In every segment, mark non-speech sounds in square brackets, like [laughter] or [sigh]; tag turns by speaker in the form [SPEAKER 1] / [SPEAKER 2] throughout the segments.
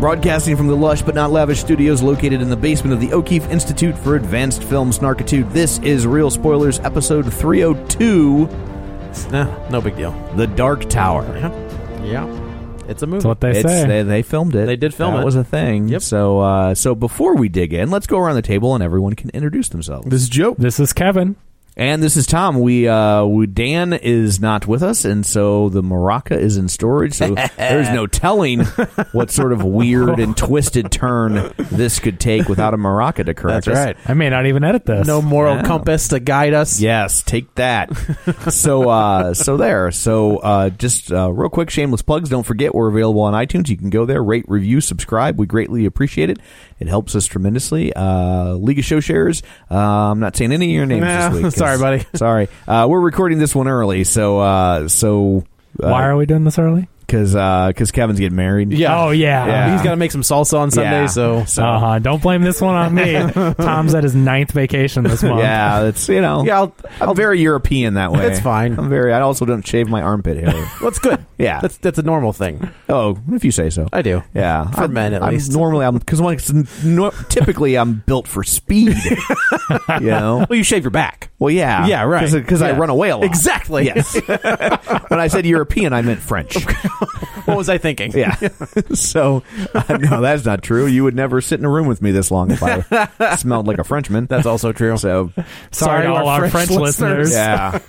[SPEAKER 1] Broadcasting from the lush but not lavish studios located in the basement of the O'Keefe Institute for Advanced Film Snarkitude, this is Real Spoilers, episode 302.
[SPEAKER 2] Nah, no big deal.
[SPEAKER 1] The Dark Tower.
[SPEAKER 2] Yeah, it's a movie.
[SPEAKER 3] That's what they
[SPEAKER 1] It's-
[SPEAKER 3] say.
[SPEAKER 1] they, they filmed it.
[SPEAKER 2] They did film
[SPEAKER 1] that
[SPEAKER 2] it.
[SPEAKER 1] was a thing.
[SPEAKER 2] Yep.
[SPEAKER 1] So, uh, so before we dig in, let's go around the table and everyone can introduce themselves.
[SPEAKER 2] is Joe.
[SPEAKER 3] this is Kevin.
[SPEAKER 1] and this is Tom. We, uh, we Dan is not with us, and so the maraca is in storage.
[SPEAKER 2] [laughs]
[SPEAKER 1] So there's no telling what sort of weird and twisted turn this could take without a maraca to correct
[SPEAKER 2] That's
[SPEAKER 1] us.
[SPEAKER 2] right.
[SPEAKER 3] I may not even edit this.
[SPEAKER 2] No moral
[SPEAKER 1] Yeah.
[SPEAKER 2] compass to guide us.
[SPEAKER 1] Yes, take
[SPEAKER 2] [laughs]
[SPEAKER 1] that. so, uh, so there. So, uh, just uh, real quick, shameless plugs. Don't forget we're available on iTunes. You can go there, rate, review, subscribe. We greatly appreciate it. It helps us tremendously. Uh, League of Show Sharers. Uh, I'm not saying any of your names
[SPEAKER 2] Nah,
[SPEAKER 1] this week. 'cause-
[SPEAKER 2] sorry, buddy.
[SPEAKER 1] [laughs] Sorry, uh, we're recording this one early. So, uh, so uh,
[SPEAKER 3] Why are we doing this early?
[SPEAKER 1] Because because Kevin's getting married.
[SPEAKER 3] Oh yeah.
[SPEAKER 1] Yeah.
[SPEAKER 2] he's gonna make some salsa on Sunday.
[SPEAKER 1] Yeah.
[SPEAKER 2] So uh-huh.
[SPEAKER 3] Uh huh. Don't blame this one on me. Tom's at his ninth vacation this month.
[SPEAKER 1] Yeah, it's you know.
[SPEAKER 2] yeah, I'll,
[SPEAKER 1] I'm very European that way.
[SPEAKER 2] It's fine.
[SPEAKER 1] I'm very. I also don't shave my armpit
[SPEAKER 2] [laughs]
[SPEAKER 1] hair.
[SPEAKER 2] that's good.
[SPEAKER 1] [laughs] Yeah.
[SPEAKER 2] that's that's a normal thing.
[SPEAKER 1] oh, if you say so.
[SPEAKER 2] I do.
[SPEAKER 1] Yeah,
[SPEAKER 2] For
[SPEAKER 1] I'm,
[SPEAKER 2] men, at
[SPEAKER 1] I'm
[SPEAKER 2] least.
[SPEAKER 1] Normally, I'm because like, no, typically I'm built for
[SPEAKER 2] [laughs]
[SPEAKER 1] speed. you know.
[SPEAKER 2] Well, you shave your back.
[SPEAKER 1] Well, yeah,
[SPEAKER 2] Yeah, right.
[SPEAKER 1] Because I
[SPEAKER 2] Yeah.
[SPEAKER 1] run away a lot.
[SPEAKER 2] Exactly. [laughs]
[SPEAKER 1] Yes. when I said European, I meant French.
[SPEAKER 2] what was I thinking? [laughs]
[SPEAKER 1] Yeah. so, uh, no, that's not true. You would never sit in a room with me this long if
[SPEAKER 2] [laughs]
[SPEAKER 1] I smelled like a Frenchman.
[SPEAKER 2] That's also true.
[SPEAKER 1] so.
[SPEAKER 3] Sorry, to all our French, listeners.
[SPEAKER 1] Yeah,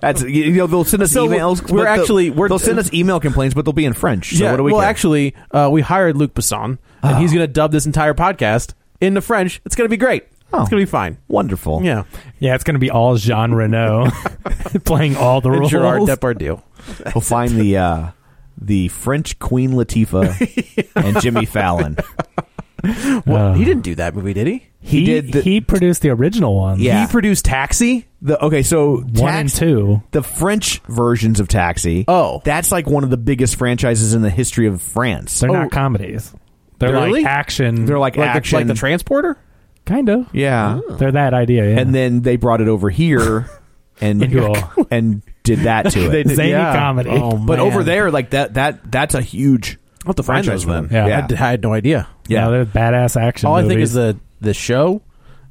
[SPEAKER 1] that's you know they'll send us
[SPEAKER 2] So,
[SPEAKER 1] emails.
[SPEAKER 2] we're
[SPEAKER 1] but they'll-
[SPEAKER 2] actually- we're-
[SPEAKER 1] they'll send us email complaints, but they'll be in French. So
[SPEAKER 2] yeah.
[SPEAKER 1] what do we?
[SPEAKER 2] well,
[SPEAKER 1] care?
[SPEAKER 2] actually, uh, we hired Luc Besson, and he's going to dub this entire podcast into French. It's going to be great.
[SPEAKER 1] Oh.
[SPEAKER 2] It's going to be fine.
[SPEAKER 1] wonderful.
[SPEAKER 2] Yeah.
[SPEAKER 3] Yeah, it's going to be all Jean Reno [laughs] playing all the
[SPEAKER 2] And
[SPEAKER 3] roles.
[SPEAKER 2] Gerard Depardieu.
[SPEAKER 1] We'll find the uh, the French Queen Latifah
[SPEAKER 2] [laughs]
[SPEAKER 1] and Jimmy Fallon.
[SPEAKER 2] Well, he didn't do that movie, did he?
[SPEAKER 3] he,
[SPEAKER 1] He did the-
[SPEAKER 3] he produced the original one.
[SPEAKER 1] Yeah.
[SPEAKER 2] He produced Taxi.
[SPEAKER 1] The, okay, so
[SPEAKER 3] One and
[SPEAKER 1] Tax-
[SPEAKER 3] two.
[SPEAKER 1] the French versions of Taxi.
[SPEAKER 2] Oh.
[SPEAKER 1] that's like one of the biggest franchises in the history of France. Oh,
[SPEAKER 3] They're not comedies. They're
[SPEAKER 2] Really?
[SPEAKER 3] like action.
[SPEAKER 1] They're like,
[SPEAKER 2] Like the,
[SPEAKER 1] action,
[SPEAKER 2] like the Oh. transporter.
[SPEAKER 3] kind of.
[SPEAKER 1] yeah.
[SPEAKER 3] They're that idea. Yeah.
[SPEAKER 1] And then they brought it over
[SPEAKER 2] [laughs]
[SPEAKER 1] here and
[SPEAKER 3] Into a-
[SPEAKER 1] [laughs] and did that [laughs] to it.
[SPEAKER 3] They did- Zany comedy.
[SPEAKER 2] Oh,
[SPEAKER 1] but
[SPEAKER 2] man.
[SPEAKER 1] over there, like that that that's a huge
[SPEAKER 2] I'll have to find
[SPEAKER 1] franchise
[SPEAKER 2] those
[SPEAKER 1] for them.
[SPEAKER 3] Yeah.
[SPEAKER 2] I, d- I had no idea.
[SPEAKER 3] yeah,
[SPEAKER 1] yeah.
[SPEAKER 3] they're badass action.
[SPEAKER 2] All I think
[SPEAKER 3] movies.
[SPEAKER 2] is the the show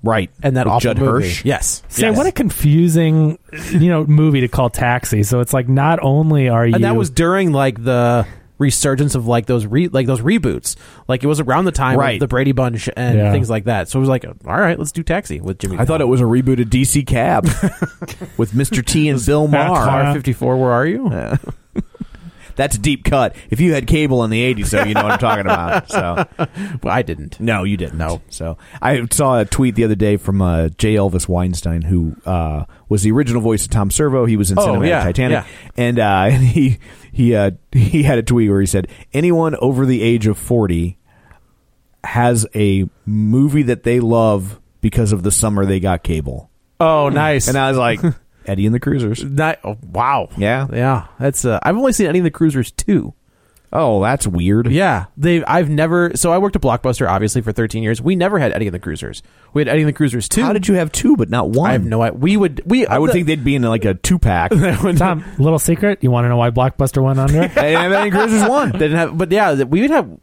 [SPEAKER 1] right.
[SPEAKER 2] and that
[SPEAKER 1] With
[SPEAKER 2] awful
[SPEAKER 1] Judd
[SPEAKER 2] movie.
[SPEAKER 1] Hirsch.
[SPEAKER 2] Yes.
[SPEAKER 3] See,
[SPEAKER 2] yes.
[SPEAKER 3] what a confusing, you know, movie to call Taxi. So it's like not only are you
[SPEAKER 2] and that was during like the resurgence of like those re- like those reboots. Like it was around the time
[SPEAKER 1] Right.
[SPEAKER 2] of the Brady Bunch and
[SPEAKER 3] Yeah.
[SPEAKER 2] things like that. So it was like, all right, let's do Taxi with Jimmy.
[SPEAKER 1] I thought it was a reboot of DC
[SPEAKER 2] [laughs]
[SPEAKER 1] Cab with Mr. T and Bill
[SPEAKER 3] That's
[SPEAKER 1] Maher.
[SPEAKER 3] fine.
[SPEAKER 2] R fifty four. Where are you?
[SPEAKER 1] That's a deep cut. If you had cable in the '80s, so you know what I'm talking about. So
[SPEAKER 2] [laughs] Well, I didn't.
[SPEAKER 1] no, you didn't. No. So I saw a tweet the other day from uh, J. Elvis Weinstein, who uh, was the original voice of Tom Servo. He was in
[SPEAKER 2] Oh,
[SPEAKER 1] Cinematic
[SPEAKER 2] yeah,
[SPEAKER 1] Titanic,
[SPEAKER 2] yeah.
[SPEAKER 1] and uh, [laughs] he he uh, he had a tweet where he said, "Anyone over the age of forty has a movie that they love because of the summer they got cable."
[SPEAKER 2] Oh, nice.
[SPEAKER 1] And I was
[SPEAKER 2] [laughs]
[SPEAKER 1] like, "Eddie and the Cruisers."
[SPEAKER 2] Ni- oh, wow.
[SPEAKER 1] Yeah.
[SPEAKER 2] Yeah. That's. Uh, I've only seen any of the Cruisers two.
[SPEAKER 1] Oh, that's weird.
[SPEAKER 2] Yeah, they. I've never. So I worked at Blockbuster, obviously, for 13 years. We never had Eddie and the Cruisers. We had Eddie and the Cruisers two.
[SPEAKER 1] How did you have two but not one?
[SPEAKER 2] I have no idea. We would. We.
[SPEAKER 1] I would
[SPEAKER 2] the-
[SPEAKER 1] think they'd be in like a two
[SPEAKER 2] [laughs]
[SPEAKER 1] pack.
[SPEAKER 3] Tom, little secret. You want to know why Blockbuster went
[SPEAKER 1] They
[SPEAKER 3] under?
[SPEAKER 1] didn't have Eddie and Cruisers one.
[SPEAKER 2] [laughs] They didn't have. But yeah, that we would have.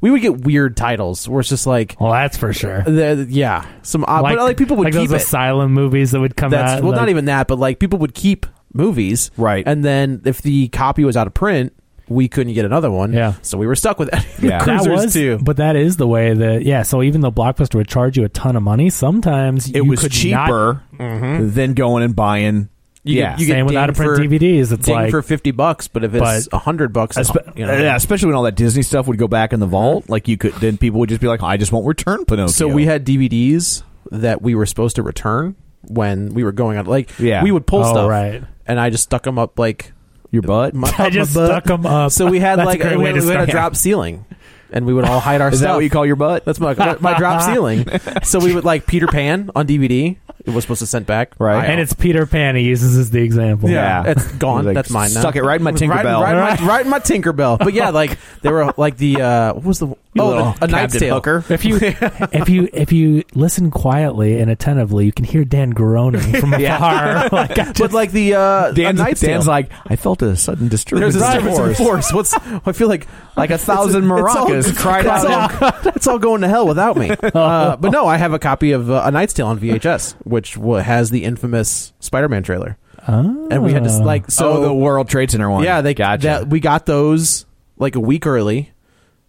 [SPEAKER 2] We would get weird titles where it's just like.
[SPEAKER 3] well, that's for sure.
[SPEAKER 2] the- yeah, some odd, Uh, but like people would
[SPEAKER 3] like
[SPEAKER 2] keep
[SPEAKER 3] those
[SPEAKER 2] it.
[SPEAKER 3] asylum movies that would come
[SPEAKER 2] That's
[SPEAKER 3] out.
[SPEAKER 2] well,
[SPEAKER 3] like-
[SPEAKER 2] not even that, but like people would keep movies,
[SPEAKER 1] Right.
[SPEAKER 2] And then if the copy was out of print, we couldn't get another one.
[SPEAKER 3] Yeah.
[SPEAKER 2] so we were stuck with Eddie and
[SPEAKER 1] Yeah.
[SPEAKER 2] [laughs]
[SPEAKER 1] That
[SPEAKER 2] the Cruisers
[SPEAKER 3] that was,
[SPEAKER 2] too.
[SPEAKER 3] But that is the way that yeah. So even though Blockbuster would charge you a ton of money, sometimes
[SPEAKER 1] it
[SPEAKER 3] you
[SPEAKER 1] was
[SPEAKER 3] could Not,
[SPEAKER 1] cheaper than going and buying.
[SPEAKER 2] Mm-hmm. You
[SPEAKER 1] yeah,
[SPEAKER 2] get- you get
[SPEAKER 3] same with
[SPEAKER 2] dinged
[SPEAKER 3] out of print
[SPEAKER 2] for-
[SPEAKER 3] DVDs. It's
[SPEAKER 2] ding
[SPEAKER 3] like
[SPEAKER 2] for fifty bucks, but if it's
[SPEAKER 3] But-
[SPEAKER 2] a hundred bucks,
[SPEAKER 1] Espe-
[SPEAKER 2] you know.
[SPEAKER 1] yeah, especially when all that Disney stuff would go back in the vault. Like you could, then people would just be like, "I just won't return Pinocchio."
[SPEAKER 2] So we had DVDs that we were supposed to return when we were going on. Like,
[SPEAKER 1] Yeah.
[SPEAKER 2] we would pull
[SPEAKER 3] Oh,
[SPEAKER 2] stuff, [laughs]
[SPEAKER 3] right.
[SPEAKER 2] and I just stuck them up like
[SPEAKER 1] your butt.
[SPEAKER 2] my,
[SPEAKER 3] [laughs] I
[SPEAKER 2] up
[SPEAKER 3] just
[SPEAKER 2] my butt.
[SPEAKER 3] stuck 'em [laughs] up.
[SPEAKER 2] So we had
[SPEAKER 3] That's a
[SPEAKER 2] like
[SPEAKER 3] great
[SPEAKER 2] we,
[SPEAKER 3] way to
[SPEAKER 2] we had
[SPEAKER 3] start.
[SPEAKER 2] a drop ceiling, and we would all hide
[SPEAKER 1] [laughs]
[SPEAKER 2] our
[SPEAKER 1] Is
[SPEAKER 2] stuff.
[SPEAKER 1] that what you call your butt?
[SPEAKER 2] That's my my
[SPEAKER 3] [laughs]
[SPEAKER 2] my drop ceiling. So we would like Peter Pan on DVD. It was supposed to sent back,
[SPEAKER 1] Right.
[SPEAKER 3] [laughs] and it's Peter Pan. He uses as the example.
[SPEAKER 1] Yeah.
[SPEAKER 2] it's gone.
[SPEAKER 1] Like,
[SPEAKER 2] That's mine now.
[SPEAKER 1] stuck it right in my Tinkerbell.
[SPEAKER 2] Right, right, in my- right in my Tinkerbell. But yeah, like they were like the uh, what was the
[SPEAKER 1] little
[SPEAKER 2] oh the, a Knight's
[SPEAKER 1] Captain
[SPEAKER 2] Tale.
[SPEAKER 1] Hooker.
[SPEAKER 3] If
[SPEAKER 2] [laughs]
[SPEAKER 3] you if you if you listen quietly and attentively, you can hear Dan groaning
[SPEAKER 2] [laughs]
[SPEAKER 3] from afar. [laughs] like, I
[SPEAKER 2] But
[SPEAKER 3] just-
[SPEAKER 2] like the uh, a
[SPEAKER 1] Dan's,
[SPEAKER 2] Knight's
[SPEAKER 1] Dan's
[SPEAKER 2] Tale.
[SPEAKER 1] like, I felt a sudden disturbance.
[SPEAKER 2] There's a
[SPEAKER 1] in the
[SPEAKER 2] disturbance in the
[SPEAKER 1] force."
[SPEAKER 2] force. What's I feel like
[SPEAKER 1] Like a thousand maracas cried
[SPEAKER 2] it's
[SPEAKER 1] out.
[SPEAKER 2] All, it's all going to hell
[SPEAKER 1] [laughs]
[SPEAKER 2] without me. Uh, but no, I have a copy of uh, A Knight's Tale on VHS, which wa has the infamous Spider-Man trailer, and we had to like so
[SPEAKER 1] So Ah. Oh, the World Trade Center one.
[SPEAKER 2] yeah they
[SPEAKER 1] gotcha.
[SPEAKER 2] that- we got those like a week early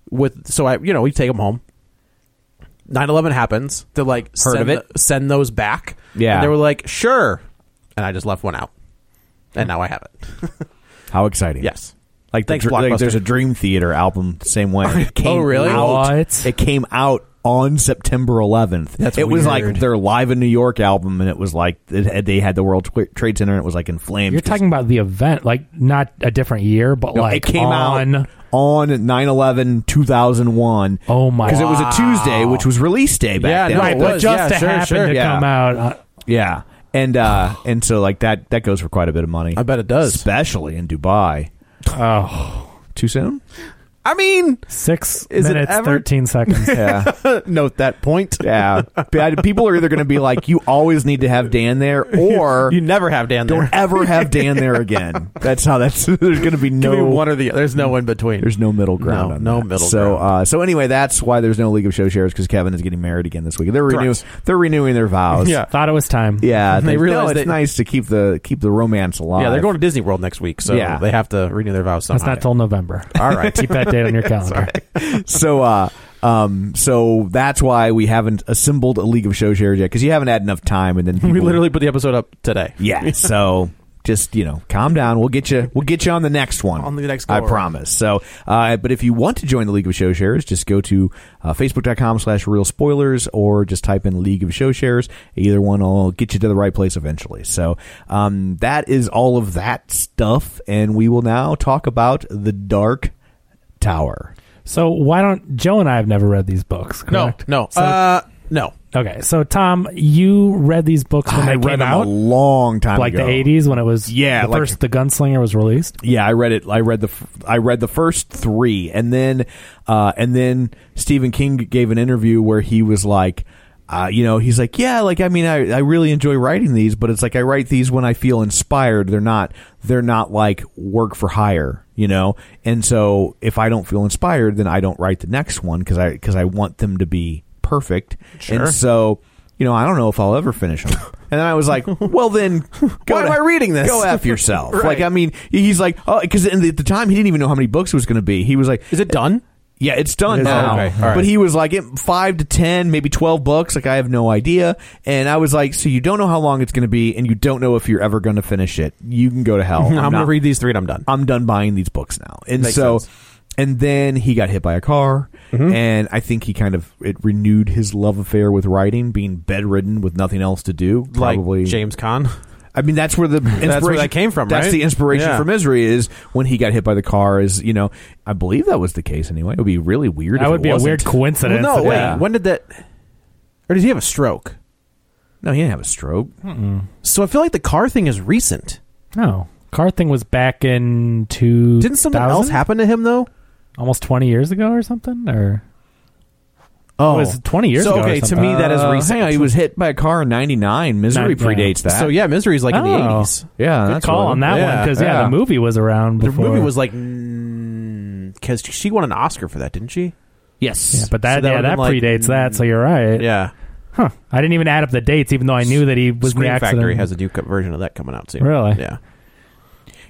[SPEAKER 2] with so I you know we take them home. 9-11 happens. They're like send,
[SPEAKER 1] of it?
[SPEAKER 2] th- send those back.
[SPEAKER 1] Yeah.
[SPEAKER 2] and they were like sure, and I just left one out, and now I have it.
[SPEAKER 1] How exciting!
[SPEAKER 2] Yes.
[SPEAKER 1] like, the,
[SPEAKER 2] Thanks,
[SPEAKER 1] dr- like
[SPEAKER 2] Blockbuster.
[SPEAKER 1] there's a Dream Theater album the same way. It came
[SPEAKER 2] [laughs] Oh, really?
[SPEAKER 1] out-
[SPEAKER 3] What?
[SPEAKER 1] It came out on September 11th.
[SPEAKER 2] That's
[SPEAKER 1] it was like
[SPEAKER 2] weird.
[SPEAKER 1] their Live in New York album, and it was like it had- they had the World Twi- Trade Center, and it was like in flames.
[SPEAKER 3] you're talking about the event, like not a different year, but
[SPEAKER 1] No,
[SPEAKER 3] like
[SPEAKER 1] it came
[SPEAKER 3] on.
[SPEAKER 1] out on 9/11 2001.
[SPEAKER 3] Oh my!
[SPEAKER 1] Because it was a Tuesday, which was release day back
[SPEAKER 2] Yeah,
[SPEAKER 1] then.
[SPEAKER 2] no,
[SPEAKER 3] right,
[SPEAKER 2] it
[SPEAKER 3] but
[SPEAKER 2] was.
[SPEAKER 3] just
[SPEAKER 2] Yeah,
[SPEAKER 3] to
[SPEAKER 2] sure,
[SPEAKER 3] happen
[SPEAKER 2] sure,
[SPEAKER 3] to
[SPEAKER 1] yeah.
[SPEAKER 3] come out. uh,
[SPEAKER 1] Yeah, and uh, and so like that that goes for quite a bit of money.
[SPEAKER 2] I bet it does.
[SPEAKER 1] especially in Dubai.
[SPEAKER 3] Oh,
[SPEAKER 1] Too soon?
[SPEAKER 2] I mean,
[SPEAKER 3] six
[SPEAKER 2] Is it
[SPEAKER 3] minutes,
[SPEAKER 2] ever-
[SPEAKER 1] [laughs]
[SPEAKER 3] thirteen seconds.
[SPEAKER 1] Yeah.
[SPEAKER 2] [laughs] note that point.
[SPEAKER 1] Yeah, Bad- people are either going to be like, "You always need to have Dan there," or
[SPEAKER 2] [laughs] You never have Dan there.
[SPEAKER 1] don't ever have Dan there
[SPEAKER 2] [laughs]
[SPEAKER 1] again. That's how that's. [laughs] There's going to be
[SPEAKER 2] Give
[SPEAKER 1] no
[SPEAKER 2] me one or the other. There's no in between.
[SPEAKER 1] There's no middle ground.
[SPEAKER 2] No,
[SPEAKER 1] on
[SPEAKER 2] no
[SPEAKER 1] that.
[SPEAKER 2] middle
[SPEAKER 1] So,
[SPEAKER 2] ground.
[SPEAKER 1] uh, so anyway, that's why there's no League of Show Shares because Kevin is getting married again this week. They're renewing.
[SPEAKER 2] Correct.
[SPEAKER 1] They're renewing their vows.
[SPEAKER 2] Yeah.
[SPEAKER 3] Thought it was time.
[SPEAKER 1] yeah.
[SPEAKER 2] [laughs] They
[SPEAKER 1] think,
[SPEAKER 2] realize
[SPEAKER 1] no, it's
[SPEAKER 2] that-
[SPEAKER 1] nice to keep the keep the romance alive.
[SPEAKER 2] yeah, they're going to Disney World next week, so
[SPEAKER 1] Yeah.
[SPEAKER 2] they have to renew their vows somehow.
[SPEAKER 3] That's not till November.
[SPEAKER 1] [laughs] All right.
[SPEAKER 3] Keep that date on
[SPEAKER 1] [laughs]
[SPEAKER 3] your calendar.
[SPEAKER 1] so, uh, um, so that's why we haven't assembled a League of Show Shares yet because you haven't had enough time, and then people,
[SPEAKER 2] [laughs] We literally put the episode up today.
[SPEAKER 1] Yeah.
[SPEAKER 2] [laughs]
[SPEAKER 1] So just you know, calm down. We'll get you. We'll get you on the next one.
[SPEAKER 2] On the next
[SPEAKER 1] I
[SPEAKER 2] go-around.
[SPEAKER 1] promise. So, uh, but if you want to join the League of Show Shares, just go to uh, facebook.com slash real spoilers or just type in League of Show Shares. Either one will get you to the right place eventually. So um, that is all of that stuff, and we will now talk about the Dark Tower.
[SPEAKER 3] So why don't Joe and I have never read these books?
[SPEAKER 2] No,
[SPEAKER 3] Correct?
[SPEAKER 2] no,
[SPEAKER 3] So-
[SPEAKER 2] uh, no.
[SPEAKER 3] okay, so Tom, you read these books when
[SPEAKER 1] I
[SPEAKER 3] they
[SPEAKER 1] read
[SPEAKER 3] came
[SPEAKER 1] them
[SPEAKER 3] out,
[SPEAKER 1] a long time
[SPEAKER 3] like
[SPEAKER 1] ago.
[SPEAKER 3] the '80s when it was
[SPEAKER 1] Yeah,
[SPEAKER 3] the
[SPEAKER 1] like-
[SPEAKER 3] first the Gunslinger was released.
[SPEAKER 1] Yeah, I read it. I read the f- I read the first three, and then uh, and then Stephen King gave an interview where he was like, uh, you know, he's like, yeah, like I mean, I, I really enjoy writing these, but it's like I write these when I feel inspired. They're not they're not like work for hire, you know. And so if I don't feel inspired, then I don't write the next one because I because I want them to be perfect.
[SPEAKER 2] Sure.
[SPEAKER 1] And so. You know, I don't know if I'll ever finish them.
[SPEAKER 2] [laughs]
[SPEAKER 1] And then I was like, well, then go
[SPEAKER 2] Why am
[SPEAKER 1] to-
[SPEAKER 2] I reading this?
[SPEAKER 1] Go F
[SPEAKER 2] [laughs]
[SPEAKER 1] yourself.
[SPEAKER 2] Right.
[SPEAKER 1] Like, I mean, he's like, oh, because at the time he didn't even know how many books it was going to be. He was like,
[SPEAKER 2] Is it done?
[SPEAKER 1] Yeah, it's done
[SPEAKER 3] It is
[SPEAKER 1] now.
[SPEAKER 3] done. Okay, all
[SPEAKER 2] right.
[SPEAKER 1] But he was like it five to ten, maybe twelve bucks. Like I have no idea. And I was like, so you don't know how long it's going to be, and you don't know if you're ever going to finish it. You can go to
[SPEAKER 3] [laughs]
[SPEAKER 1] hell.
[SPEAKER 2] I'm, gonna
[SPEAKER 1] not-
[SPEAKER 2] read these three and I'm done.
[SPEAKER 1] I'm done buying these books now. And
[SPEAKER 2] Makes
[SPEAKER 1] so,
[SPEAKER 2] sense.
[SPEAKER 1] and then he got hit by a car,
[SPEAKER 3] Mm-hmm.
[SPEAKER 1] and I think he kind of it renewed his love affair with writing, being bedridden with nothing else to do. Probably
[SPEAKER 2] like James Conn.
[SPEAKER 1] I mean, that's where the inspiration
[SPEAKER 2] where that came from,
[SPEAKER 1] That's
[SPEAKER 2] right?
[SPEAKER 1] the inspiration
[SPEAKER 2] Yeah.
[SPEAKER 1] for Misery is when he got hit by the car. Is you know, I believe that was the case anyway. It would be really weird.
[SPEAKER 3] That
[SPEAKER 1] if
[SPEAKER 3] would
[SPEAKER 1] it
[SPEAKER 3] be a
[SPEAKER 1] wasn't.
[SPEAKER 3] weird coincidence.
[SPEAKER 2] well, no, wait.
[SPEAKER 3] Yeah.
[SPEAKER 2] When did that? Or did he have a stroke?
[SPEAKER 1] No, he didn't have a stroke.
[SPEAKER 2] So I feel like the car thing is recent.
[SPEAKER 3] No. Car thing was back in two.
[SPEAKER 2] Didn't something else happen to him though?
[SPEAKER 3] Almost twenty years ago or something, or
[SPEAKER 2] Oh,
[SPEAKER 3] it was 20 years
[SPEAKER 2] so,
[SPEAKER 3] ago or
[SPEAKER 2] Okay, to
[SPEAKER 3] something.
[SPEAKER 2] me that is
[SPEAKER 1] Uh,
[SPEAKER 2] recent.
[SPEAKER 1] hang on, he was hit by a car in '99. Misery
[SPEAKER 3] Not- yeah.
[SPEAKER 1] predates that.
[SPEAKER 2] So yeah, Misery's like in the
[SPEAKER 3] Oh.
[SPEAKER 2] eighties.
[SPEAKER 1] yeah,
[SPEAKER 3] good
[SPEAKER 1] that's
[SPEAKER 3] call
[SPEAKER 1] what-
[SPEAKER 3] on that
[SPEAKER 2] yeah,
[SPEAKER 3] one because yeah,
[SPEAKER 1] yeah.
[SPEAKER 3] the movie was around.
[SPEAKER 2] The
[SPEAKER 3] Before.
[SPEAKER 2] movie was like because she won an Oscar for that, didn't she?
[SPEAKER 1] Yes,
[SPEAKER 3] Yeah, but that,
[SPEAKER 2] So that
[SPEAKER 3] yeah,
[SPEAKER 2] would've
[SPEAKER 3] that
[SPEAKER 2] been like-
[SPEAKER 3] predates that. So you're right.
[SPEAKER 2] Yeah,
[SPEAKER 3] Huh. I didn't even add up the dates, even though I knew that he was in the
[SPEAKER 2] Screen
[SPEAKER 3] accident.
[SPEAKER 2] Factory has a new cut version of that coming out soon.
[SPEAKER 3] Really?
[SPEAKER 2] Yeah.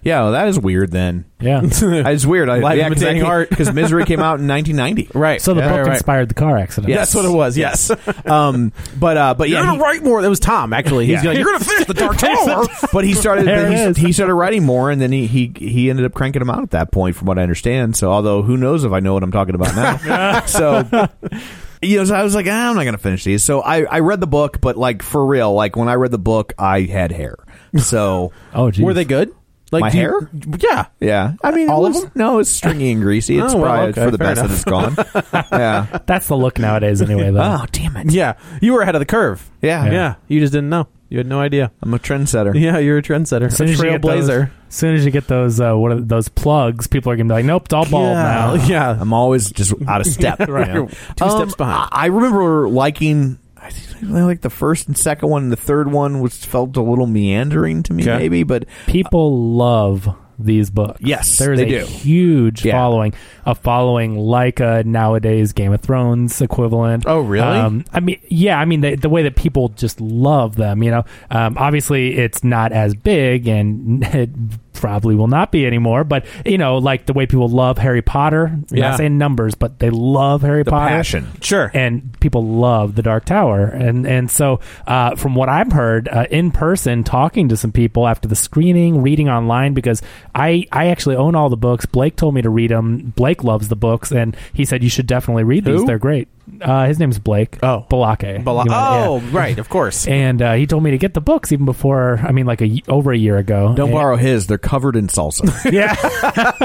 [SPEAKER 1] yeah, well, that is weird. Then
[SPEAKER 3] yeah.
[SPEAKER 1] it's
[SPEAKER 2] [laughs]
[SPEAKER 1] weird. I,
[SPEAKER 2] Live
[SPEAKER 1] yeah, 'cause [laughs] that
[SPEAKER 2] imitating
[SPEAKER 1] came-
[SPEAKER 2] art.
[SPEAKER 1] because Misery came out in 1990.
[SPEAKER 2] [laughs] Right.
[SPEAKER 3] So the
[SPEAKER 2] Yeah.
[SPEAKER 3] book
[SPEAKER 2] Right, right.
[SPEAKER 3] inspired the car accident.
[SPEAKER 2] That's what it was. Yes.
[SPEAKER 1] Um, but uh, but yeah, he-
[SPEAKER 2] You're gonna write more. That was Tom actually. He's
[SPEAKER 1] Yeah.
[SPEAKER 2] like, you're gonna finish
[SPEAKER 1] [laughs]
[SPEAKER 2] the Dark Tower.
[SPEAKER 1] but he started
[SPEAKER 3] There it
[SPEAKER 1] but
[SPEAKER 3] is.
[SPEAKER 1] he, he started writing more and then he, he he ended up cranking them out at that point from what i understand so although who knows if i know what i'm talking about
[SPEAKER 2] [laughs]
[SPEAKER 1] now so you know so i was like ah, i'm not gonna finish these so I, I read the book but like for real like when i read the book i had hair so
[SPEAKER 3] Oh, geez.
[SPEAKER 2] Were they good? [laughs] Like
[SPEAKER 1] My
[SPEAKER 2] do you- yeah.
[SPEAKER 1] yeah i mean it
[SPEAKER 2] All of
[SPEAKER 1] was-
[SPEAKER 2] them?
[SPEAKER 1] no it's stringy and
[SPEAKER 2] [laughs]
[SPEAKER 1] greasy it's
[SPEAKER 2] Oh, well,
[SPEAKER 1] probably
[SPEAKER 2] okay,
[SPEAKER 1] for the
[SPEAKER 2] fair
[SPEAKER 1] best that it's gone
[SPEAKER 2] [laughs]
[SPEAKER 1] yeah
[SPEAKER 3] [laughs] That's the look nowadays, anyway. Though.
[SPEAKER 2] Ah,
[SPEAKER 1] oh damn it
[SPEAKER 2] Yeah. You were ahead of the curve.
[SPEAKER 1] yeah
[SPEAKER 2] Yeah.
[SPEAKER 1] yeah,
[SPEAKER 2] You just didn't know. You had no idea.
[SPEAKER 1] i'm a trendsetter
[SPEAKER 2] Yeah, you're a trendsetter.
[SPEAKER 3] As soon
[SPEAKER 2] a
[SPEAKER 3] as you get those,
[SPEAKER 2] trailblazer.
[SPEAKER 3] as soon as you get those, uh, what are those plugs? People are gonna be like, "Nope, it's all bald now."
[SPEAKER 2] yeah. [laughs] Yeah.
[SPEAKER 1] I'm always just out of [laughs] step.
[SPEAKER 2] Right.
[SPEAKER 1] you
[SPEAKER 2] You're
[SPEAKER 1] know?
[SPEAKER 2] two steps behind.
[SPEAKER 1] Um, I I remember liking. I think I like the first and second one. The third one was felt a little meandering to me,
[SPEAKER 2] Okay.
[SPEAKER 1] maybe. But
[SPEAKER 3] People love these books.
[SPEAKER 1] Yes,
[SPEAKER 3] there is
[SPEAKER 1] they
[SPEAKER 3] a
[SPEAKER 1] do.
[SPEAKER 3] huge
[SPEAKER 1] Yeah.
[SPEAKER 3] following, a following like a nowadays Game of Thrones equivalent.
[SPEAKER 2] Oh, really?
[SPEAKER 3] Um, I mean, yeah, I mean the, the way that people just love them. You know, um, obviously it's not as big, and [laughs] it probably will not be anymore. But you know, like the way people love Harry Potter.
[SPEAKER 2] Yeah.
[SPEAKER 3] Not saying numbers, but they love Harry
[SPEAKER 1] the
[SPEAKER 3] Potter
[SPEAKER 1] passion,
[SPEAKER 2] Sure.
[SPEAKER 3] and people love the Dark Tower, and and so uh, from what I've heard uh, in person, talking to some people after the screening, reading online because I I actually own all the books. Blake told me to read them. Blake loves the books, and he said you should definitely read these.
[SPEAKER 2] Who?
[SPEAKER 3] They're great. Uh, his name's Blake.
[SPEAKER 2] Oh.
[SPEAKER 3] Balake.
[SPEAKER 2] Bala-
[SPEAKER 3] You know, yeah.
[SPEAKER 2] oh, right. Of course.
[SPEAKER 3] And uh, he told me to get the books even before. I mean, like a y- over a year ago.
[SPEAKER 1] [laughs] don't
[SPEAKER 3] And-
[SPEAKER 1] borrow his. They're covered in salsa.
[SPEAKER 3] Yeah,
[SPEAKER 1] [laughs]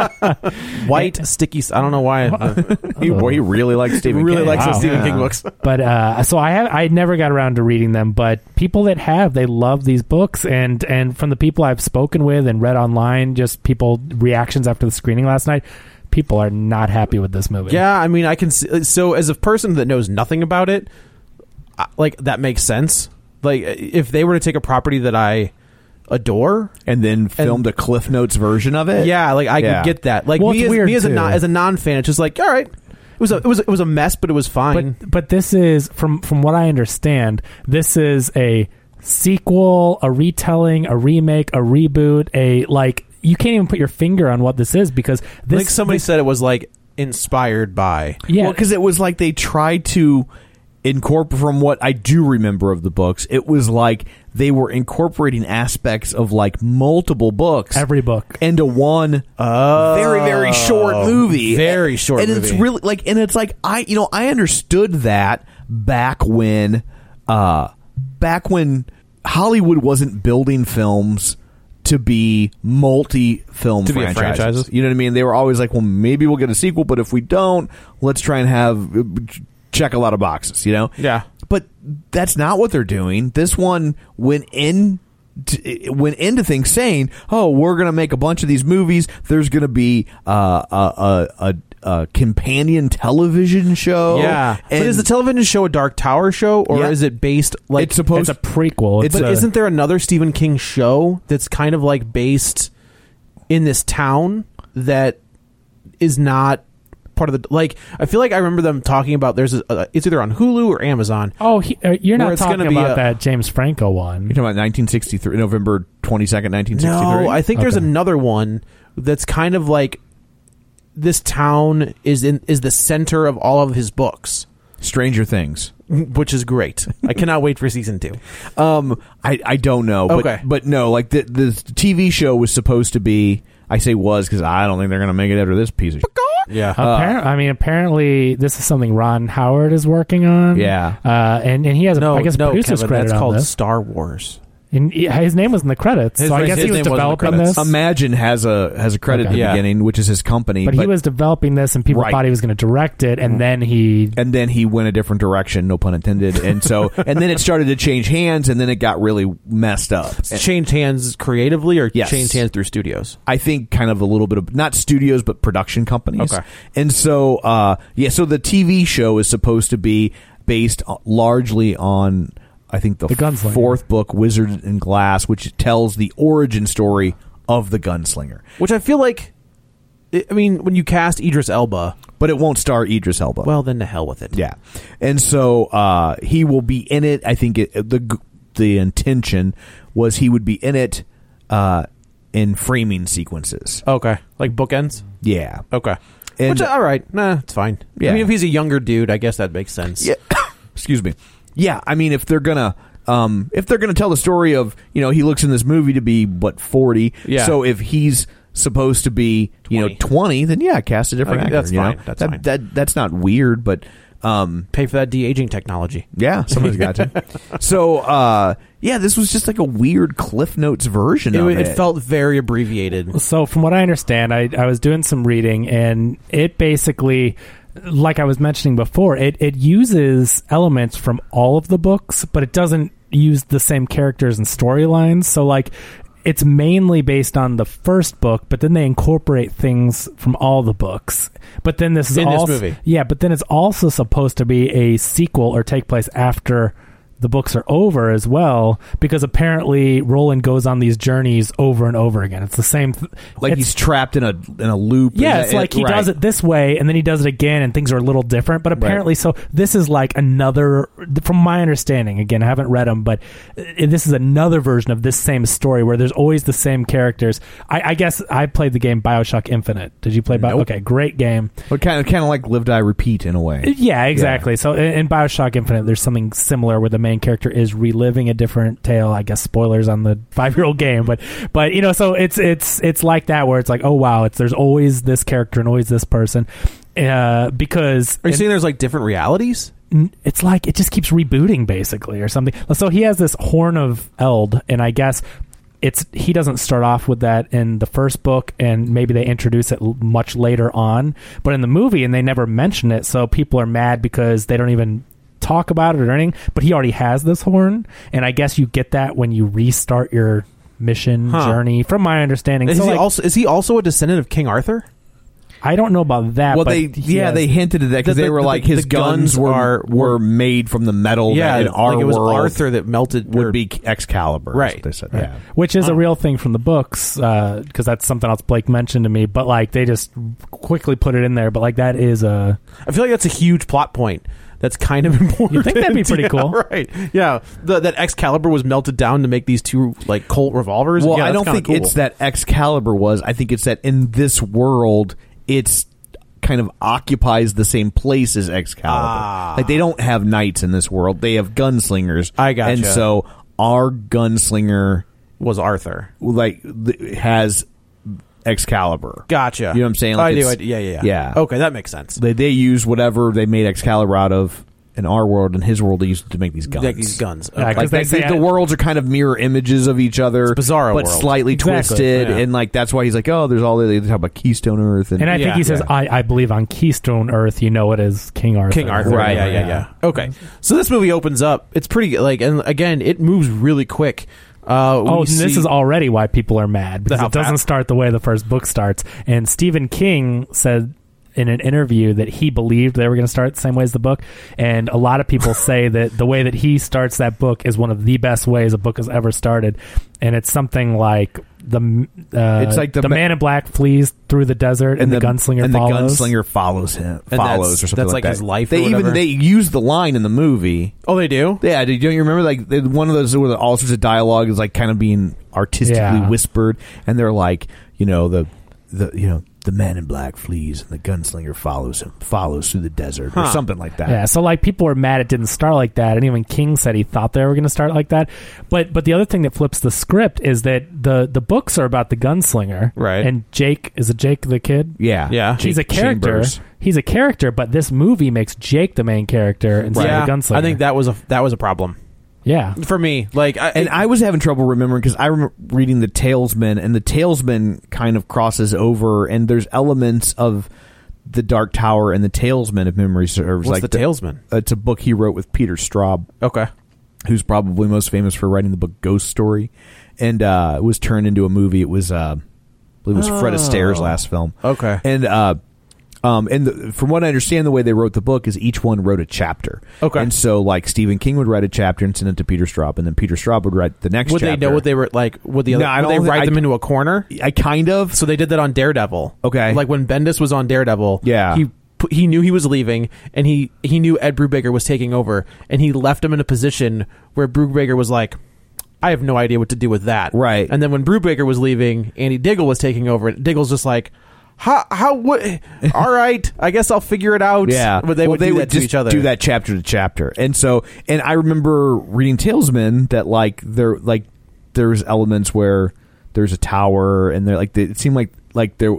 [SPEAKER 2] White sticky. s- I don't know why. I
[SPEAKER 1] uh, he, he really likes Stephen.
[SPEAKER 2] really
[SPEAKER 1] King.
[SPEAKER 2] likes
[SPEAKER 3] Wow.
[SPEAKER 2] those Stephen
[SPEAKER 1] Yeah.
[SPEAKER 2] King books.
[SPEAKER 3] but uh, so I have I never got around to reading them, but people that have they love these books and and from the people I've spoken with and read online, just people reactions after the screening last night, people are not happy with this movie.
[SPEAKER 2] Yeah, I mean, I can. See, so, as a person that knows nothing about it, I- like that makes sense. Like, if they were to take a property that I adore,
[SPEAKER 1] and then filmed a Cliff Notes version of it.
[SPEAKER 2] yeah, like I
[SPEAKER 1] Yeah.
[SPEAKER 2] could get that. Like
[SPEAKER 3] Well,
[SPEAKER 2] me,
[SPEAKER 3] it's
[SPEAKER 2] as,
[SPEAKER 3] weird,
[SPEAKER 2] me as a
[SPEAKER 3] too.
[SPEAKER 2] non, as a non fan, it's just like, all right, it was a it was it was a mess, but it was fine.
[SPEAKER 3] But but this is from from what I understand, this is a sequel, a retelling, a remake, a reboot, a like you can't even put your finger on what this is because this
[SPEAKER 2] like somebody
[SPEAKER 3] this-
[SPEAKER 2] said, it was like inspired by.
[SPEAKER 3] yeah.
[SPEAKER 1] because it was like they tried to incorporate. From what I do remember of the books, it was like they were incorporating aspects of like multiple books,
[SPEAKER 3] every book.
[SPEAKER 1] into one very very short movie
[SPEAKER 2] Oh. Very short
[SPEAKER 1] and it's
[SPEAKER 2] movie.
[SPEAKER 1] really like and it's like i you know i understood that back when uh back when hollywood wasn't building films to be multi-film
[SPEAKER 2] To be a
[SPEAKER 1] franchises.
[SPEAKER 2] franchises.
[SPEAKER 1] you know what i mean they were always like well maybe we'll get a sequel but if we don't let's try and have check a lot of boxes you know
[SPEAKER 2] Yeah.
[SPEAKER 1] but that's not what they're doing. This one went in t- went into things saying, "Oh, we're going to make a bunch of these movies. There's going to be uh, a, a a a companion television show."
[SPEAKER 2] yeah,
[SPEAKER 1] and
[SPEAKER 2] but is the television show a Dark Tower show, or
[SPEAKER 1] Yeah.
[SPEAKER 2] is it based like
[SPEAKER 1] It's supposed-
[SPEAKER 3] It's a prequel. It's
[SPEAKER 2] But
[SPEAKER 3] a,
[SPEAKER 2] isn't there another Stephen King show that's kind of like based in this town that is not part of the like? I feel like I remember them talking about there's a, uh, it's either on Hulu or Amazon.
[SPEAKER 3] Oh, he, uh, you're
[SPEAKER 2] Where
[SPEAKER 3] not
[SPEAKER 2] it's gonna
[SPEAKER 3] talking
[SPEAKER 2] be
[SPEAKER 3] about
[SPEAKER 2] a-
[SPEAKER 3] that James Franco
[SPEAKER 1] you're
[SPEAKER 3] one.
[SPEAKER 1] talking about 1963 November 22nd, 1963.
[SPEAKER 2] No, I think there's
[SPEAKER 3] Okay.
[SPEAKER 2] another one that's kind of like this town is in is the center of all of his books,
[SPEAKER 1] Stranger Things.
[SPEAKER 2] which is great. I cannot wait for season two.
[SPEAKER 1] Um, I, I don't know. But,
[SPEAKER 2] Okay.
[SPEAKER 1] but no, like the the TV show was supposed to be. I say was because I don't think they're gonna make it after this piece of. shit. Uh,
[SPEAKER 2] Yeah,
[SPEAKER 3] Appar- I mean, apparently, this is something Ron Howard is working on.
[SPEAKER 1] Yeah.
[SPEAKER 3] uh, and and he has, a,
[SPEAKER 2] no,
[SPEAKER 3] I guess,
[SPEAKER 2] no,
[SPEAKER 3] producer's
[SPEAKER 2] Kevin,
[SPEAKER 3] credit
[SPEAKER 2] that's
[SPEAKER 3] on
[SPEAKER 2] called
[SPEAKER 3] this.
[SPEAKER 2] Star Wars.
[SPEAKER 3] And he- his name was in the credits,
[SPEAKER 2] His-
[SPEAKER 3] so I
[SPEAKER 2] his
[SPEAKER 3] guess he was
[SPEAKER 2] name wasn't in the
[SPEAKER 3] developing
[SPEAKER 2] credits.
[SPEAKER 3] this.
[SPEAKER 1] Imagine has a has a credit at the
[SPEAKER 2] Okay. Yeah.
[SPEAKER 1] beginning, which is his company.
[SPEAKER 3] but, he was developing this, and people
[SPEAKER 1] Right.
[SPEAKER 3] thought he was going to direct it,
[SPEAKER 2] Mm.
[SPEAKER 3] and then he.
[SPEAKER 1] and then he went a different direction, no pun intended. And
[SPEAKER 2] [laughs]
[SPEAKER 1] so, and then it started to change hands, and then it got really messed up.
[SPEAKER 2] Changed hands creatively or
[SPEAKER 1] Yes.
[SPEAKER 2] changed hands through studios.
[SPEAKER 1] I think kind of a little bit of not studios but production companies.
[SPEAKER 2] Okay.
[SPEAKER 1] And so uh yeah, so the TV show is supposed to be based uh, largely on I think the,
[SPEAKER 3] The Gunslinger.
[SPEAKER 1] fourth book Wizard in Glass which tells the origin story of the gunslinger.
[SPEAKER 2] Which I feel like, I I mean, when you cast Idris Elba,
[SPEAKER 1] But it won't star Idris Elba.
[SPEAKER 2] well, then to hell with it.
[SPEAKER 1] Yeah, and so uh, he will be in it. I think it, the g- the intention was he would be in it uh, in framing sequences.
[SPEAKER 2] Okay. Like bookends.
[SPEAKER 1] Yeah,
[SPEAKER 2] Okay.
[SPEAKER 1] And-
[SPEAKER 2] Which all right, nah, it's fine.
[SPEAKER 1] Yeah.
[SPEAKER 2] I mean, if he's a younger dude, I guess that makes sense.
[SPEAKER 1] Yeah. [coughs] excuse me. Yeah, I mean if they're gonna. Um, if they're going to tell the story of, you know, he looks in this movie to be what forty,
[SPEAKER 2] Yeah.
[SPEAKER 1] So if he's supposed to be, you know,
[SPEAKER 2] 20.
[SPEAKER 1] twenty, then yeah, cast a different
[SPEAKER 2] Okay,
[SPEAKER 1] actor.
[SPEAKER 2] that's
[SPEAKER 1] you know?
[SPEAKER 2] fine, that's
[SPEAKER 1] that,
[SPEAKER 2] fine.
[SPEAKER 1] that that's not weird, but um,
[SPEAKER 2] Pay for that de aging technology.
[SPEAKER 1] Yeah, somebody's got [laughs] to. So, uh, yeah, this was just like a weird Cliff Notes version
[SPEAKER 2] It,
[SPEAKER 1] of
[SPEAKER 2] it felt very abbreviated.
[SPEAKER 3] So, from what I understand, I, I was doing some reading, and it basically, like I was mentioning before, it, it uses elements from all of the books, but it doesn't use the same characters and storylines. So, like, it's mainly based on the first book, but then they incorporate things from all the books. But then this is
[SPEAKER 2] In this
[SPEAKER 3] also,
[SPEAKER 2] movie.
[SPEAKER 3] yeah, but then it's also supposed to be a sequel or take place after the books are over as well, because apparently Roland goes on these journeys over and over again. It's the same. Th-
[SPEAKER 1] like
[SPEAKER 3] it's-
[SPEAKER 1] he's trapped in a in a loop.
[SPEAKER 3] yeah,
[SPEAKER 1] Is
[SPEAKER 3] it's
[SPEAKER 1] that
[SPEAKER 3] like he
[SPEAKER 1] Right.
[SPEAKER 3] does it this way and then he does it again, and things are a little different. But apparently, so this is like another, from my understanding. Again, I haven't read them, but uh, this is another version of this same story where there's always the same characters. I, I guess I played the game Bioshock Infinite. Did you play? Bio-
[SPEAKER 1] Nope.
[SPEAKER 3] Okay, great game.
[SPEAKER 1] But kind of kind of like live die repeat in a way.
[SPEAKER 3] Yeah, exactly. So in, in Bioshock Infinite, there's something similar where the main character is reliving a different tale. I guess spoilers on the [laughs] five year old game, but but you know, so it's it's it's like that where it's like, oh wow, it's there's always this character and always this person. Uh, because
[SPEAKER 2] Are you saying there's like different realities?
[SPEAKER 3] n- it's like it just keeps rebooting basically or something. So he has this horn of eld, and I guess it's he doesn't start off with that in the first book, and maybe they introduce it l- much later on. But in the movie, and they never mention it, so people are mad because they don't even talk about it or anything. But he already has this horn, and I guess you get that when you restart your mission
[SPEAKER 2] Huh.
[SPEAKER 3] journey. From my understanding,
[SPEAKER 2] Is
[SPEAKER 3] so
[SPEAKER 2] he
[SPEAKER 3] like,
[SPEAKER 2] also is he also a descendant of King Arthur?
[SPEAKER 3] I don't know about that.
[SPEAKER 1] Well,
[SPEAKER 3] but
[SPEAKER 1] they
[SPEAKER 3] he
[SPEAKER 1] yeah
[SPEAKER 3] has-
[SPEAKER 1] they hinted at that because
[SPEAKER 2] The-
[SPEAKER 1] they
[SPEAKER 2] the-
[SPEAKER 1] were
[SPEAKER 2] the-
[SPEAKER 1] like
[SPEAKER 2] the
[SPEAKER 1] his guns,
[SPEAKER 2] guns
[SPEAKER 1] were
[SPEAKER 2] are-
[SPEAKER 1] were made from the metal. that in our
[SPEAKER 2] like it was
[SPEAKER 1] world
[SPEAKER 2] Arthur that melted
[SPEAKER 1] would
[SPEAKER 2] or-
[SPEAKER 1] be Excalibur. is what
[SPEAKER 2] Right.
[SPEAKER 1] They said.
[SPEAKER 3] Right.
[SPEAKER 1] Yeah.
[SPEAKER 3] Which is a real thing from the books, because that's something else Blake mentioned to me. But like they just quickly put it in there. But like that is a
[SPEAKER 2] I feel like that's a huge plot point. That's
[SPEAKER 1] [laughs]
[SPEAKER 2] kind of important.
[SPEAKER 3] You'd think that'd be pretty
[SPEAKER 2] [laughs] Yeah,
[SPEAKER 3] cool.
[SPEAKER 2] right? Yeah, the, that Excalibur was melted down to make these two like Colt revolvers.
[SPEAKER 1] Well,
[SPEAKER 2] Yeah,
[SPEAKER 1] I
[SPEAKER 2] that's
[SPEAKER 1] don't
[SPEAKER 2] kinda
[SPEAKER 1] think
[SPEAKER 2] cool.
[SPEAKER 1] it's that Excalibur was. I think it's that in this world, it's kind of occupies the same place as Excalibur.
[SPEAKER 2] Ah.
[SPEAKER 1] Like they don't have knights in this world; they have gunslingers.
[SPEAKER 2] I gotcha.
[SPEAKER 1] And so our gunslinger,
[SPEAKER 2] was Arthur.
[SPEAKER 1] like, th- has Excalibur.
[SPEAKER 2] Gotcha.
[SPEAKER 1] You know what I'm saying?
[SPEAKER 2] I
[SPEAKER 1] Like
[SPEAKER 2] do.
[SPEAKER 1] it's-
[SPEAKER 2] I do. Yeah, yeah,
[SPEAKER 1] yeah.
[SPEAKER 2] yeah. Okay, that makes sense.
[SPEAKER 1] They they use whatever they made Excalibur out of. In our world, in his world, they used it to make these guns.
[SPEAKER 2] Like these guns.
[SPEAKER 3] Yeah,
[SPEAKER 2] Okay.
[SPEAKER 1] Like
[SPEAKER 3] 'Cause they
[SPEAKER 1] they,
[SPEAKER 3] say-
[SPEAKER 1] the, the worlds are kind of mirror images of each other,
[SPEAKER 2] It's a bizarro
[SPEAKER 1] but
[SPEAKER 2] world.
[SPEAKER 1] slightly
[SPEAKER 3] Exactly,
[SPEAKER 1] twisted,
[SPEAKER 2] yeah.
[SPEAKER 1] and like that's why he's like, oh, there's all the, they talk about Keystone Earth, and,
[SPEAKER 3] and I
[SPEAKER 2] Yeah.
[SPEAKER 3] think he says
[SPEAKER 2] Yeah.
[SPEAKER 3] I, I believe on Keystone Earth you know it is King Arthur.
[SPEAKER 2] King Arthur.
[SPEAKER 1] Right,
[SPEAKER 2] Yeah, yeah, yeah. Okay. So this movie opens up. It's pretty like, and again, it moves really quick. Uh, we
[SPEAKER 3] Oh, and this
[SPEAKER 2] see-
[SPEAKER 3] is already why people are mad because
[SPEAKER 2] How
[SPEAKER 3] it doesn't
[SPEAKER 2] fast?
[SPEAKER 3] start the way the first book starts. And Stephen King said in an interview that he believed they were going to start the same way as the book. And a lot of people say that the way that he starts that book is one of the best ways a book has ever started. And it's something like the uh,
[SPEAKER 1] It's like the
[SPEAKER 3] the,
[SPEAKER 1] ma-
[SPEAKER 3] man in black flees through the desert and, the, gunslinger
[SPEAKER 1] and
[SPEAKER 3] follows.
[SPEAKER 1] the gunslinger follows him,
[SPEAKER 2] And
[SPEAKER 1] follows
[SPEAKER 2] that's-
[SPEAKER 1] or something
[SPEAKER 2] that's
[SPEAKER 1] like,
[SPEAKER 2] like
[SPEAKER 1] that.
[SPEAKER 2] his life or
[SPEAKER 1] They even
[SPEAKER 2] whatever.
[SPEAKER 1] they use the line in the movie.
[SPEAKER 2] Oh, they do.
[SPEAKER 1] Yeah, do you, don't you remember like they- one of those where all sorts of dialogue is like kind of being artistically
[SPEAKER 3] Yeah.
[SPEAKER 1] whispered, and they're like, you know, the the you know the man in black flees and the gunslinger follows him, follows through the desert or something like that.
[SPEAKER 3] Yeah, so like people were mad it didn't start like that, and even King said he thought they were going to start like that. But but the other thing that flips the script is that the the books are about the gunslinger,
[SPEAKER 4] Right.
[SPEAKER 3] And Jake is it Jake the kid?
[SPEAKER 1] Yeah.
[SPEAKER 4] Yeah.
[SPEAKER 3] he's a
[SPEAKER 1] Jake
[SPEAKER 3] character.
[SPEAKER 1] Chambers.
[SPEAKER 3] He's a character, but this movie makes Jake the main character instead
[SPEAKER 2] yeah,
[SPEAKER 3] of the gunslinger.
[SPEAKER 2] I think that was a that was a problem
[SPEAKER 3] yeah,
[SPEAKER 2] for me. Like, I,
[SPEAKER 1] And I was having trouble remembering because I remember reading the Talesman, and the Talesman kind of crosses over, and there's elements of the Dark Tower and the Talesman, if memory serves.
[SPEAKER 2] what's
[SPEAKER 1] like
[SPEAKER 2] the Talesman?
[SPEAKER 1] It's a book he wrote with Peter Straub,
[SPEAKER 2] Okay,
[SPEAKER 1] who's probably most famous for writing the book Ghost Story, and uh, it was turned into a movie. It was, uh, I believe, it was Fred Astaire's last film.
[SPEAKER 2] Oh. Okay.
[SPEAKER 1] and uh, um, and the, from what I understand, the way they wrote the book is each one wrote a chapter.
[SPEAKER 2] Okay.
[SPEAKER 1] and so like Stephen King would write a chapter and send it to Peter Straub, and then Peter Straub would write the next.
[SPEAKER 2] would they know
[SPEAKER 1] chapter.
[SPEAKER 2] what they were like? Would the
[SPEAKER 1] No,
[SPEAKER 2] other?
[SPEAKER 1] I
[SPEAKER 2] would
[SPEAKER 1] don't
[SPEAKER 2] they
[SPEAKER 1] thi-
[SPEAKER 2] write
[SPEAKER 1] I-
[SPEAKER 2] them into a corner?
[SPEAKER 1] I kind of.
[SPEAKER 2] So they did that on Daredevil.
[SPEAKER 1] Okay.
[SPEAKER 2] like when Bendis was on Daredevil.
[SPEAKER 1] Yeah.
[SPEAKER 2] he pu- he knew he was leaving, and he he knew Ed Brubaker was taking over, and he left him in a position where Brubaker was like. I have no idea what to do with that.
[SPEAKER 1] Right.
[SPEAKER 2] And then when Brubaker was leaving, Andy Diggle was taking over. And Diggle's just like, how, how, what? All right. I guess I'll figure it out.
[SPEAKER 1] Yeah,
[SPEAKER 2] But they
[SPEAKER 1] Well,
[SPEAKER 2] would do that to
[SPEAKER 1] just
[SPEAKER 2] each other.
[SPEAKER 1] Do that chapter to chapter, and so and I remember reading Talesman that like there like there's elements where there's a tower and they're like they, it seemed like like there.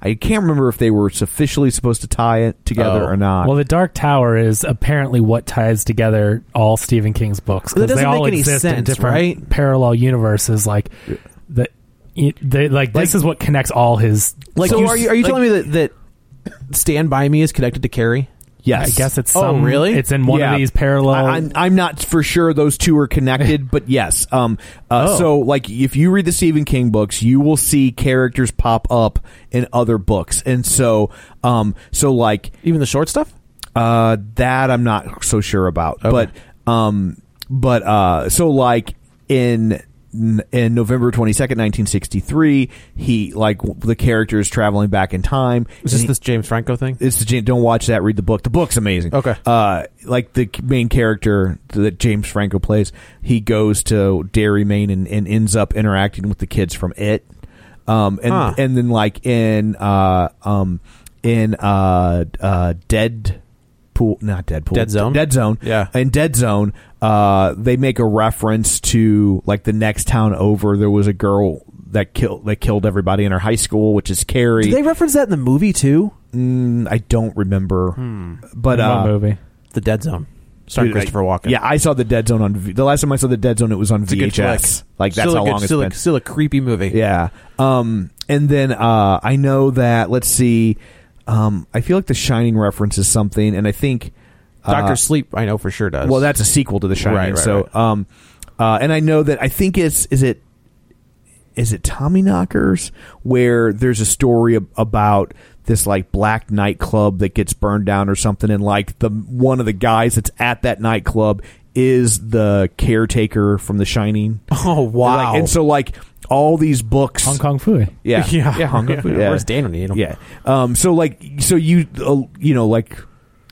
[SPEAKER 1] I can't remember if they were officially supposed to tie it together
[SPEAKER 2] Oh.
[SPEAKER 1] or not.
[SPEAKER 3] Well, the Dark Tower is apparently what ties together all Stephen King's books
[SPEAKER 2] That
[SPEAKER 3] because they
[SPEAKER 2] doesn't
[SPEAKER 3] all
[SPEAKER 2] make any
[SPEAKER 3] exist in
[SPEAKER 2] sense,
[SPEAKER 3] different
[SPEAKER 2] right?
[SPEAKER 3] parallel universes. Like the, it- they, like, this is what connects all his.
[SPEAKER 2] Like,
[SPEAKER 3] so
[SPEAKER 2] you, are you, are you telling me that, that Stand By Me is connected to Carrie?
[SPEAKER 1] yes,
[SPEAKER 3] I guess it's
[SPEAKER 2] Oh,
[SPEAKER 3] some,
[SPEAKER 2] really?
[SPEAKER 3] It's in one
[SPEAKER 1] Yeah.
[SPEAKER 3] of these parallel.
[SPEAKER 1] I, I'm, I'm not for sure those two are connected, but yes. Um, uh, So, like, if you read the Stephen King books, you will see characters pop up in other books, and so, um, so like,
[SPEAKER 2] Even the short stuff?
[SPEAKER 1] Uh, that I'm not so sure about, but um, but uh, so like in in November 22nd, 1963, he like w- the character is traveling back in time. and
[SPEAKER 2] Is this
[SPEAKER 1] he-
[SPEAKER 2] this James Franco thing?
[SPEAKER 1] it's the Jan- don't watch that. Read the book. The book's amazing.
[SPEAKER 2] Okay.
[SPEAKER 1] Uh, like the c- main character that James Franco plays, he goes to Dairy Maine and, and ends up interacting with the kids from it. Um, and
[SPEAKER 2] Huh.
[SPEAKER 1] and then like in uh um in uh uh Dead Pool, not Dead Pool,
[SPEAKER 2] Dead Zone?
[SPEAKER 1] Dead Zone,
[SPEAKER 2] Yeah.
[SPEAKER 1] In Dead Zone, uh, they make a reference to like the next town over. There was a girl that killed that killed everybody in her high school, which is Carrie.
[SPEAKER 2] Did they reference that in the movie too?
[SPEAKER 1] Mm, I don't remember,
[SPEAKER 2] Hmm.
[SPEAKER 1] but
[SPEAKER 3] in
[SPEAKER 1] uh,
[SPEAKER 3] one movie.
[SPEAKER 2] The Dead Zone. Starring
[SPEAKER 1] dude, I-
[SPEAKER 2] Christopher Walken.
[SPEAKER 1] Yeah, I saw the Dead Zone on V- the last time I saw the Dead Zone. It was on
[SPEAKER 2] a good
[SPEAKER 1] VHS.
[SPEAKER 2] flick.
[SPEAKER 1] Like that's
[SPEAKER 2] still
[SPEAKER 1] how
[SPEAKER 2] a good,
[SPEAKER 1] long it's
[SPEAKER 2] still,
[SPEAKER 1] been.
[SPEAKER 2] A, still a creepy movie.
[SPEAKER 1] yeah. Um, and then uh, I know that. Let's see. Um, I feel like The Shining references something, and I think uh,
[SPEAKER 2] Doctor Sleep, I know for sure does.
[SPEAKER 1] uh-huh. well, that's a sequel to The Shining.
[SPEAKER 2] Right, right,
[SPEAKER 1] so,
[SPEAKER 2] right.
[SPEAKER 1] um, uh, and I know that I think it's is it is it Tommy Knockers where there's a story ab- about this like black nightclub that gets burned down or something, and like the one of the guys that's at that nightclub is the caretaker from The Shining.
[SPEAKER 2] [laughs] oh wow.
[SPEAKER 1] Like, and so like all these books,
[SPEAKER 3] Hong Kong Fui.
[SPEAKER 1] yeah,
[SPEAKER 2] [laughs] yeah,
[SPEAKER 1] Hong Kong food, yeah.
[SPEAKER 2] Where's Dan
[SPEAKER 1] [laughs]
[SPEAKER 2] O'Neill?
[SPEAKER 1] Yeah. Um. So like, so you, uh, you know, like,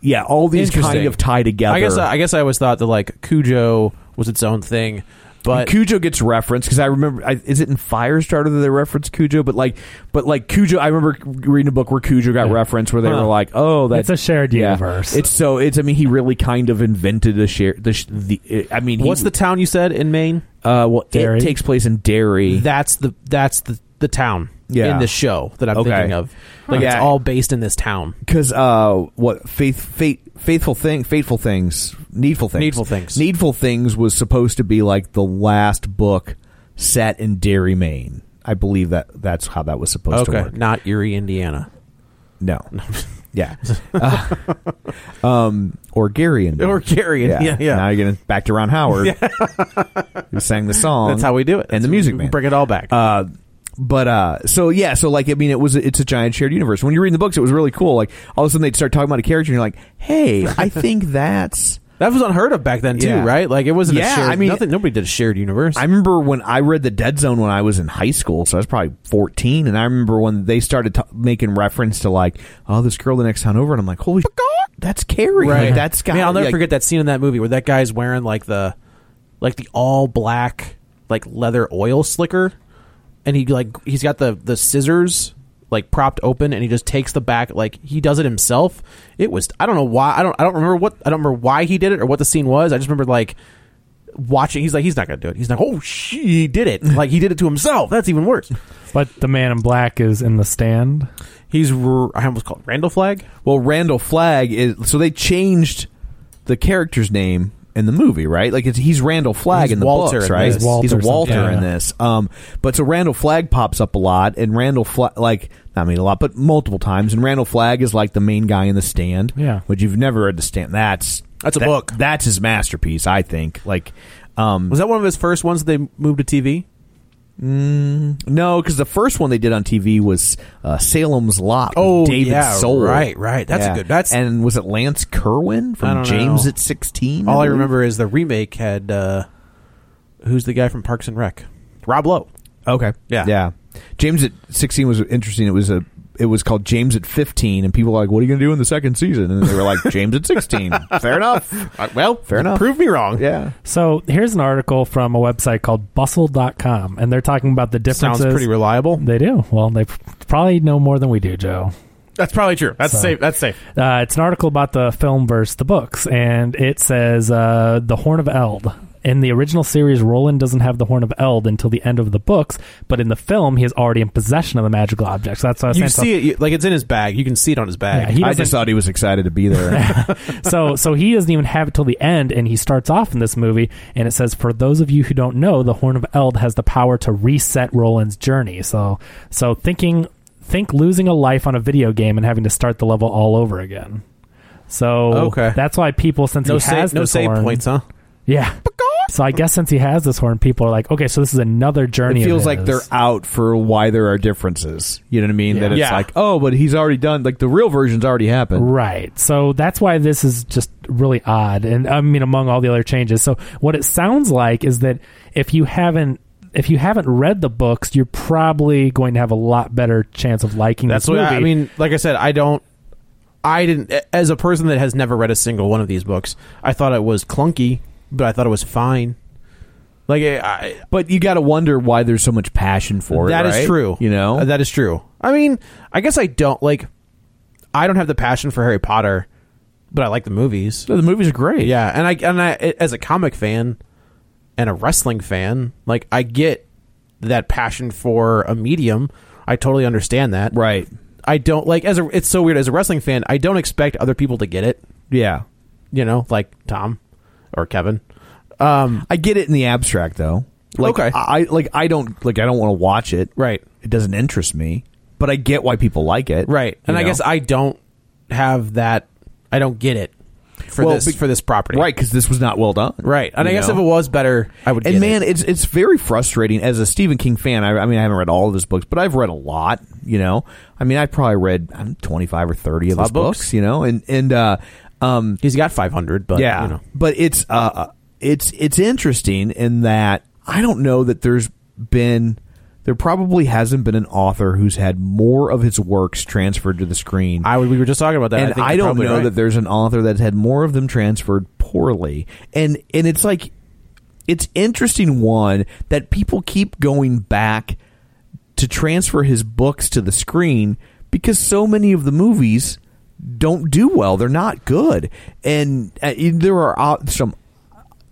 [SPEAKER 1] yeah, all these kind
[SPEAKER 2] Interesting.
[SPEAKER 1] of tie together.
[SPEAKER 2] I guess uh, I, I guess I always thought that like Cujo was its own thing, but
[SPEAKER 1] Cujo gets referenced because I remember. I, is it in Firestarter that they reference Cujo? But like, but like Cujo, I remember reading a book where Cujo got referenced where they
[SPEAKER 2] Huh.
[SPEAKER 1] were like, "Oh, that's
[SPEAKER 3] It's a shared universe.
[SPEAKER 1] It's so it's. I mean, he really kind of invented a share. The, sh- the I mean, he,
[SPEAKER 2] what's the town you said in Maine?
[SPEAKER 1] uh, well?
[SPEAKER 3] Dairy?
[SPEAKER 1] It takes place in Derry.
[SPEAKER 2] That's the that's the the town
[SPEAKER 1] Yeah.
[SPEAKER 2] in the show that I'm
[SPEAKER 1] Okay.
[SPEAKER 2] thinking of. Like
[SPEAKER 1] Huh.
[SPEAKER 2] it's
[SPEAKER 1] Yeah.
[SPEAKER 2] all based in this town.
[SPEAKER 1] because uh, what faith, fate, faithful thing, fateful things, needful things,
[SPEAKER 2] Needful Things.
[SPEAKER 1] needful things was supposed to be like the last book set in Derry, Maine. I believe that that's how that was supposed to
[SPEAKER 2] Okay,
[SPEAKER 1] work.
[SPEAKER 2] not Erie, Indiana. [laughs]
[SPEAKER 1] No, yeah, Uh, um, or Gary
[SPEAKER 2] [laughs]
[SPEAKER 1] and
[SPEAKER 2] Or Gary, yeah, yeah.
[SPEAKER 1] Now you're getting back to Ron Howard, [laughs] who sang the song.
[SPEAKER 2] That's how we do
[SPEAKER 1] and
[SPEAKER 2] it. That's-
[SPEAKER 1] the music
[SPEAKER 2] we
[SPEAKER 1] man.
[SPEAKER 2] Bring it all back.
[SPEAKER 1] Uh, but uh, so yeah, so like I mean, it was it's a giant shared universe. When you read the books, it was really cool. Like all of a sudden, they'd start talking about a character, and you're like, "Hey,
[SPEAKER 2] [laughs]
[SPEAKER 1] I think that's."
[SPEAKER 2] that was unheard of back then too,
[SPEAKER 1] yeah.
[SPEAKER 2] right? Like it wasn't. a
[SPEAKER 1] Yeah,
[SPEAKER 2] shared,
[SPEAKER 1] I mean-
[SPEAKER 2] nothing. Nobody did a shared universe.
[SPEAKER 1] I remember when I read the Dead Zone when I was in high school, so I was probably 14, and I remember when they started t- making reference to like, "Oh, this girl the next town over," and I'm like, "Holy, sh- that's Carrie! Like, that's got."
[SPEAKER 2] Man, I'll never
[SPEAKER 1] like,
[SPEAKER 2] forget that scene in that movie where that guy's wearing like the, like the all black like leather oil slicker, and he like he's got the the scissors like propped open and he just takes the back like he does it himself. It was I don't know why I don't I don't remember what I don't remember why he did it or what the scene was. I just remember like watching he's like he's not gonna do it. He's like oh she he did it like he did it to himself. That's even worse.
[SPEAKER 3] But the man in black is in the stand.
[SPEAKER 2] He's r- I almost called Randall Flag.
[SPEAKER 1] Well, Randall Flagg is so they changed the character's name in the movie, right? Like it's, he's Randall Flagg
[SPEAKER 2] He's
[SPEAKER 1] in the
[SPEAKER 2] Walter
[SPEAKER 1] books,
[SPEAKER 2] in
[SPEAKER 1] right?
[SPEAKER 2] this.
[SPEAKER 3] Walter
[SPEAKER 1] he's a
[SPEAKER 3] something,
[SPEAKER 1] Walter
[SPEAKER 3] yeah.
[SPEAKER 1] in this. Um, but so Randall Flagg pops up a lot, and Randall Flag, like not I mean a lot, but multiple times, and Randall Flagg is like the main guy in the stand.
[SPEAKER 3] Yeah.
[SPEAKER 1] which you've never read the stand. That's
[SPEAKER 2] That's a
[SPEAKER 1] that-
[SPEAKER 2] book.
[SPEAKER 1] That's his masterpiece, I think. Like. Um,
[SPEAKER 2] Was that one of his first ones that they moved to TV?
[SPEAKER 1] no, because the first one they did on TV was uh, Salem's Lot. with
[SPEAKER 2] Oh,
[SPEAKER 1] David
[SPEAKER 2] yeah,
[SPEAKER 1] Soul.
[SPEAKER 2] right, right. That's a good- that's-
[SPEAKER 1] and was it Lance Kerwin
[SPEAKER 2] I
[SPEAKER 1] from
[SPEAKER 2] don't
[SPEAKER 1] James
[SPEAKER 2] know.
[SPEAKER 1] at sixteen?
[SPEAKER 2] All I
[SPEAKER 1] believe?
[SPEAKER 2] remember is the remake had uh who's the guy from Parks and Rec? Rob Lowe.
[SPEAKER 1] Okay.
[SPEAKER 2] Yeah.
[SPEAKER 1] Yeah. James at sixteen was interesting. It was a it was called James at fifteen, and people were like, "What are you going to do in the second season?" And they were like, "James at
[SPEAKER 2] [laughs]
[SPEAKER 1] 16. Fair enough. Uh, well, fair enough.
[SPEAKER 2] Prove me wrong.
[SPEAKER 1] Yeah.
[SPEAKER 3] So here's an article from a website called bustle.com, and they're talking about the differences.
[SPEAKER 2] Sounds pretty reliable.
[SPEAKER 3] They do. Well, they p- probably know more than we do, Joe.
[SPEAKER 2] That's probably true. That's
[SPEAKER 3] So-
[SPEAKER 2] safe. That's safe.
[SPEAKER 3] Uh, it's an article about the film versus the books, and it says uh, the Horn of Eld. In the original series, Roland doesn't have the Horn of Eld until the end of the books, but in the film, he is already in possession of the magical object. So that's what I was
[SPEAKER 2] You
[SPEAKER 3] saying. So-
[SPEAKER 2] see it you- like it's in his bag. You can see it on his bag.
[SPEAKER 3] Yeah, he
[SPEAKER 1] I
[SPEAKER 3] doesn't-
[SPEAKER 1] just thought he was excited to be
[SPEAKER 2] [laughs]
[SPEAKER 1] there.
[SPEAKER 3] so so he doesn't even have it till the end and he starts off in this movie and it says for those of you who don't know the horn of eld has the power to reset roland's journey so so thinking think losing a life on a video game and having to start the level all over again so
[SPEAKER 2] Okay.
[SPEAKER 3] that's why people since
[SPEAKER 2] no
[SPEAKER 3] he
[SPEAKER 2] save,
[SPEAKER 3] has
[SPEAKER 2] no
[SPEAKER 3] this
[SPEAKER 2] save
[SPEAKER 3] horn-
[SPEAKER 2] points, huh?
[SPEAKER 3] yeah so i guess since he has this horn people are like okay so this is another journey
[SPEAKER 1] it
[SPEAKER 3] of
[SPEAKER 1] feels like
[SPEAKER 3] his.
[SPEAKER 1] they're out for why there are differences. You know what I mean? That it's
[SPEAKER 2] Yeah.
[SPEAKER 1] like, oh, but he's already done. Like the real version's already happened.
[SPEAKER 3] Right. So that's why this is just really odd. And I mean, among all the other changes. So what it sounds like is that if you haven't. If you haven't read the books, you're probably going to have a lot better chance of liking
[SPEAKER 2] That's
[SPEAKER 3] this
[SPEAKER 2] what
[SPEAKER 3] movie.
[SPEAKER 2] I, I mean. Like I said, I don't. I didn't. As a person that has never read a single one of these books, I thought it was clunky, but I thought it was fine. Like I, I,
[SPEAKER 1] But you got to wonder why there's so much passion for
[SPEAKER 2] That
[SPEAKER 1] it.
[SPEAKER 2] is
[SPEAKER 1] right?
[SPEAKER 2] true.
[SPEAKER 1] You know,
[SPEAKER 2] Uh, that is true. I mean, I guess I don't like. I don't have the passion for Harry Potter, but I like the movies.
[SPEAKER 1] the movies are great.
[SPEAKER 2] Yeah, and I and I as a comic fan and a wrestling fan, like I get that passion for a medium. I totally understand that.
[SPEAKER 1] Right.
[SPEAKER 2] I don't like as a. It's so weird as a wrestling fan. I don't expect other people to get it.
[SPEAKER 1] Yeah.
[SPEAKER 2] You know, like Tom or Kevin.
[SPEAKER 1] I get it in the abstract though. Like,
[SPEAKER 2] Okay.
[SPEAKER 1] I I- like I don't like I don't want to watch it.
[SPEAKER 2] Right.
[SPEAKER 1] It doesn't interest me, but I get why people like it.
[SPEAKER 2] Right. And
[SPEAKER 1] you
[SPEAKER 2] I
[SPEAKER 1] know?
[SPEAKER 2] guess I don't have that. I don't get it for
[SPEAKER 1] Well,
[SPEAKER 2] this
[SPEAKER 1] be-
[SPEAKER 2] for this property.
[SPEAKER 1] right because this was not well done.
[SPEAKER 2] Right. And
[SPEAKER 1] you
[SPEAKER 2] I guess
[SPEAKER 1] know?
[SPEAKER 2] if it was better, I would.
[SPEAKER 1] And
[SPEAKER 2] get
[SPEAKER 1] man,
[SPEAKER 2] it.
[SPEAKER 1] it's it's very frustrating as a Stephen King fan. I, I mean, I haven't read all of his books, but I've read a lot. You know, I mean, I probably read I don't know, twenty five or thirty of
[SPEAKER 2] lot
[SPEAKER 1] his
[SPEAKER 2] of
[SPEAKER 1] books.
[SPEAKER 2] books.
[SPEAKER 1] You know, and and uh, um,
[SPEAKER 2] he's got five hundred, but
[SPEAKER 1] yeah,
[SPEAKER 2] you know.
[SPEAKER 1] but it's uh, it's it's interesting in that I don't know that there's been there probably hasn't been an author who's had more of his works transferred to the screen.
[SPEAKER 2] I would, we were just talking about that.
[SPEAKER 1] and
[SPEAKER 2] I, think
[SPEAKER 1] I
[SPEAKER 2] you're
[SPEAKER 1] don't
[SPEAKER 2] probably
[SPEAKER 1] know
[SPEAKER 2] right.
[SPEAKER 1] that there's an author that's had more of them transferred poorly. And and it's like it's interesting one that people keep going back to transfer his books to the screen because so many of the movies don't do well. They're not good, and uh, there are ob- some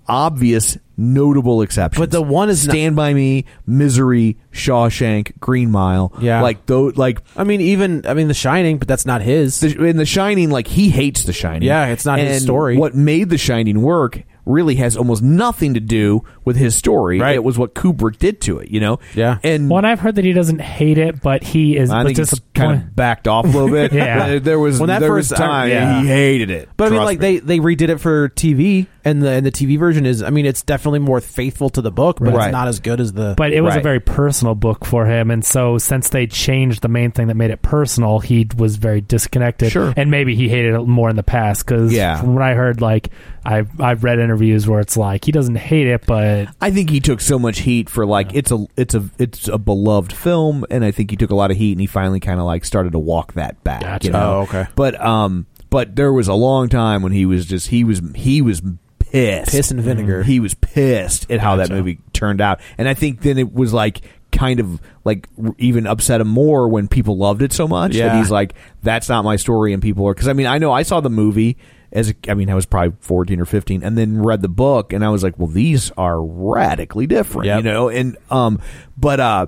[SPEAKER 1] obvious notable exceptions.
[SPEAKER 2] But the one is not-
[SPEAKER 1] Stand by Me, Misery, Shawshank, Green Mile.
[SPEAKER 2] Yeah.
[SPEAKER 1] like though, like
[SPEAKER 2] I mean, even I mean, The Shining, but that's not his.
[SPEAKER 1] the, in The Shining, like he hates The Shining.
[SPEAKER 2] Yeah, it's not his
[SPEAKER 1] And
[SPEAKER 2] story.
[SPEAKER 1] What made The Shining work really has almost nothing to do with his story.
[SPEAKER 2] Right.
[SPEAKER 1] It was what Kubrick did to it. You know.
[SPEAKER 2] Yeah.
[SPEAKER 1] And
[SPEAKER 3] well, and I've heard that he doesn't hate it, but he is.
[SPEAKER 1] I
[SPEAKER 3] but
[SPEAKER 1] think it's
[SPEAKER 3] disappoint-
[SPEAKER 1] kind of backed off a little bit.
[SPEAKER 3] Yeah.
[SPEAKER 1] There- there was
[SPEAKER 2] When that
[SPEAKER 1] there
[SPEAKER 2] first-
[SPEAKER 1] was time
[SPEAKER 3] yeah.
[SPEAKER 1] he hated it.
[SPEAKER 2] but I mean,
[SPEAKER 1] Trust
[SPEAKER 2] like
[SPEAKER 1] me.
[SPEAKER 2] they they redid it for TV, and the and the TV version is. I mean, it's definitely more faithful to the book, but
[SPEAKER 1] Right.
[SPEAKER 2] it's not as good as the.
[SPEAKER 3] But it was
[SPEAKER 1] Right.
[SPEAKER 3] a very personal book for him, and so since they changed the main thing that made it personal, he was very disconnected.
[SPEAKER 1] Sure.
[SPEAKER 3] and maybe he hated it more in the past because
[SPEAKER 1] Yeah.
[SPEAKER 3] from what I heard, like I've I've read interviews where it's like he doesn't hate it, but
[SPEAKER 1] I think he took so much heat for like it's a it's a it's a beloved film, and I think he took a lot of heat, and he finally kind of like started to walk that back.
[SPEAKER 3] Gotcha.
[SPEAKER 1] You know?
[SPEAKER 2] Oh, okay.
[SPEAKER 1] But um, but there was a long time when he was just he was he was pissed,
[SPEAKER 2] Piss and vinegar.
[SPEAKER 1] He was pissed at how that movie turned out, and I think then it was like kind of like r- even upset him more when people loved it so much that
[SPEAKER 2] Yeah.
[SPEAKER 1] he's like, that's not my story, and people are because I mean I know I saw the movie as a, I mean I was probably fourteen or fifteen, and then read the book, and I was like, well, these are radically different, you
[SPEAKER 2] Yep.
[SPEAKER 1] know, and um, but uh,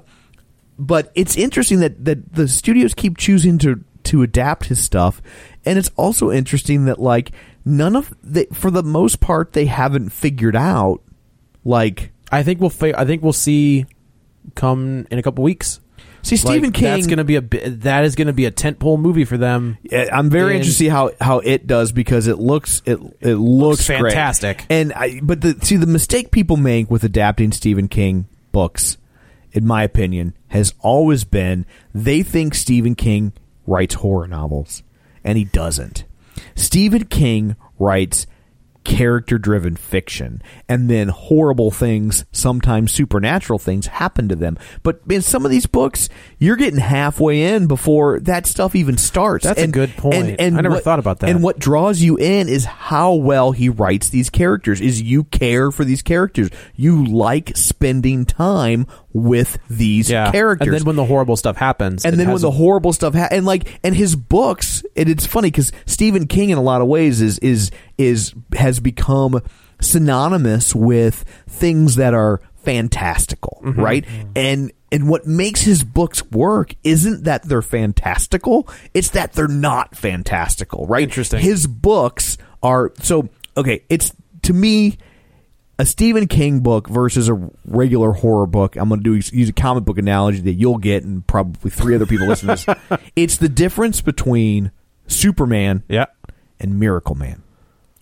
[SPEAKER 1] but it's interesting that that the studios keep choosing to to adapt his stuff and it's also interesting that like none of the for the most part they haven't figured out like
[SPEAKER 2] I think we'll fa- I think we'll see come in a couple weeks.
[SPEAKER 1] see Stephen
[SPEAKER 2] Like,
[SPEAKER 1] King
[SPEAKER 2] That's gonna be a bi- that is gonna be a tentpole movie for them.
[SPEAKER 1] Uh, I'm very
[SPEAKER 2] And-
[SPEAKER 1] interested to see how how it does because it looks it it looks, great.
[SPEAKER 2] fantastic.
[SPEAKER 1] And I but the see the mistake people make with adapting Stephen King books, in my opinion, has always been they think Stephen King writes horror novels, and he doesn't. Stephen King writes character driven fiction and then horrible things sometimes supernatural things happen to them but in some of these books you're getting halfway in before that stuff even starts
[SPEAKER 2] That's a good point. I never thought about that.
[SPEAKER 1] and what draws you in is how well he writes these characters. Is you care for these characters. You like spending time with these characters.
[SPEAKER 2] And then when the horrible stuff happens,
[SPEAKER 1] And
[SPEAKER 2] it
[SPEAKER 1] then
[SPEAKER 2] has
[SPEAKER 1] when the
[SPEAKER 2] a-
[SPEAKER 1] horrible stuff ha- and like and his books and it's funny because Stephen King in a lot of ways is is is has become synonymous with things that are fantastical,
[SPEAKER 2] Mm-hmm.
[SPEAKER 1] right? And and what makes his books work isn't that they're fantastical; it's that they're not fantastical, right?
[SPEAKER 2] Interesting.
[SPEAKER 1] His books are so okay. It's to me a Stephen King book versus a regular horror book. I'm going to do use a comic book analogy that you'll get, and probably three other people listen to
[SPEAKER 2] [laughs]
[SPEAKER 1] this. It's the difference between Superman [laughs]
[SPEAKER 2] yeah,
[SPEAKER 1] and Miracle Man.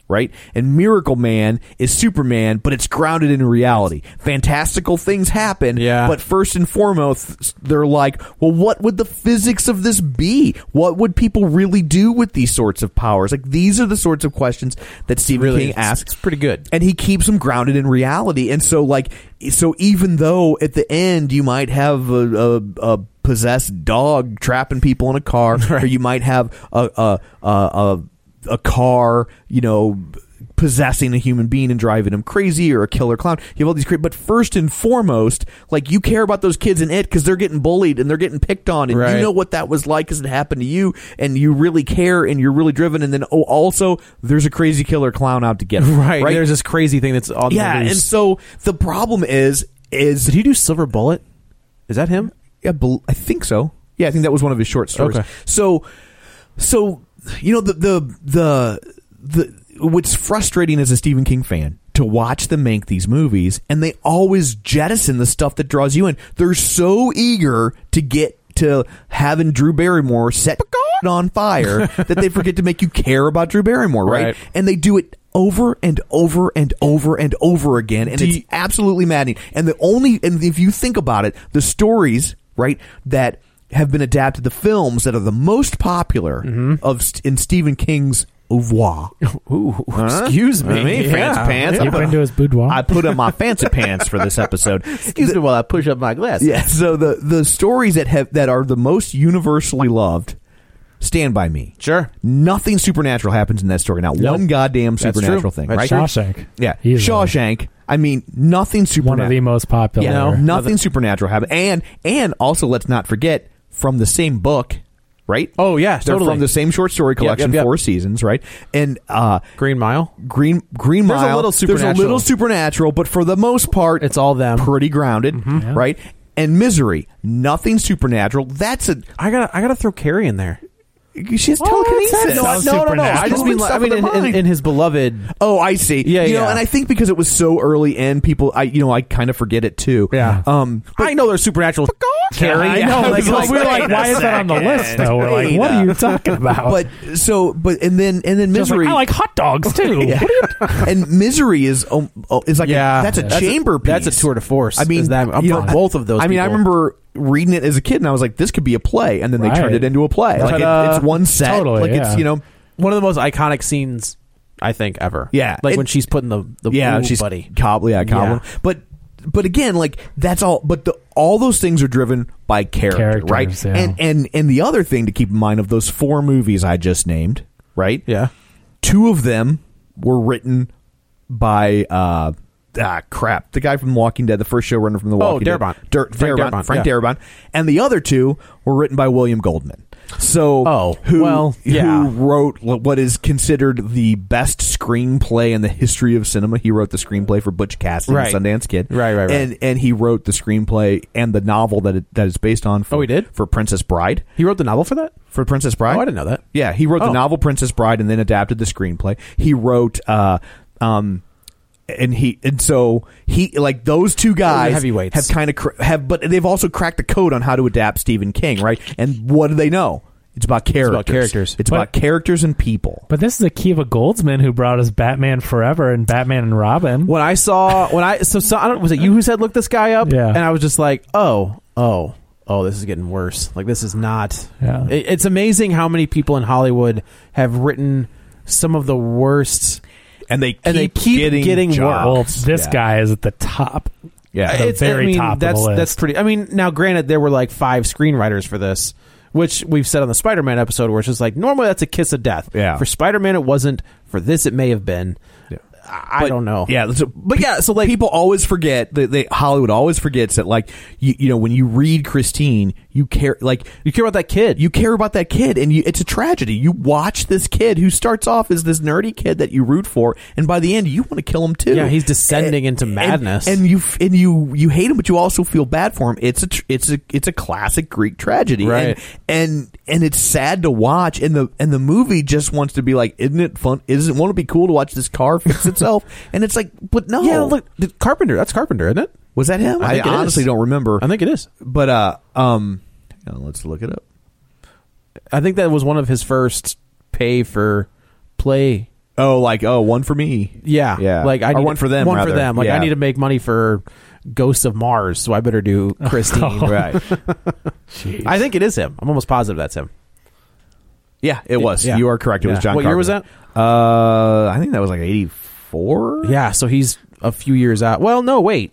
[SPEAKER 1] Right? And Miracle Man is Superman, but it's grounded in reality. Fantastical things happen,
[SPEAKER 2] Yeah.
[SPEAKER 1] but first and foremost, they're like, well, what would the physics of this be? What would people really do with these sorts of powers? Like, these are the sorts of questions that Stephen
[SPEAKER 2] really,
[SPEAKER 1] King
[SPEAKER 2] it's-
[SPEAKER 1] asks
[SPEAKER 2] It's pretty good.
[SPEAKER 1] and he keeps them grounded in reality. And so, like, so even though at the end you might have a, a, a possessed dog trapping people in a
[SPEAKER 2] [laughs]
[SPEAKER 1] car, or you might have a a, a a a car, you know. Possessing a human being and driving him crazy, or a killer clown. You have all these, cra- but first and foremost, like you care about those kids in it because they're getting bullied and they're getting picked on, and you
[SPEAKER 2] Right.
[SPEAKER 1] know what that was like because it happened to you, and you really care and you're really driven. And then, oh, also, there's a crazy killer clown out to
[SPEAKER 2] [laughs]
[SPEAKER 1] get 'em,
[SPEAKER 2] Right, There's this crazy thing that's on.
[SPEAKER 1] yeah,
[SPEAKER 2] the
[SPEAKER 1] and
[SPEAKER 2] loose.
[SPEAKER 1] so the problem is, is
[SPEAKER 2] did he do Silver Bullet? Is that him?
[SPEAKER 1] yeah, bel- I think so. Yeah, I think that was one of his short stories.
[SPEAKER 2] Okay.
[SPEAKER 1] So, so you know the the the the what's frustrating as a Stephen King fan to watch them make these movies, and they always jettison the stuff that draws you in. They're so eager to get to having Drew Barrymore set on
[SPEAKER 2] [laughs]
[SPEAKER 1] fire that they forget to make you care about Drew Barrymore, right?
[SPEAKER 2] Right.
[SPEAKER 1] And they do it over and over and over and over again, and
[SPEAKER 2] Do
[SPEAKER 1] it's
[SPEAKER 2] you-
[SPEAKER 1] absolutely maddening. And the only and if you think about it, the stories right that have been adapted to films that are the most popular
[SPEAKER 2] Mm-hmm.
[SPEAKER 1] of st- in Stephen King's oeuvre.
[SPEAKER 2] Ooh,
[SPEAKER 1] Excuse me, fancy
[SPEAKER 2] Yeah.
[SPEAKER 1] pants.
[SPEAKER 3] You've
[SPEAKER 1] I put-
[SPEAKER 3] been to his boudoir?
[SPEAKER 1] I put on my fancy pants for this episode.
[SPEAKER 2] [laughs] Excuse me while I push up my glass.
[SPEAKER 1] Yeah. So the the stories that have that are the most universally loved, Stand by Me.
[SPEAKER 2] Sure.
[SPEAKER 1] Nothing supernatural happens in that story. Not
[SPEAKER 2] Nope.
[SPEAKER 1] one goddamn
[SPEAKER 2] That's
[SPEAKER 1] supernatural
[SPEAKER 2] true.
[SPEAKER 1] thing,
[SPEAKER 2] That's
[SPEAKER 1] right?
[SPEAKER 2] true.
[SPEAKER 3] Shawshank.
[SPEAKER 1] Yeah.
[SPEAKER 3] He's one-
[SPEAKER 1] Shawshank. I mean, nothing supernatural.
[SPEAKER 3] One of the most popular.
[SPEAKER 1] Yeah, nothing supernatural happened. And and also let's not forget from the same book, right?
[SPEAKER 2] Oh, yeah,
[SPEAKER 1] They're
[SPEAKER 2] totally.
[SPEAKER 1] from the same short story collection,
[SPEAKER 2] yep.
[SPEAKER 1] Four Seasons, right? And uh
[SPEAKER 2] Green Mile.
[SPEAKER 1] Green Green
[SPEAKER 2] There's a
[SPEAKER 1] Mile.
[SPEAKER 2] little
[SPEAKER 1] There's a
[SPEAKER 2] supernatural.
[SPEAKER 1] little supernatural, but for the most part,
[SPEAKER 2] It's all them. Mm-hmm.
[SPEAKER 1] pretty grounded, right? And misery, nothing supernatural. That's a
[SPEAKER 2] I gotta I gotta throw Carrie in there.
[SPEAKER 1] she has
[SPEAKER 3] Oh, that's-
[SPEAKER 1] telekinesis.
[SPEAKER 3] that sounds supernatural.
[SPEAKER 2] I just mean like, I mean in, in, in his beloved.
[SPEAKER 1] Oh, I see.
[SPEAKER 2] Yeah,
[SPEAKER 1] you know,
[SPEAKER 2] yeah.
[SPEAKER 1] and I think because it was so early in, people, I, you know, I kind of forget it too.
[SPEAKER 2] Yeah.
[SPEAKER 1] Um,
[SPEAKER 2] I know there's supernatural. Carrie,
[SPEAKER 1] [laughs]
[SPEAKER 3] I know. like, we were like, why is that on the list? Though we're like, what are you talking about?
[SPEAKER 1] [laughs] but so, but and then and then
[SPEAKER 3] Just like,
[SPEAKER 1] misery.
[SPEAKER 3] I like hot
[SPEAKER 1] [laughs]
[SPEAKER 3] dogs too. What are you [laughs]
[SPEAKER 1] and misery is um, oh, is like
[SPEAKER 2] Yeah.
[SPEAKER 1] a, that's a
[SPEAKER 2] That's a-
[SPEAKER 1] chamber piece.
[SPEAKER 2] that's a tour de force,
[SPEAKER 1] I mean,
[SPEAKER 2] is that-
[SPEAKER 1] you
[SPEAKER 2] for
[SPEAKER 1] know,
[SPEAKER 2] both of those
[SPEAKER 1] I mean, I
[SPEAKER 2] people.
[SPEAKER 1] remember reading it as a kid, and I was like, this could be a play, and then they
[SPEAKER 3] Right.
[SPEAKER 1] turned it into a play. Like
[SPEAKER 2] Ta-da.
[SPEAKER 1] it, it's one set.
[SPEAKER 3] Totally,
[SPEAKER 1] like it's
[SPEAKER 3] yeah.
[SPEAKER 1] you know.
[SPEAKER 2] one of the most iconic scenes I think ever.
[SPEAKER 1] Yeah.
[SPEAKER 2] like
[SPEAKER 1] It-
[SPEAKER 2] when she's putting the the
[SPEAKER 1] yeah,
[SPEAKER 2] ooh,
[SPEAKER 1] she's
[SPEAKER 2] buddy.
[SPEAKER 1] cobbler, yeah, cobbler.
[SPEAKER 2] Yeah.
[SPEAKER 1] But but again, like that's all. But the, all those things are driven by character,
[SPEAKER 3] Characters,
[SPEAKER 1] right?
[SPEAKER 3] yeah.
[SPEAKER 1] And and and the other thing to keep in mind of those four movies I just named, right?
[SPEAKER 2] Yeah,
[SPEAKER 1] two of them were written by uh, ah crap, the guy from The Walking Dead, the first showrunner from The
[SPEAKER 2] Oh,
[SPEAKER 1] Walking Dead,
[SPEAKER 2] Darabont.
[SPEAKER 1] Dur-
[SPEAKER 2] Frank
[SPEAKER 1] Darabont,
[SPEAKER 2] Darabont,
[SPEAKER 1] Frank
[SPEAKER 2] yeah.
[SPEAKER 1] Darabont, and the other two were written by William Goldman. So,
[SPEAKER 2] Oh,
[SPEAKER 1] who,
[SPEAKER 2] well, yeah.
[SPEAKER 1] who wrote l- what is considered the best screenplay in the history of cinema? He wrote the screenplay for Butch Cassidy
[SPEAKER 2] Right.
[SPEAKER 1] and Sundance Kid,
[SPEAKER 2] Right, right, right.
[SPEAKER 1] and and he wrote the screenplay and the novel that it, that is based on. For,
[SPEAKER 2] Oh, he did?
[SPEAKER 1] for Princess Bride.
[SPEAKER 2] He wrote the novel for that.
[SPEAKER 1] For Princess Bride,
[SPEAKER 2] Oh, I didn't know that.
[SPEAKER 1] yeah, he wrote
[SPEAKER 2] Oh.
[SPEAKER 1] the novel Princess Bride and then adapted the screenplay. He wrote uh um and he and so he like those two guys
[SPEAKER 2] heavyweights.
[SPEAKER 1] have kind of cr- have but they've also cracked the code on how to adapt Stephen King, right? And what do they know? It's about characters.
[SPEAKER 2] about characters.
[SPEAKER 1] It's
[SPEAKER 3] But-
[SPEAKER 1] about characters and people.
[SPEAKER 3] But this is Akiva Goldsman who brought us Batman Forever and Batman and Robin.
[SPEAKER 2] When I saw when I so, so I don't was it you who said look this guy up?
[SPEAKER 3] Yeah.
[SPEAKER 2] And I was just like, oh, oh, oh, this is getting worse. Like this is not.
[SPEAKER 3] Yeah.
[SPEAKER 2] It- it's amazing how many people in Hollywood have written some of the worst.
[SPEAKER 1] And they keep,
[SPEAKER 2] And they keep getting
[SPEAKER 1] jobs.
[SPEAKER 3] Well, this
[SPEAKER 1] Yeah.
[SPEAKER 3] guy is at the top.
[SPEAKER 1] Yeah.
[SPEAKER 3] the very
[SPEAKER 2] I mean,
[SPEAKER 3] top of the
[SPEAKER 2] that's
[SPEAKER 3] list.
[SPEAKER 2] that's pretty. I mean, now granted, there were like five screenwriters for this, which we've said on the Spider-Man episode, where it's just like normally that's a kiss of death.
[SPEAKER 1] Yeah.
[SPEAKER 2] For Spider-Man, it wasn't. For this, it may have been.
[SPEAKER 1] Yeah.
[SPEAKER 2] I, I
[SPEAKER 1] But-
[SPEAKER 2] don't know.
[SPEAKER 1] Yeah, so, but
[SPEAKER 2] yeah, so, like-
[SPEAKER 1] people always forget that they, Hollywood always forgets that like you, you know when you read Christine, you care like
[SPEAKER 2] You care about that kid?
[SPEAKER 1] you care about that kid and you, it's a tragedy you watch this kid who starts off as this nerdy kid that you root for and by the end you want to kill him too
[SPEAKER 2] Yeah, he's descending into madness.
[SPEAKER 1] and, you f- and you you hate him but you also feel bad for him it's a tr- it's a it's a classic greek tragedy
[SPEAKER 2] Right.
[SPEAKER 1] and, and and it's sad to watch and the and the movie just wants to be like isn't it fun isn't won't it be cool to watch this car
[SPEAKER 2] [laughs]
[SPEAKER 1] fix itself and it's like but no
[SPEAKER 2] Yeah, look, did Carpenter. That's Carpenter, isn't it?
[SPEAKER 1] was that him
[SPEAKER 2] I
[SPEAKER 1] i,
[SPEAKER 2] think it is.
[SPEAKER 1] honestly don't remember
[SPEAKER 2] I think it is.
[SPEAKER 1] but uh um hang on, let's look it up
[SPEAKER 2] I think that was one of his first pay for play.
[SPEAKER 1] Oh, like oh, one for me.
[SPEAKER 2] Yeah,
[SPEAKER 1] yeah.
[SPEAKER 2] Like I
[SPEAKER 1] Or
[SPEAKER 2] need
[SPEAKER 1] one for them,
[SPEAKER 2] One
[SPEAKER 1] rather.
[SPEAKER 2] for them. Like
[SPEAKER 1] Yeah.
[SPEAKER 2] I need to make money for Ghosts of Mars, so I better [laughs] do Christine. [laughs]
[SPEAKER 1] right.
[SPEAKER 2] I think it is him. I'm almost positive that's him.
[SPEAKER 1] Yeah, it was.
[SPEAKER 2] Yeah.
[SPEAKER 1] You are correct. It
[SPEAKER 2] Yeah.
[SPEAKER 1] was John.
[SPEAKER 2] What year was
[SPEAKER 1] Carpenter. Uh, I think that was like eighty four.
[SPEAKER 2] Yeah, so he's a few years out. Well, no, wait.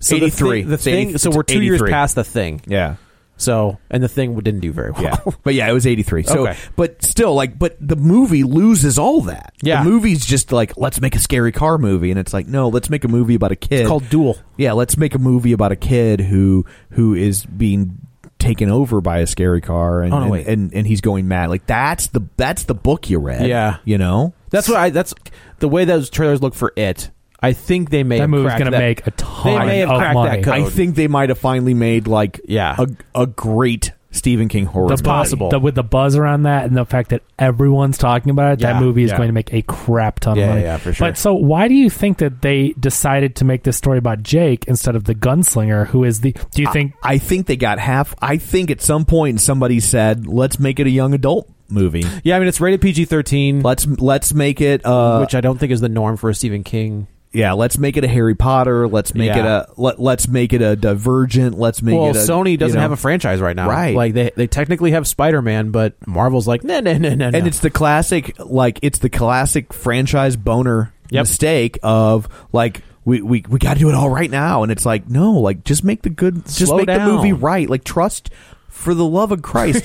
[SPEAKER 2] So the thi-
[SPEAKER 1] 83.
[SPEAKER 2] The
[SPEAKER 1] It's
[SPEAKER 2] thing.
[SPEAKER 1] 80
[SPEAKER 2] so
[SPEAKER 1] it's
[SPEAKER 2] we're two years
[SPEAKER 1] 83.
[SPEAKER 2] past the thing.
[SPEAKER 1] yeah,
[SPEAKER 2] So and the thing didn't do very well.
[SPEAKER 1] yeah. [laughs] but yeah, it was eighty three. So,
[SPEAKER 2] Okay.
[SPEAKER 1] but still, like, but the movie loses all that.
[SPEAKER 2] Yeah.
[SPEAKER 1] the movie's just like let's make a scary car movie, and it's like no, let's make a movie about a kid
[SPEAKER 2] [laughs] It's called Duel.
[SPEAKER 1] Yeah, let's make a movie about a kid who who is being taken over by a scary car, and
[SPEAKER 2] Oh, no,
[SPEAKER 1] and,
[SPEAKER 2] wait.
[SPEAKER 1] and and he's going mad. Like that's the that's the book you read.
[SPEAKER 2] Yeah.
[SPEAKER 1] you know.
[SPEAKER 2] That's what I. That's the way those trailers look for it. I think they may
[SPEAKER 3] That
[SPEAKER 2] have
[SPEAKER 3] movie's
[SPEAKER 2] cracked
[SPEAKER 3] gonna
[SPEAKER 2] that-
[SPEAKER 3] make a
[SPEAKER 2] They
[SPEAKER 3] ton
[SPEAKER 2] may have
[SPEAKER 3] of
[SPEAKER 2] cracked
[SPEAKER 3] money.
[SPEAKER 2] that code.
[SPEAKER 1] I think they might have finally made like
[SPEAKER 2] Yeah.
[SPEAKER 1] a, a great Stephen King horror.
[SPEAKER 3] The
[SPEAKER 1] movie.
[SPEAKER 3] bu- the- with the buzz around that and the fact that everyone's talking about it,
[SPEAKER 2] Yeah,
[SPEAKER 3] that movie is
[SPEAKER 2] yeah.
[SPEAKER 3] going to make a crap ton
[SPEAKER 2] Yeah,
[SPEAKER 3] of money.
[SPEAKER 2] yeah, for sure.
[SPEAKER 3] But so, why do you think that they decided to make this story about Jake instead of the gunslinger, who is the? Do you think?
[SPEAKER 1] I think they got half. I think at some point somebody said, "Let's make it a young adult movie.
[SPEAKER 2] yeah, I mean it's rated PG thirteen,
[SPEAKER 1] Let's let's make it uh
[SPEAKER 2] which I don't think is the norm for a Stephen King.
[SPEAKER 1] yeah, let's make it a Harry Potter. Let's make
[SPEAKER 2] Yeah.
[SPEAKER 1] it a let, let's make it a Divergent. Let's make
[SPEAKER 2] Well,
[SPEAKER 1] it a
[SPEAKER 2] Sony doesn't
[SPEAKER 1] you know.
[SPEAKER 2] have a franchise right now,
[SPEAKER 1] Right.
[SPEAKER 2] Like they they technically have Spider Man, but Marvel's like no no no no,
[SPEAKER 1] and it's the classic like it's the classic franchise boner
[SPEAKER 2] Yep.
[SPEAKER 1] mistake of like we, we, we got to do it all right now and it's like no like just make the good just
[SPEAKER 2] Slow
[SPEAKER 1] make
[SPEAKER 2] down.
[SPEAKER 1] the movie right like trust for the love of
[SPEAKER 2] [laughs]
[SPEAKER 1] Christ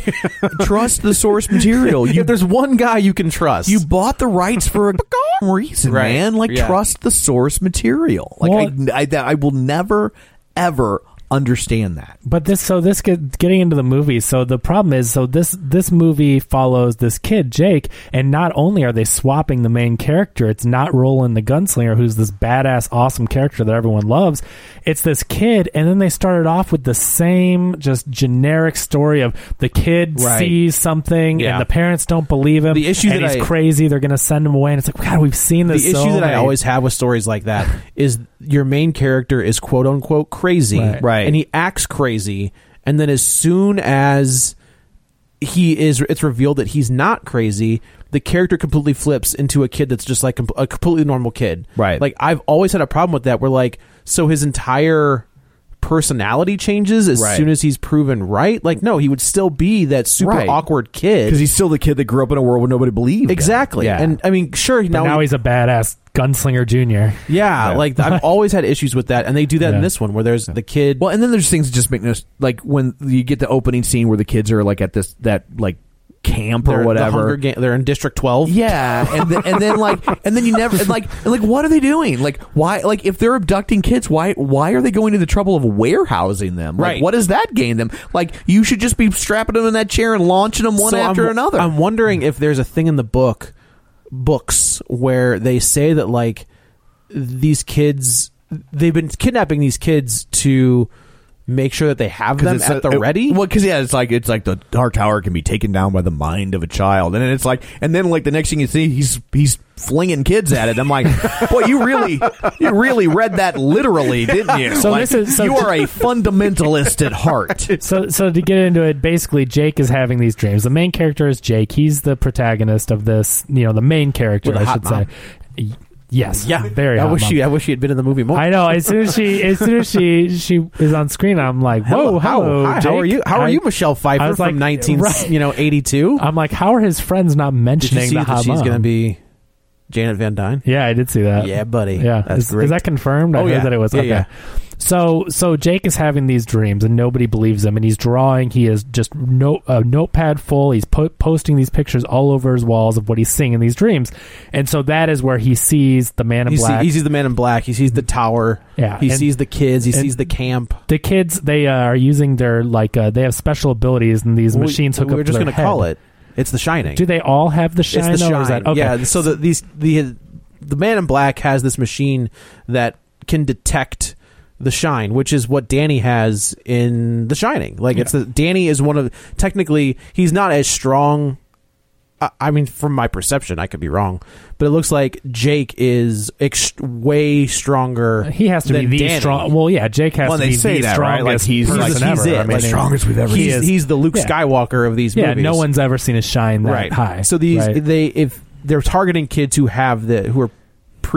[SPEAKER 1] trust the source material you
[SPEAKER 2] if there's one guy you can trust,
[SPEAKER 1] you bought the rights for
[SPEAKER 2] [laughs]
[SPEAKER 1] a [laughs] reason
[SPEAKER 2] Right.
[SPEAKER 1] man like
[SPEAKER 2] Yeah.
[SPEAKER 1] trust the source material like
[SPEAKER 3] Well-
[SPEAKER 1] I, I that I will never ever understand that
[SPEAKER 3] But this, so this get, getting into the movie. So the problem is, so this this movie follows this kid Jake, and not only are they swapping the main character, it's not Roland the gunslinger, who's this badass, awesome character that everyone loves. It's this kid, and then they started off with the same just generic story of the kid
[SPEAKER 2] Right.
[SPEAKER 3] sees something,
[SPEAKER 2] Yeah.
[SPEAKER 3] and the parents don't believe him.
[SPEAKER 2] The issue
[SPEAKER 3] and
[SPEAKER 2] that
[SPEAKER 3] he's
[SPEAKER 2] I-
[SPEAKER 3] crazy. They're going to send him away, and it's like, God, we've seen
[SPEAKER 2] the
[SPEAKER 3] this.
[SPEAKER 2] issue
[SPEAKER 3] so
[SPEAKER 2] that I
[SPEAKER 3] many-
[SPEAKER 2] always have with stories like
[SPEAKER 1] [laughs]
[SPEAKER 2] that is your main character is quote unquote crazy,
[SPEAKER 3] Right.
[SPEAKER 1] Right.
[SPEAKER 2] And he acts crazy, and then as soon as he is, it's revealed that he's not crazy. The character completely flips into a kid that's just like com- a completely normal kid,
[SPEAKER 1] Right.
[SPEAKER 2] Like I've always had a problem with that. Where like, so his entire personality changes as
[SPEAKER 1] Right.
[SPEAKER 2] soon as he's proven right. Like, no, he would still be that super
[SPEAKER 1] Right.
[SPEAKER 2] awkward kid
[SPEAKER 1] because he's still the kid that grew up in a world where nobody believed him.
[SPEAKER 2] exactly.
[SPEAKER 1] Yeah.
[SPEAKER 2] And I mean, sure,
[SPEAKER 3] But now he's a badass gunslinger junior.
[SPEAKER 2] Yeah,
[SPEAKER 1] Yeah.
[SPEAKER 2] like I've always had issues with that, and they do that in
[SPEAKER 3] Yeah.
[SPEAKER 2] this one where there's the kid.
[SPEAKER 1] Well, and then there's things that just make no s- like when you get the opening scene where the kids are like at this that like camp
[SPEAKER 2] They're
[SPEAKER 1] or
[SPEAKER 2] the
[SPEAKER 1] whatever.
[SPEAKER 2] Hunger Ga- they're in District Twelve.
[SPEAKER 1] Yeah, and then, and then like and then you never and like and like what are they doing? Like why like if they're abducting kids, why why are they going to the trouble of warehousing them? Like
[SPEAKER 2] Right.
[SPEAKER 1] what does that gain them? Like you should just be strapping them in that chair and launching them one
[SPEAKER 2] So
[SPEAKER 1] after
[SPEAKER 2] I'm,
[SPEAKER 1] another.
[SPEAKER 2] I'm wondering if there's a thing in the book books where they say that like these kids they've been kidnapping these kids to make sure that they have them
[SPEAKER 1] it's
[SPEAKER 2] at
[SPEAKER 1] a-
[SPEAKER 2] the
[SPEAKER 1] it-
[SPEAKER 2] ready.
[SPEAKER 1] Well, because yeah, it's like it's like the dark tower can be taken down by the mind of a child, and then it's like, and then like the next thing you see, he's he's flinging kids at it. I'm
[SPEAKER 2] [laughs]
[SPEAKER 1] like, boy, you really you really read that literally, didn't you?
[SPEAKER 3] So
[SPEAKER 1] Like,
[SPEAKER 3] this is- so-
[SPEAKER 1] you
[SPEAKER 3] [laughs]
[SPEAKER 1] are a fundamentalist at heart.
[SPEAKER 3] So, so to get into it, basically, Jake is having these dreams. The main character is Jake. He's the protagonist of this. You know, the main character,
[SPEAKER 2] With a
[SPEAKER 3] I
[SPEAKER 2] hot
[SPEAKER 3] should say. Y- Yes. Very.
[SPEAKER 2] I
[SPEAKER 3] hot
[SPEAKER 2] wish
[SPEAKER 3] mom.
[SPEAKER 2] she. I wish she had been in the movie more.
[SPEAKER 3] I know. As soon as she, as soon as she, she is on screen, I'm like,
[SPEAKER 2] Hello,
[SPEAKER 3] whoa, hello,
[SPEAKER 2] hi, how
[SPEAKER 3] Jake.
[SPEAKER 2] are you? How are
[SPEAKER 3] I-
[SPEAKER 2] you, Michelle
[SPEAKER 3] I
[SPEAKER 2] Pfeiffer
[SPEAKER 3] was like,
[SPEAKER 2] from nineteen,
[SPEAKER 3] right.
[SPEAKER 2] you know, eighty two?
[SPEAKER 3] I'm like, how are his friends not
[SPEAKER 2] Did you
[SPEAKER 3] mentioning
[SPEAKER 2] see
[SPEAKER 3] the hot
[SPEAKER 2] that she's
[SPEAKER 3] mom?
[SPEAKER 2] going to be Janet Van Dyne?
[SPEAKER 3] Yeah, I did see that.
[SPEAKER 2] Yeah, buddy.
[SPEAKER 3] Yeah,
[SPEAKER 2] That's
[SPEAKER 3] is,
[SPEAKER 2] great.
[SPEAKER 3] is that confirmed? I
[SPEAKER 2] Oh,
[SPEAKER 3] heard
[SPEAKER 2] yeah.
[SPEAKER 3] that it was.
[SPEAKER 2] Yeah,
[SPEAKER 3] okay.
[SPEAKER 2] yeah.
[SPEAKER 3] So, so Jake is having these dreams, and nobody believes him. And he's drawing. He is just no a notepad full. He's po- posting these pictures all over his walls of what he's seeing in these dreams. And so that is where he sees the man in
[SPEAKER 2] He, see-
[SPEAKER 3] black.
[SPEAKER 2] he sees the man in black. He sees the tower.
[SPEAKER 3] Yeah,
[SPEAKER 2] He
[SPEAKER 3] and-
[SPEAKER 2] sees the kids. He
[SPEAKER 3] and-
[SPEAKER 2] sees the camp.
[SPEAKER 3] the kids they uh, are using their like uh, they have special abilities, and these
[SPEAKER 2] We-
[SPEAKER 3] machines hook
[SPEAKER 2] we
[SPEAKER 3] up.
[SPEAKER 2] We're
[SPEAKER 3] to
[SPEAKER 2] just
[SPEAKER 3] their
[SPEAKER 2] gonna call
[SPEAKER 3] head.
[SPEAKER 2] it. It's the Shining.
[SPEAKER 3] Do they all have the shine?
[SPEAKER 2] it's the
[SPEAKER 3] or is
[SPEAKER 2] Shining.
[SPEAKER 3] that- okay.
[SPEAKER 2] Yeah. So the, these the the man in black has this machine that can detect the shine, which is what Danny has in The Shining. Like it's the Danny is one of technically he's not as strong. I, I mean, from my perception, I could be wrong, but it looks like Jake is ex- way stronger.
[SPEAKER 3] He has to be
[SPEAKER 2] than
[SPEAKER 3] the
[SPEAKER 2] Danny.
[SPEAKER 3] strong. Well, yeah, Jake has
[SPEAKER 1] Well,
[SPEAKER 3] to
[SPEAKER 1] they
[SPEAKER 3] be
[SPEAKER 1] say
[SPEAKER 3] the
[SPEAKER 1] that, right?
[SPEAKER 3] strongest
[SPEAKER 1] Like, he's-
[SPEAKER 3] person
[SPEAKER 1] he's-
[SPEAKER 3] ever.
[SPEAKER 2] he's it,
[SPEAKER 3] I mean,
[SPEAKER 2] like,
[SPEAKER 3] they-
[SPEAKER 1] strongest we've ever
[SPEAKER 2] He's, he's the Luke
[SPEAKER 3] Yeah.
[SPEAKER 2] Skywalker of these
[SPEAKER 3] Yeah,
[SPEAKER 2] movies.
[SPEAKER 3] no one's ever seen a shine that high.
[SPEAKER 2] So these
[SPEAKER 3] right?
[SPEAKER 2] they if they're targeting kids who have the who are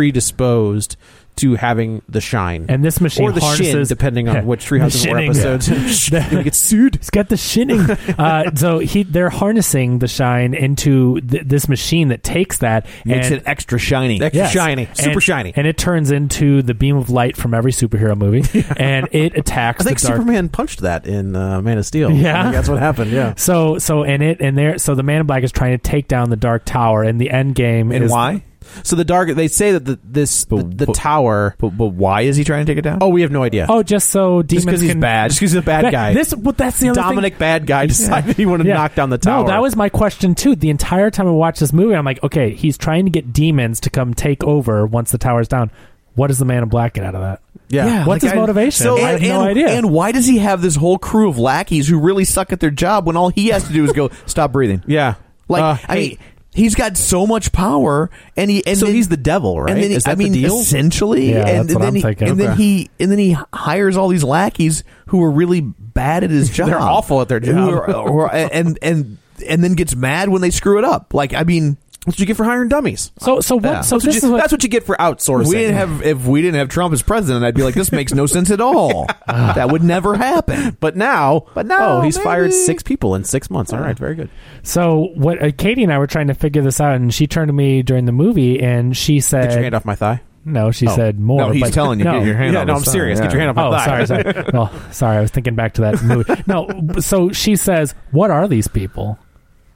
[SPEAKER 2] predisposed to having the shine
[SPEAKER 3] and this machine
[SPEAKER 2] or the
[SPEAKER 3] harnesses,
[SPEAKER 2] shin, depending
[SPEAKER 3] Yeah.
[SPEAKER 2] on which three houses
[SPEAKER 3] The
[SPEAKER 2] more
[SPEAKER 3] shinning.
[SPEAKER 2] episodes. [laughs] we get sued.
[SPEAKER 3] He's got the shinning.
[SPEAKER 2] [laughs]
[SPEAKER 3] uh, so he they're harnessing the shine into th- this machine that takes that
[SPEAKER 1] Makes
[SPEAKER 3] and
[SPEAKER 1] it extra shiny.
[SPEAKER 2] Extra shiny, super
[SPEAKER 3] and-
[SPEAKER 2] shiny.
[SPEAKER 3] and it turns into the beam of light from every superhero
[SPEAKER 2] [laughs]
[SPEAKER 3] movie, and it attacks.
[SPEAKER 2] I think
[SPEAKER 3] the dark
[SPEAKER 2] Superman punched that in uh, Man of
[SPEAKER 3] [laughs]
[SPEAKER 2] Steel.
[SPEAKER 3] [laughs] Yeah.
[SPEAKER 2] I think that's what happened. Yeah,
[SPEAKER 3] So so and it and there so the man in black is trying to take down the dark tower and the end game
[SPEAKER 1] and
[SPEAKER 3] is
[SPEAKER 1] why?
[SPEAKER 2] so the dark they say that the, this the,
[SPEAKER 1] But-
[SPEAKER 2] the
[SPEAKER 1] but-
[SPEAKER 2] tower.
[SPEAKER 1] But, but why is he trying to take it down?
[SPEAKER 2] Oh, we have no idea.
[SPEAKER 3] Oh, just so demons
[SPEAKER 2] just because he's
[SPEAKER 3] can-
[SPEAKER 2] bad. Just because he's a bad
[SPEAKER 3] That-
[SPEAKER 2] guy.
[SPEAKER 3] This well, that's the other thing.
[SPEAKER 2] Dominic bad guy decided he wanted to
[SPEAKER 3] Yeah.
[SPEAKER 2] knock down the tower.
[SPEAKER 3] No, that was my question too. The entire time I watched this movie, I'm like, okay, he's trying to get demons to come take over once the tower's down. What does the man in black get out of that?
[SPEAKER 2] yeah.
[SPEAKER 3] Yeah, What's his motivation?
[SPEAKER 1] So,
[SPEAKER 3] I have
[SPEAKER 1] and,
[SPEAKER 3] no
[SPEAKER 1] and-
[SPEAKER 3] idea.
[SPEAKER 1] And why does he have this whole crew of lackeys who really suck at their job when all he has to do is go [laughs] stop breathing?
[SPEAKER 2] yeah.
[SPEAKER 1] Like
[SPEAKER 2] Uh,
[SPEAKER 1] I
[SPEAKER 2] hey,
[SPEAKER 1] mean, he's got so much power, and he and
[SPEAKER 2] so
[SPEAKER 1] then-
[SPEAKER 2] he's the devil, right?
[SPEAKER 1] And then he-
[SPEAKER 2] Is that
[SPEAKER 1] I mean,
[SPEAKER 2] the deal?
[SPEAKER 1] essentially,
[SPEAKER 3] Yeah,
[SPEAKER 1] and,
[SPEAKER 3] that's what
[SPEAKER 1] then
[SPEAKER 3] I'm
[SPEAKER 1] he,
[SPEAKER 3] thinking.
[SPEAKER 1] and then
[SPEAKER 3] Okay.
[SPEAKER 1] he and then he hires all these lackeys who are really bad at his job.
[SPEAKER 2] [laughs] They're awful at their
[SPEAKER 1] Who
[SPEAKER 2] job.
[SPEAKER 1] are- or- and and and then gets mad when they screw it up. Like I mean,
[SPEAKER 2] What you get for hiring dummies?
[SPEAKER 3] so so what?
[SPEAKER 1] Yeah.
[SPEAKER 3] So
[SPEAKER 2] That's what
[SPEAKER 3] this
[SPEAKER 2] you-
[SPEAKER 3] is what.
[SPEAKER 2] that's what you get for outsourcing.
[SPEAKER 1] we didn't have if we didn't have Trump as president, I'd be like, this makes no sense at
[SPEAKER 2] [laughs]
[SPEAKER 1] all. that would never happen.
[SPEAKER 2] but now,
[SPEAKER 1] But now,
[SPEAKER 2] oh, he's
[SPEAKER 1] maybe.
[SPEAKER 2] fired six people in six months. All right, very good.
[SPEAKER 3] so what? Uh, Katie and I were trying to figure this out, and she turned to me during the movie, and she said,
[SPEAKER 2] Get your hand off my thigh.
[SPEAKER 3] "No," she said more.
[SPEAKER 1] Oh. No, he's
[SPEAKER 3] but-
[SPEAKER 1] telling you,
[SPEAKER 3] no.
[SPEAKER 1] get your hand
[SPEAKER 2] Yeah,
[SPEAKER 1] on
[SPEAKER 2] no,
[SPEAKER 1] the
[SPEAKER 2] I'm
[SPEAKER 1] side.
[SPEAKER 2] serious. Get
[SPEAKER 1] Yeah.
[SPEAKER 2] your hand off my
[SPEAKER 3] Oh,
[SPEAKER 2] thigh.
[SPEAKER 3] sorry, sorry. [laughs] well, sorry, I was thinking back to that
[SPEAKER 1] [laughs]
[SPEAKER 3] movie. No, so she says, "What are these people?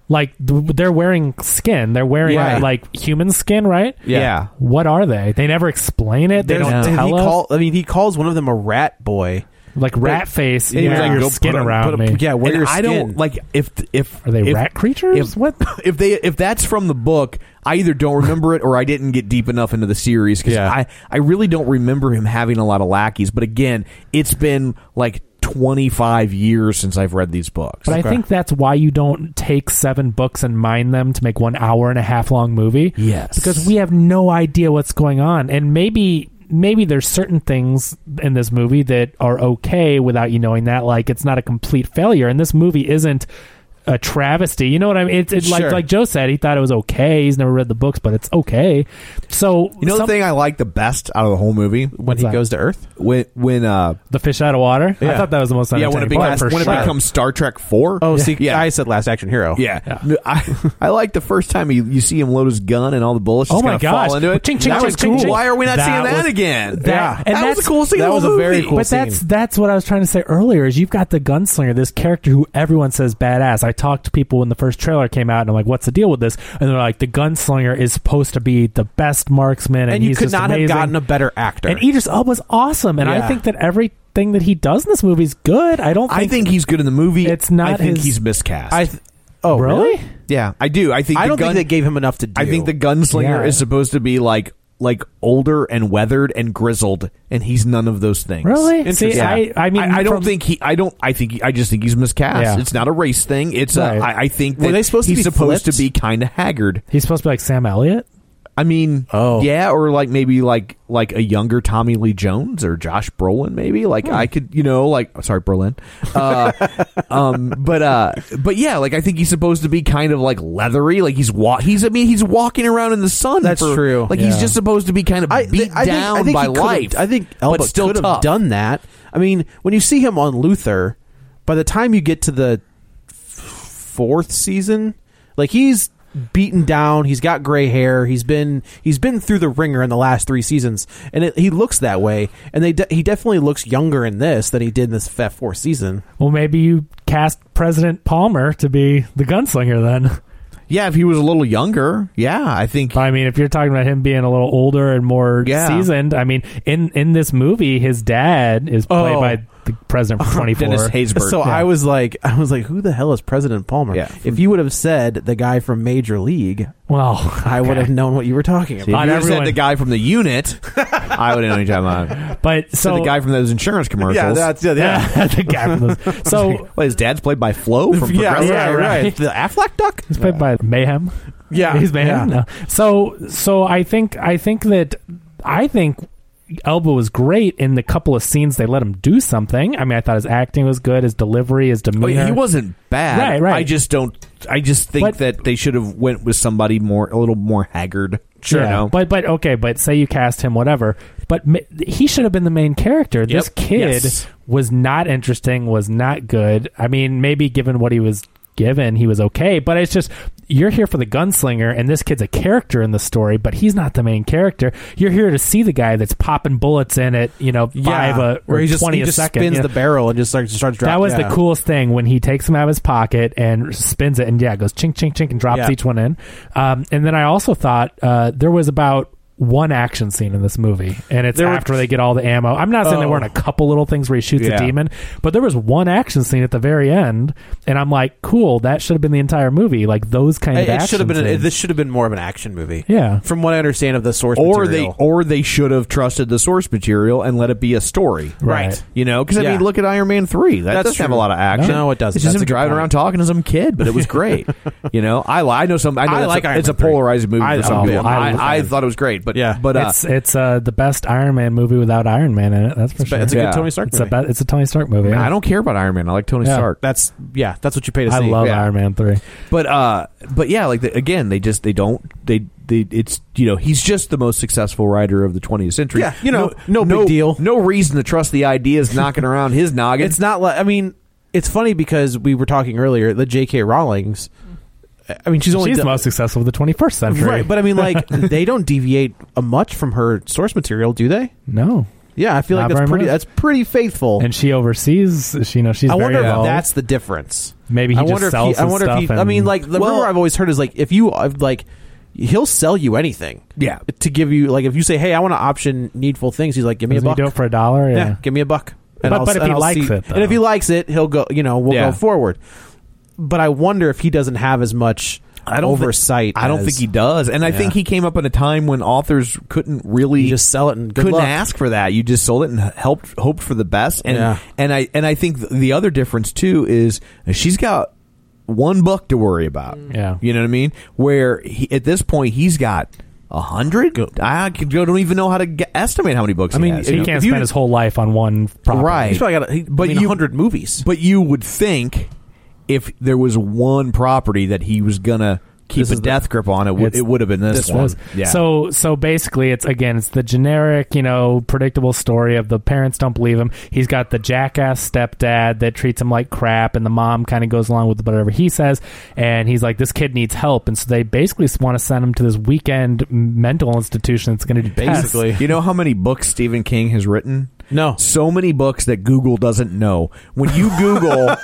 [SPEAKER 3] Like, th- they're wearing skin. They're wearing
[SPEAKER 2] Yeah.
[SPEAKER 3] like human skin, right?
[SPEAKER 1] Yeah.
[SPEAKER 3] What are they? They never explain it. They
[SPEAKER 2] There's-
[SPEAKER 3] don't
[SPEAKER 2] he
[SPEAKER 3] tell us.
[SPEAKER 2] call- I mean, he calls one of them a rat boy.
[SPEAKER 3] like rat face.
[SPEAKER 1] And he was
[SPEAKER 3] wear
[SPEAKER 1] like,
[SPEAKER 3] your
[SPEAKER 1] "Go
[SPEAKER 3] skin
[SPEAKER 1] put a-
[SPEAKER 3] around
[SPEAKER 1] put a-
[SPEAKER 3] me.
[SPEAKER 2] Yeah, where
[SPEAKER 1] And
[SPEAKER 2] your
[SPEAKER 1] I don't
[SPEAKER 2] skin.
[SPEAKER 1] like if if
[SPEAKER 3] Are they
[SPEAKER 1] if-
[SPEAKER 3] rat creatures?
[SPEAKER 1] If,
[SPEAKER 3] What?
[SPEAKER 1] [laughs] if they if that's from the book, I either don't remember it or I didn't get deep enough into the series because
[SPEAKER 2] Yeah.
[SPEAKER 1] I I really don't remember him having a lot of lackeys. But again, it's been like twenty five years since I've read these books.
[SPEAKER 3] But I think that's why you don't take seven books and mine them to make one hour and a half long movie.
[SPEAKER 1] Yes.
[SPEAKER 3] Because we have no idea what's going on. And maybe maybe there's certain things in this movie that are okay without you knowing that. Like it's not a complete failure. And this movie isn't a travesty. You know what I mean? It's it's
[SPEAKER 2] Sure.
[SPEAKER 3] like like Joe said, he thought it was okay. He's never read the books, but it's okay. So
[SPEAKER 1] you know
[SPEAKER 3] some-
[SPEAKER 1] the thing I like the best out of the whole movie
[SPEAKER 2] When he
[SPEAKER 3] that?
[SPEAKER 2] goes to Earth,
[SPEAKER 1] when when uh
[SPEAKER 3] the fish out of water. I
[SPEAKER 2] Yeah.
[SPEAKER 3] thought that was the most
[SPEAKER 1] yeah
[SPEAKER 3] entertaining
[SPEAKER 1] when it
[SPEAKER 3] part
[SPEAKER 1] becomes
[SPEAKER 3] for
[SPEAKER 1] when
[SPEAKER 3] sure.
[SPEAKER 1] it becomes Star Trek four
[SPEAKER 2] oh, see,
[SPEAKER 1] yeah.
[SPEAKER 2] I said Last Action Hero.
[SPEAKER 1] Yeah, No, I, I like the first time you, you see him load his gun and all the bullets. Just
[SPEAKER 3] Oh my
[SPEAKER 1] kinda fall
[SPEAKER 3] gosh.
[SPEAKER 1] into it.
[SPEAKER 3] Ching, ching,
[SPEAKER 1] that
[SPEAKER 3] ching,
[SPEAKER 1] was
[SPEAKER 3] ching,
[SPEAKER 1] cool.
[SPEAKER 3] ching.
[SPEAKER 1] Why are we not
[SPEAKER 3] That
[SPEAKER 1] seeing that
[SPEAKER 3] was-
[SPEAKER 1] again?
[SPEAKER 3] that-
[SPEAKER 1] that
[SPEAKER 3] and
[SPEAKER 1] was a
[SPEAKER 3] that's-
[SPEAKER 1] cool scene.
[SPEAKER 2] that
[SPEAKER 1] in
[SPEAKER 2] was
[SPEAKER 1] the
[SPEAKER 2] a very
[SPEAKER 1] movie.
[SPEAKER 2] cool
[SPEAKER 3] but that's that's what I was trying to say earlier. Is you've got the gunslinger, this character who everyone says badass. I I talked to people when the first trailer came out, and I'm like, "What's the deal with this?" And they're like, "The gunslinger is supposed to be the best marksman, and,
[SPEAKER 2] and you
[SPEAKER 3] he's
[SPEAKER 2] could
[SPEAKER 3] just
[SPEAKER 2] not
[SPEAKER 3] amazing.
[SPEAKER 2] have gotten a better actor.
[SPEAKER 3] And Idris Elba's awesome, and I
[SPEAKER 2] Yeah.
[SPEAKER 3] think that everything that he does in this movie is good. I don't. Think
[SPEAKER 1] I think he's good in the movie.
[SPEAKER 3] It's not
[SPEAKER 1] I think
[SPEAKER 3] his-
[SPEAKER 1] he's miscast.
[SPEAKER 2] I th- oh
[SPEAKER 3] really.
[SPEAKER 1] yeah, I do. I think
[SPEAKER 2] I
[SPEAKER 1] the
[SPEAKER 2] don't
[SPEAKER 1] gun-
[SPEAKER 2] think they gave him enough to do.
[SPEAKER 1] I think the gunslinger
[SPEAKER 3] Yeah.
[SPEAKER 1] is supposed to be like like older and weathered and grizzled, and he's none of those things.
[SPEAKER 3] Really?
[SPEAKER 1] Interesting.
[SPEAKER 3] See, I- I mean,
[SPEAKER 1] I, don't
[SPEAKER 3] from-
[SPEAKER 1] think he. I don't. I think. he- I just think he's miscast.
[SPEAKER 3] Yeah.
[SPEAKER 1] It's not a race thing. It's. a-
[SPEAKER 3] Right.
[SPEAKER 1] I I think
[SPEAKER 2] Were
[SPEAKER 1] that
[SPEAKER 2] they supposed to
[SPEAKER 1] he's
[SPEAKER 2] be
[SPEAKER 1] supposed
[SPEAKER 2] flipped?
[SPEAKER 1] to be kind of haggard.
[SPEAKER 3] He's supposed to be like Sam Elliott.
[SPEAKER 1] I mean,
[SPEAKER 2] Oh.
[SPEAKER 1] yeah, or like maybe like like a younger Tommy Lee Jones or Josh Brolin, maybe. Like
[SPEAKER 2] Hmm.
[SPEAKER 1] I could, you know, like oh, sorry, Brolin.
[SPEAKER 2] [laughs]
[SPEAKER 1] Uh, um, but uh, but yeah, like I think he's supposed to be kind of like leathery. Like he's wa- he's I mean he's walking around in the sun.
[SPEAKER 2] That's
[SPEAKER 1] for-
[SPEAKER 2] true.
[SPEAKER 1] Like he's
[SPEAKER 3] Yeah.
[SPEAKER 1] just supposed to be kind of
[SPEAKER 2] I,
[SPEAKER 1] beat
[SPEAKER 2] th- I think,
[SPEAKER 1] down
[SPEAKER 2] I think
[SPEAKER 1] by
[SPEAKER 2] he could've-
[SPEAKER 1] life.
[SPEAKER 2] I think Elba
[SPEAKER 1] but still
[SPEAKER 2] could have
[SPEAKER 1] tough.
[SPEAKER 2] done that. I mean, when you see him on Luther, by the time you get to the f- fourth season, like he's beaten down. He's got gray hair. He's been he's been through the ringer in the last three seasons, and it, he looks that way. And they de- he definitely looks younger in this than he did in this f- fourth season.
[SPEAKER 3] Well, maybe you cast President Palmer to be the gunslinger then.
[SPEAKER 1] Yeah, if he was a little younger, yeah, I think.
[SPEAKER 3] I mean, if you're talking about him being a little older and more
[SPEAKER 1] Yeah.
[SPEAKER 3] seasoned, I mean, in in this movie, his dad is played
[SPEAKER 2] Oh.
[SPEAKER 3] by the president from
[SPEAKER 1] [laughs]
[SPEAKER 3] 24.
[SPEAKER 1] Dennis Haysbert.
[SPEAKER 2] So I was like, I was like, who the hell is President Palmer?
[SPEAKER 1] Yeah.
[SPEAKER 2] If you would have said the guy from Major League,
[SPEAKER 3] Well,
[SPEAKER 2] I would have known what you were talking
[SPEAKER 1] if you
[SPEAKER 2] about.
[SPEAKER 3] on
[SPEAKER 1] would've said
[SPEAKER 3] everyone-
[SPEAKER 1] the guy from the
[SPEAKER 2] [laughs]
[SPEAKER 1] unit, I wouldn't know what you're talking about. [laughs]
[SPEAKER 3] But
[SPEAKER 1] So
[SPEAKER 3] so [laughs]
[SPEAKER 1] the guy from those insurance commercials.
[SPEAKER 2] yeah, [laughs]
[SPEAKER 3] the guy
[SPEAKER 1] [laughs]
[SPEAKER 3] from those- so.
[SPEAKER 1] Well, his dad's played by Flo from
[SPEAKER 2] [laughs] yeah,
[SPEAKER 1] Progressive.
[SPEAKER 3] yeah,
[SPEAKER 2] right,
[SPEAKER 3] right.
[SPEAKER 2] right. [laughs] The Affleck duck.
[SPEAKER 3] He's played by Uh, Mayhem.
[SPEAKER 1] Ah,
[SPEAKER 2] Yeah,
[SPEAKER 3] he's Mayhem.
[SPEAKER 2] yeah.
[SPEAKER 3] No. So, so I think, I think that, I think Elba was great in the couple of scenes they let him do something. I mean, I thought his acting was good, his delivery, his
[SPEAKER 1] Oh,
[SPEAKER 3] demeanor.
[SPEAKER 1] yeah, he wasn't bad.
[SPEAKER 3] Right, right.
[SPEAKER 1] I just don't. I just think
[SPEAKER 3] But-
[SPEAKER 1] that they should have went with somebody more, a little more haggard.
[SPEAKER 3] Sure,
[SPEAKER 1] you know?
[SPEAKER 3] but but okay, but say you cast him, whatever. But ma- he should have been the main character. This
[SPEAKER 1] Yep.
[SPEAKER 3] kid
[SPEAKER 1] Yes.
[SPEAKER 3] was not interesting, was not good. I mean, maybe given what he was given, he was okay. But it's just you're here for the gunslinger, and this kid's a character in the story, but he's not the main character. You're here to see the guy that's popping bullets in it, you know, five uh, or
[SPEAKER 2] where he just,
[SPEAKER 3] twenty
[SPEAKER 2] he
[SPEAKER 3] a
[SPEAKER 2] just
[SPEAKER 3] second.
[SPEAKER 2] spins
[SPEAKER 3] you know.
[SPEAKER 2] the barrel and just starts, starts dropping.
[SPEAKER 3] that was
[SPEAKER 2] yeah.
[SPEAKER 3] the coolest thing when he takes them out of his pocket and spins it, and yeah, it goes chink chink chink and drops
[SPEAKER 2] Yeah.
[SPEAKER 3] each one in. Um, and then I also thought uh, there was about one action scene in this movie, and it's
[SPEAKER 2] There were-
[SPEAKER 3] after they get all the ammo. I'm not saying there
[SPEAKER 2] Oh.
[SPEAKER 3] weren't a couple little things where he shoots
[SPEAKER 1] Yeah.
[SPEAKER 3] a demon, but there was one action scene at the very end, and I'm like, cool, that should have been the entire movie, like those kind
[SPEAKER 2] It,
[SPEAKER 3] of.
[SPEAKER 2] it should have
[SPEAKER 3] action
[SPEAKER 2] been.
[SPEAKER 3] scenes.
[SPEAKER 2] this should have been more of an action movie.
[SPEAKER 3] yeah.
[SPEAKER 2] From what I understand of the source
[SPEAKER 1] or
[SPEAKER 2] material.
[SPEAKER 1] they, or they should have trusted the source material and let it be a story.
[SPEAKER 3] Right.
[SPEAKER 1] You know, because I
[SPEAKER 2] Yeah.
[SPEAKER 1] mean, look at Iron Man three. That
[SPEAKER 2] That's
[SPEAKER 1] doesn't have a
[SPEAKER 2] true.
[SPEAKER 1] lot of action.
[SPEAKER 2] No, it doesn't.
[SPEAKER 1] It's just him
[SPEAKER 2] That's a good
[SPEAKER 1] driving
[SPEAKER 2] point.
[SPEAKER 1] around talking to some kid, but it
[SPEAKER 2] [laughs]
[SPEAKER 1] was great. you know, I li- I know some. I, know
[SPEAKER 2] I
[SPEAKER 1] that's
[SPEAKER 2] like
[SPEAKER 1] a,
[SPEAKER 2] Iron
[SPEAKER 1] It's
[SPEAKER 2] Man
[SPEAKER 1] a polarizing
[SPEAKER 2] 3.
[SPEAKER 1] movie
[SPEAKER 2] I-
[SPEAKER 1] for some
[SPEAKER 2] oh,
[SPEAKER 1] people.
[SPEAKER 3] I
[SPEAKER 1] I,
[SPEAKER 3] love
[SPEAKER 1] I
[SPEAKER 3] Iron
[SPEAKER 1] thought it was great, but
[SPEAKER 2] Yeah.
[SPEAKER 1] but uh,
[SPEAKER 3] it's it's uh, the best Iron Man movie without Iron Man in it. That's for
[SPEAKER 2] It's,
[SPEAKER 3] sure.
[SPEAKER 2] it's a
[SPEAKER 1] Yeah.
[SPEAKER 2] good Tony Stark
[SPEAKER 3] It's a
[SPEAKER 2] movie.
[SPEAKER 3] be- it's a Tony Stark movie. yeah.
[SPEAKER 1] I don't care about Iron Man. I like Tony
[SPEAKER 3] Yeah.
[SPEAKER 1] Stark.
[SPEAKER 2] that's yeah. That's what you pay to see.
[SPEAKER 3] I love
[SPEAKER 1] yeah.
[SPEAKER 3] Iron Man three.
[SPEAKER 1] But uh, but yeah, like the, again, they just they don't they they it's you know he's just the most successful writer of the 20th century.
[SPEAKER 2] Yeah, you know, no big deal.
[SPEAKER 1] No reason to trust the ideas
[SPEAKER 2] [laughs]
[SPEAKER 1] knocking around his noggin.
[SPEAKER 2] It's not like I mean, it's funny because we were talking earlier that J.K. Rowling's. I mean, she's only
[SPEAKER 3] She's the
[SPEAKER 2] done-
[SPEAKER 3] most successful of the 21st century.
[SPEAKER 2] right, but I
[SPEAKER 3] [laughs]
[SPEAKER 2] mean, like they don't deviate uh, much from her source material, do they?
[SPEAKER 3] no.
[SPEAKER 2] Yeah, I feel
[SPEAKER 3] Not
[SPEAKER 2] like that's
[SPEAKER 3] very
[SPEAKER 2] pretty.
[SPEAKER 3] much.
[SPEAKER 2] That's pretty faithful.
[SPEAKER 3] And she oversees, she, you know, she's
[SPEAKER 2] I
[SPEAKER 3] very
[SPEAKER 2] wonder if
[SPEAKER 3] involved.
[SPEAKER 2] that's the difference.
[SPEAKER 3] Maybe he
[SPEAKER 2] I
[SPEAKER 3] just
[SPEAKER 2] wonder
[SPEAKER 3] sells
[SPEAKER 2] if he, I
[SPEAKER 3] his
[SPEAKER 2] wonder if
[SPEAKER 3] stuff
[SPEAKER 2] he, I mean,
[SPEAKER 3] and-
[SPEAKER 2] like the
[SPEAKER 1] Well-
[SPEAKER 2] rumor I've always heard is like if you uh, like, he'll sell you anything.
[SPEAKER 1] Yeah.
[SPEAKER 2] to give you like if you say, "Hey, I want to option needful things," he's like, "Give me a
[SPEAKER 3] Doesn't he
[SPEAKER 2] buck."
[SPEAKER 3] do it for a dollar. Yeah.
[SPEAKER 2] yeah. give me a buck.
[SPEAKER 3] But- but if
[SPEAKER 2] and
[SPEAKER 3] he likes
[SPEAKER 2] see-
[SPEAKER 3] it, though.
[SPEAKER 2] and if he likes it, he'll go. You know, we'll
[SPEAKER 1] Yeah.
[SPEAKER 2] go forward. But I wonder if he doesn't have as much oversight.
[SPEAKER 1] Think, I don't
[SPEAKER 2] as-
[SPEAKER 1] think he does, and I
[SPEAKER 2] Yeah.
[SPEAKER 1] think he came up in a time when authors couldn't really
[SPEAKER 2] You just sell it and good
[SPEAKER 1] couldn't
[SPEAKER 2] luck.
[SPEAKER 1] ask for that. You just sold it and helped hoped for the best. And
[SPEAKER 2] Yeah.
[SPEAKER 1] and I and I think th- the other difference too is she's got one buck to worry about.
[SPEAKER 3] Mm. Yeah.
[SPEAKER 1] you know what I mean. Where he, at this point he's got a hundred. I could- I don't even know how to g estimate how many books.
[SPEAKER 2] I mean,
[SPEAKER 1] he, has,
[SPEAKER 3] He
[SPEAKER 1] you know?
[SPEAKER 3] can't
[SPEAKER 1] If
[SPEAKER 3] spend
[SPEAKER 1] you-
[SPEAKER 3] his whole life on one property.
[SPEAKER 1] Right.
[SPEAKER 2] He's probably got. He,
[SPEAKER 1] But
[SPEAKER 2] but I mean,
[SPEAKER 1] you-
[SPEAKER 2] hundred movies.
[SPEAKER 1] But you would think if there was one property that he was gonna keep
[SPEAKER 2] This
[SPEAKER 1] a
[SPEAKER 2] is the-
[SPEAKER 1] death grip on, it would
[SPEAKER 3] It's-
[SPEAKER 1] it would have been this,
[SPEAKER 3] This
[SPEAKER 1] one.
[SPEAKER 3] was
[SPEAKER 1] Yeah.
[SPEAKER 3] so so basically it's again it's the generic you know predictable story of the parents don't believe him he's got the jackass stepdad that treats him like crap and the mom kind of goes along with whatever he says and he's like this kid needs help and so they basically want to send him to this weekend mental institution that's going to do tests.
[SPEAKER 2] Basically.
[SPEAKER 1] You know how many books Stephen King has written?
[SPEAKER 2] No.
[SPEAKER 1] so many books that Google doesn't know. When you [laughs] Google,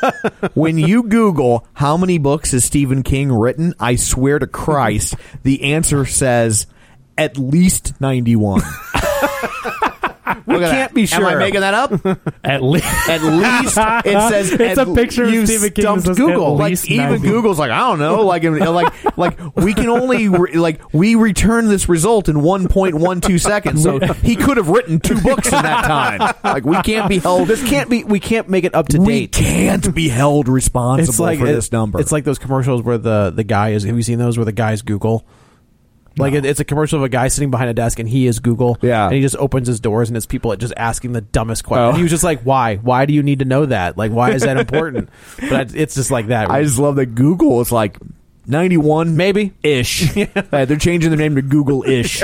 [SPEAKER 1] when you Google how many books has Stephen King written, I swear to Christ, the answer says at least [laughs] ninety-one. we
[SPEAKER 2] can't be
[SPEAKER 1] Am I
[SPEAKER 2] sure.
[SPEAKER 1] making that up?
[SPEAKER 3] At least
[SPEAKER 1] At least
[SPEAKER 3] [laughs]
[SPEAKER 1] it says
[SPEAKER 3] It's
[SPEAKER 1] at
[SPEAKER 3] a picture of
[SPEAKER 1] you
[SPEAKER 3] Stephen King
[SPEAKER 1] stumped
[SPEAKER 3] that says,
[SPEAKER 1] Google.
[SPEAKER 3] "At
[SPEAKER 1] Like
[SPEAKER 3] least
[SPEAKER 1] even
[SPEAKER 3] 90."
[SPEAKER 1] Google's like I don't know. Like and- and
[SPEAKER 3] [laughs]
[SPEAKER 1] like like we can only re- like we return this result in one point one
[SPEAKER 3] [laughs]
[SPEAKER 1] two seconds. So he could have written two books in that time. Like we can't be held.
[SPEAKER 2] This can't be. We can't make it up to
[SPEAKER 1] we
[SPEAKER 2] date.
[SPEAKER 1] can't be held responsible
[SPEAKER 2] It's like
[SPEAKER 1] for
[SPEAKER 2] it-
[SPEAKER 1] this number.
[SPEAKER 2] It's like those commercials where the the guy is. Have you seen those where the guys Google? Like it, it's a commercial of a guy sitting behind a desk and he is Google.
[SPEAKER 1] Yeah.
[SPEAKER 2] and he just opens his doors and it's people just asking the dumbest question.
[SPEAKER 1] Oh.
[SPEAKER 2] And he was just like, "Why? Why do you need to know that? Like, why is that important?" but it's just like that.
[SPEAKER 1] I just love that Google is like ninety one
[SPEAKER 2] Maybe
[SPEAKER 1] ish.
[SPEAKER 3] [laughs]
[SPEAKER 1] Uh, they're changing their name to Google ish.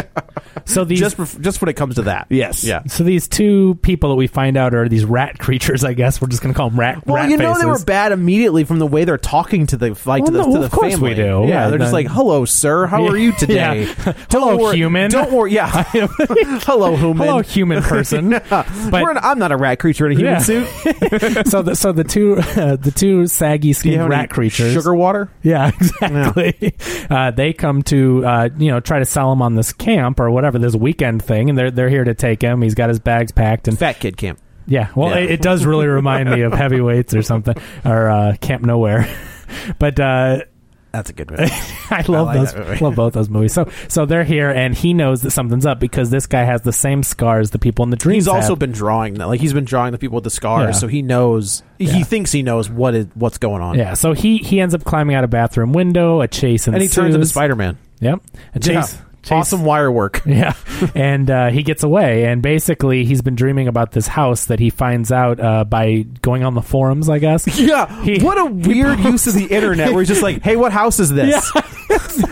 [SPEAKER 3] so these
[SPEAKER 2] just for, just when it comes to that.
[SPEAKER 1] Yes.
[SPEAKER 2] Yeah.
[SPEAKER 3] so these two people that we find out are these rat [laughs] creatures. I guess we're just gonna call them rat.
[SPEAKER 2] Well,
[SPEAKER 3] rat
[SPEAKER 2] you know
[SPEAKER 3] faces. [laughs]
[SPEAKER 2] they were bad immediately from the way they're talking to the like to the,
[SPEAKER 3] Well, no,
[SPEAKER 2] to the
[SPEAKER 3] of course
[SPEAKER 2] family.
[SPEAKER 3] we do.
[SPEAKER 2] Yeah,
[SPEAKER 3] Yeah,
[SPEAKER 2] they're just
[SPEAKER 3] then-
[SPEAKER 2] like, "Hello, sir. How are you
[SPEAKER 3] Yeah.
[SPEAKER 2] today?
[SPEAKER 3] Yeah.
[SPEAKER 2] Don't
[SPEAKER 3] Hello,
[SPEAKER 2] worry-
[SPEAKER 3] human."
[SPEAKER 2] Don't worry. Yeah, [laughs] hello, human.
[SPEAKER 3] Hello, human
[SPEAKER 2] [laughs]
[SPEAKER 3] person. But
[SPEAKER 2] We're an- I'm not a rat creature in a human
[SPEAKER 3] Yeah.
[SPEAKER 2] suit.
[SPEAKER 3] [laughs] so, the, so the two, [laughs] uh, the two saggy
[SPEAKER 2] Do you
[SPEAKER 3] skinned
[SPEAKER 2] have any
[SPEAKER 3] rat creatures.
[SPEAKER 2] Sugar water.
[SPEAKER 3] Yeah, [laughs] exactly. Uh, they come to uh, you know try to sell him on this camp or whatever this weekend thing, and they're they're here to take him. He's got his bags packed, and
[SPEAKER 2] Fat kid camp.
[SPEAKER 3] yeah, well,
[SPEAKER 2] Yeah.
[SPEAKER 3] It, it does really remind me
[SPEAKER 2] [laughs]
[SPEAKER 3] of heavyweights or something or uh, Camp Nowhere, [laughs] but. Uh,
[SPEAKER 2] That's a
[SPEAKER 3] [laughs]
[SPEAKER 2] good one.
[SPEAKER 3] I love
[SPEAKER 2] like that
[SPEAKER 3] those.
[SPEAKER 2] movie.
[SPEAKER 3] Love both those movies. So, so they're here, and he knows that something's up because this guy has the same scars the people in the dreams.
[SPEAKER 2] he's also
[SPEAKER 3] have.
[SPEAKER 2] been drawing that. Like he's been drawing the people with the scars,
[SPEAKER 3] Yeah.
[SPEAKER 2] so he knows. He
[SPEAKER 3] Yeah.
[SPEAKER 2] thinks he knows what is what's going on.
[SPEAKER 3] yeah. So he he ends up climbing out a bathroom window. A chase
[SPEAKER 2] and he turns into
[SPEAKER 3] ensues.
[SPEAKER 2] Spider Man.
[SPEAKER 3] Yep. A chase. chase-
[SPEAKER 2] Awesome wire work.
[SPEAKER 3] [laughs] Yeah, and uh, he gets away, and basically he's been dreaming about this house that he finds out uh, by going on the forums, I
[SPEAKER 2] [laughs]
[SPEAKER 3] guess. [laughs]
[SPEAKER 2] [laughs] Yeah,
[SPEAKER 3] He-
[SPEAKER 2] what a
[SPEAKER 3] he
[SPEAKER 2] weird use of the
[SPEAKER 3] [laughs]
[SPEAKER 2] internet where he's just like, "Hey, what house is this?" [laughs] and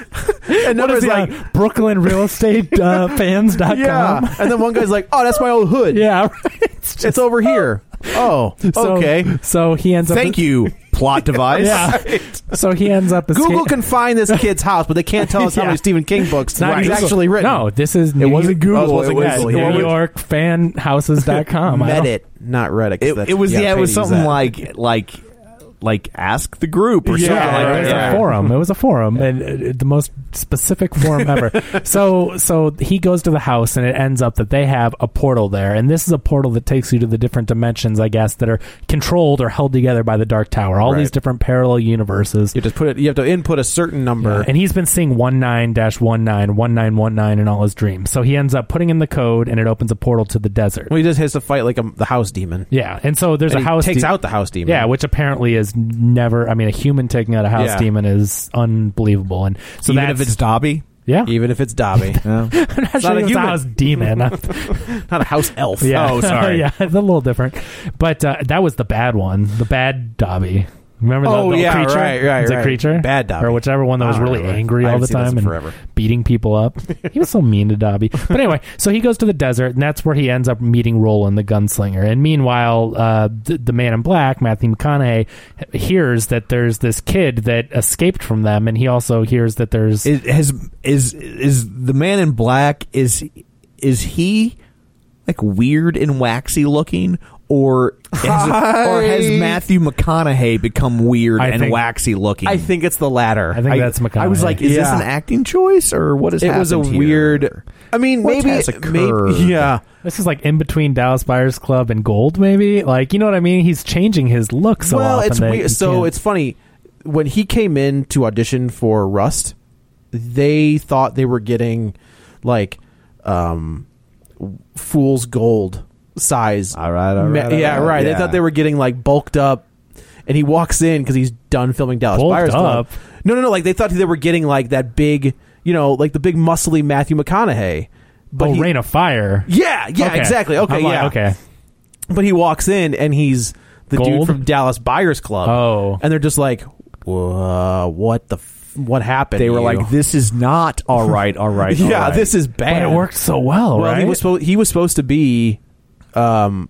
[SPEAKER 3] What
[SPEAKER 2] another's
[SPEAKER 3] is it,
[SPEAKER 2] like,
[SPEAKER 3] uh, Brooklyn Real Estate
[SPEAKER 2] [laughs]
[SPEAKER 3] uh, Fans.com?
[SPEAKER 2] "Yeah," and then one guy's like, "Oh, that's my old
[SPEAKER 3] [laughs]
[SPEAKER 2] hood.
[SPEAKER 3] yeah right. It's just-
[SPEAKER 2] it's
[SPEAKER 3] [laughs]
[SPEAKER 2] over here." Oh,
[SPEAKER 3] so-
[SPEAKER 2] okay.
[SPEAKER 3] So he ends up.
[SPEAKER 1] Thank you,
[SPEAKER 3] [laughs]
[SPEAKER 1] plot device.
[SPEAKER 2] [laughs]
[SPEAKER 3] Yeah. so he ends up. esca-
[SPEAKER 2] Google can find this kid's house, but they can't tell us how [laughs]
[SPEAKER 3] Yeah.
[SPEAKER 2] many Stephen King books
[SPEAKER 3] It's not
[SPEAKER 2] he's
[SPEAKER 3] Google.
[SPEAKER 2] actually written.
[SPEAKER 3] No, this is New
[SPEAKER 1] wasn't
[SPEAKER 3] York-
[SPEAKER 1] Google,
[SPEAKER 3] Oh,
[SPEAKER 1] it
[SPEAKER 3] wasn't
[SPEAKER 1] was-
[SPEAKER 3] Google.
[SPEAKER 1] it
[SPEAKER 3] New
[SPEAKER 1] was-
[SPEAKER 3] York fanhouses.com. I don't-
[SPEAKER 2] Reddit, not Reddit. 'cause
[SPEAKER 1] It,
[SPEAKER 2] that's-
[SPEAKER 1] it was yeah, it
[SPEAKER 2] pay
[SPEAKER 1] was
[SPEAKER 2] to use
[SPEAKER 1] something
[SPEAKER 2] that.
[SPEAKER 1] like like like ask the group or something
[SPEAKER 3] Yeah,
[SPEAKER 1] like
[SPEAKER 3] it
[SPEAKER 1] that.
[SPEAKER 3] was
[SPEAKER 1] Yeah.
[SPEAKER 3] a forum. It was a forum, and uh, the most specific forum ever. so, so he goes to the house, and it ends up that they have a portal there, and this is a portal that takes you to the different dimensions, I guess, that are controlled or held together by the Dark Tower. All these
[SPEAKER 2] Right.
[SPEAKER 3] different parallel universes.
[SPEAKER 2] You just put it. You have to input a certain number.
[SPEAKER 3] And he's been seeing 19 19 1919 in all his dreams. So he ends up putting in the code and it opens a portal to the desert.
[SPEAKER 2] well, he just has to fight like a, the house demon.
[SPEAKER 3] Yeah. And so there's
[SPEAKER 2] And
[SPEAKER 3] a
[SPEAKER 2] he
[SPEAKER 3] house
[SPEAKER 2] takes
[SPEAKER 3] de-
[SPEAKER 2] out the house demon.
[SPEAKER 3] Yeah, which apparently is never. I mean, a human taking out a house
[SPEAKER 2] Yeah.
[SPEAKER 3] demon is unbelievable, and so
[SPEAKER 1] Even
[SPEAKER 3] that's
[SPEAKER 1] if it's Dobby,
[SPEAKER 3] [laughs] yeah,
[SPEAKER 2] even if it's [laughs] Dobby,
[SPEAKER 3] I'm not
[SPEAKER 2] not
[SPEAKER 3] sure
[SPEAKER 2] a
[SPEAKER 3] if it's a
[SPEAKER 2] human.
[SPEAKER 3] house [laughs] demon. I'm-
[SPEAKER 2] not a house elf.
[SPEAKER 3] yeah.
[SPEAKER 2] [laughs]
[SPEAKER 1] Oh, sorry.
[SPEAKER 3] [laughs] yeah, it's a little different, but uh, that was the bad one, the bad Dobby. Remember the,
[SPEAKER 2] Oh,
[SPEAKER 3] the
[SPEAKER 2] yeah,
[SPEAKER 3] creature?
[SPEAKER 2] right, right,
[SPEAKER 3] the
[SPEAKER 2] right.
[SPEAKER 3] creature,
[SPEAKER 2] Bad Dobby.
[SPEAKER 3] or whichever one that
[SPEAKER 2] I
[SPEAKER 3] was
[SPEAKER 2] don't
[SPEAKER 3] really
[SPEAKER 2] remember.
[SPEAKER 3] angry
[SPEAKER 2] I
[SPEAKER 3] all
[SPEAKER 2] haven't
[SPEAKER 3] the
[SPEAKER 2] seen this
[SPEAKER 3] time
[SPEAKER 2] in
[SPEAKER 3] and
[SPEAKER 2] forever.
[SPEAKER 3] beating people
[SPEAKER 2] [laughs]
[SPEAKER 3] up. he was so mean to Dobby. But anyway, so he goes to the desert, and that's where he ends up meeting Roland, the gunslinger. And meanwhile, uh, the, the Man in Black, Matthew McConaughey, h- hears that there's this kid that escaped from them, and he also hears that there's
[SPEAKER 1] is has is is the man in black is is he like weird and waxy looking or has, or has
[SPEAKER 2] I-
[SPEAKER 1] Matthew McConaughey become weird
[SPEAKER 3] I
[SPEAKER 1] and
[SPEAKER 3] think-
[SPEAKER 1] waxy looking?
[SPEAKER 2] I think it's the latter.
[SPEAKER 3] I think that's McConaughey.
[SPEAKER 1] I was like, is this
[SPEAKER 2] Yeah.
[SPEAKER 1] an acting choice or what is?
[SPEAKER 2] it was a weird. I mean,
[SPEAKER 1] What
[SPEAKER 2] maybe
[SPEAKER 1] has occurred?
[SPEAKER 2] maybe yeah.
[SPEAKER 3] This is like in between Dallas Buyers Club and Gold, maybe. Like, you know what I mean? He's changing his look so
[SPEAKER 2] well,
[SPEAKER 3] often.
[SPEAKER 2] it's
[SPEAKER 3] that
[SPEAKER 2] weird.
[SPEAKER 3] you
[SPEAKER 2] so
[SPEAKER 3] can't-
[SPEAKER 2] it's funny when he came in to audition for Rust, they thought they were getting like um, fool's gold size.
[SPEAKER 3] Ah,
[SPEAKER 1] All right, all
[SPEAKER 2] ma-
[SPEAKER 1] right, all
[SPEAKER 2] yeah,
[SPEAKER 1] right,
[SPEAKER 2] right. They
[SPEAKER 1] yeah.
[SPEAKER 2] thought they were getting like bulked up, and he walks in because he's done filming Dallas
[SPEAKER 3] Bulked
[SPEAKER 2] Buyers Club.
[SPEAKER 3] up?
[SPEAKER 2] No, no, no. Like they thought they were getting like that big, you know, like the big muscly Matthew McConaughey. But
[SPEAKER 3] oh,
[SPEAKER 2] he-
[SPEAKER 3] Rain of Fire.
[SPEAKER 2] Yeah, yeah,
[SPEAKER 3] Okay.
[SPEAKER 2] exactly. Okay,
[SPEAKER 3] I'm like,
[SPEAKER 2] yeah,
[SPEAKER 3] okay.
[SPEAKER 2] but he walks in and he's the dude
[SPEAKER 3] Gold?
[SPEAKER 2] from Dallas Buyers Club.
[SPEAKER 3] Oh.
[SPEAKER 2] and they're just like, "Whoa, what the, f- what happened?
[SPEAKER 1] They
[SPEAKER 2] to
[SPEAKER 1] were
[SPEAKER 2] you?"
[SPEAKER 1] like, this is not all right, all [laughs] right. all
[SPEAKER 2] yeah,
[SPEAKER 1] right.
[SPEAKER 2] this is
[SPEAKER 3] But
[SPEAKER 2] bad.
[SPEAKER 3] it worked so well,
[SPEAKER 2] Well,
[SPEAKER 3] right?
[SPEAKER 2] he was supposed he was supposed to be, um,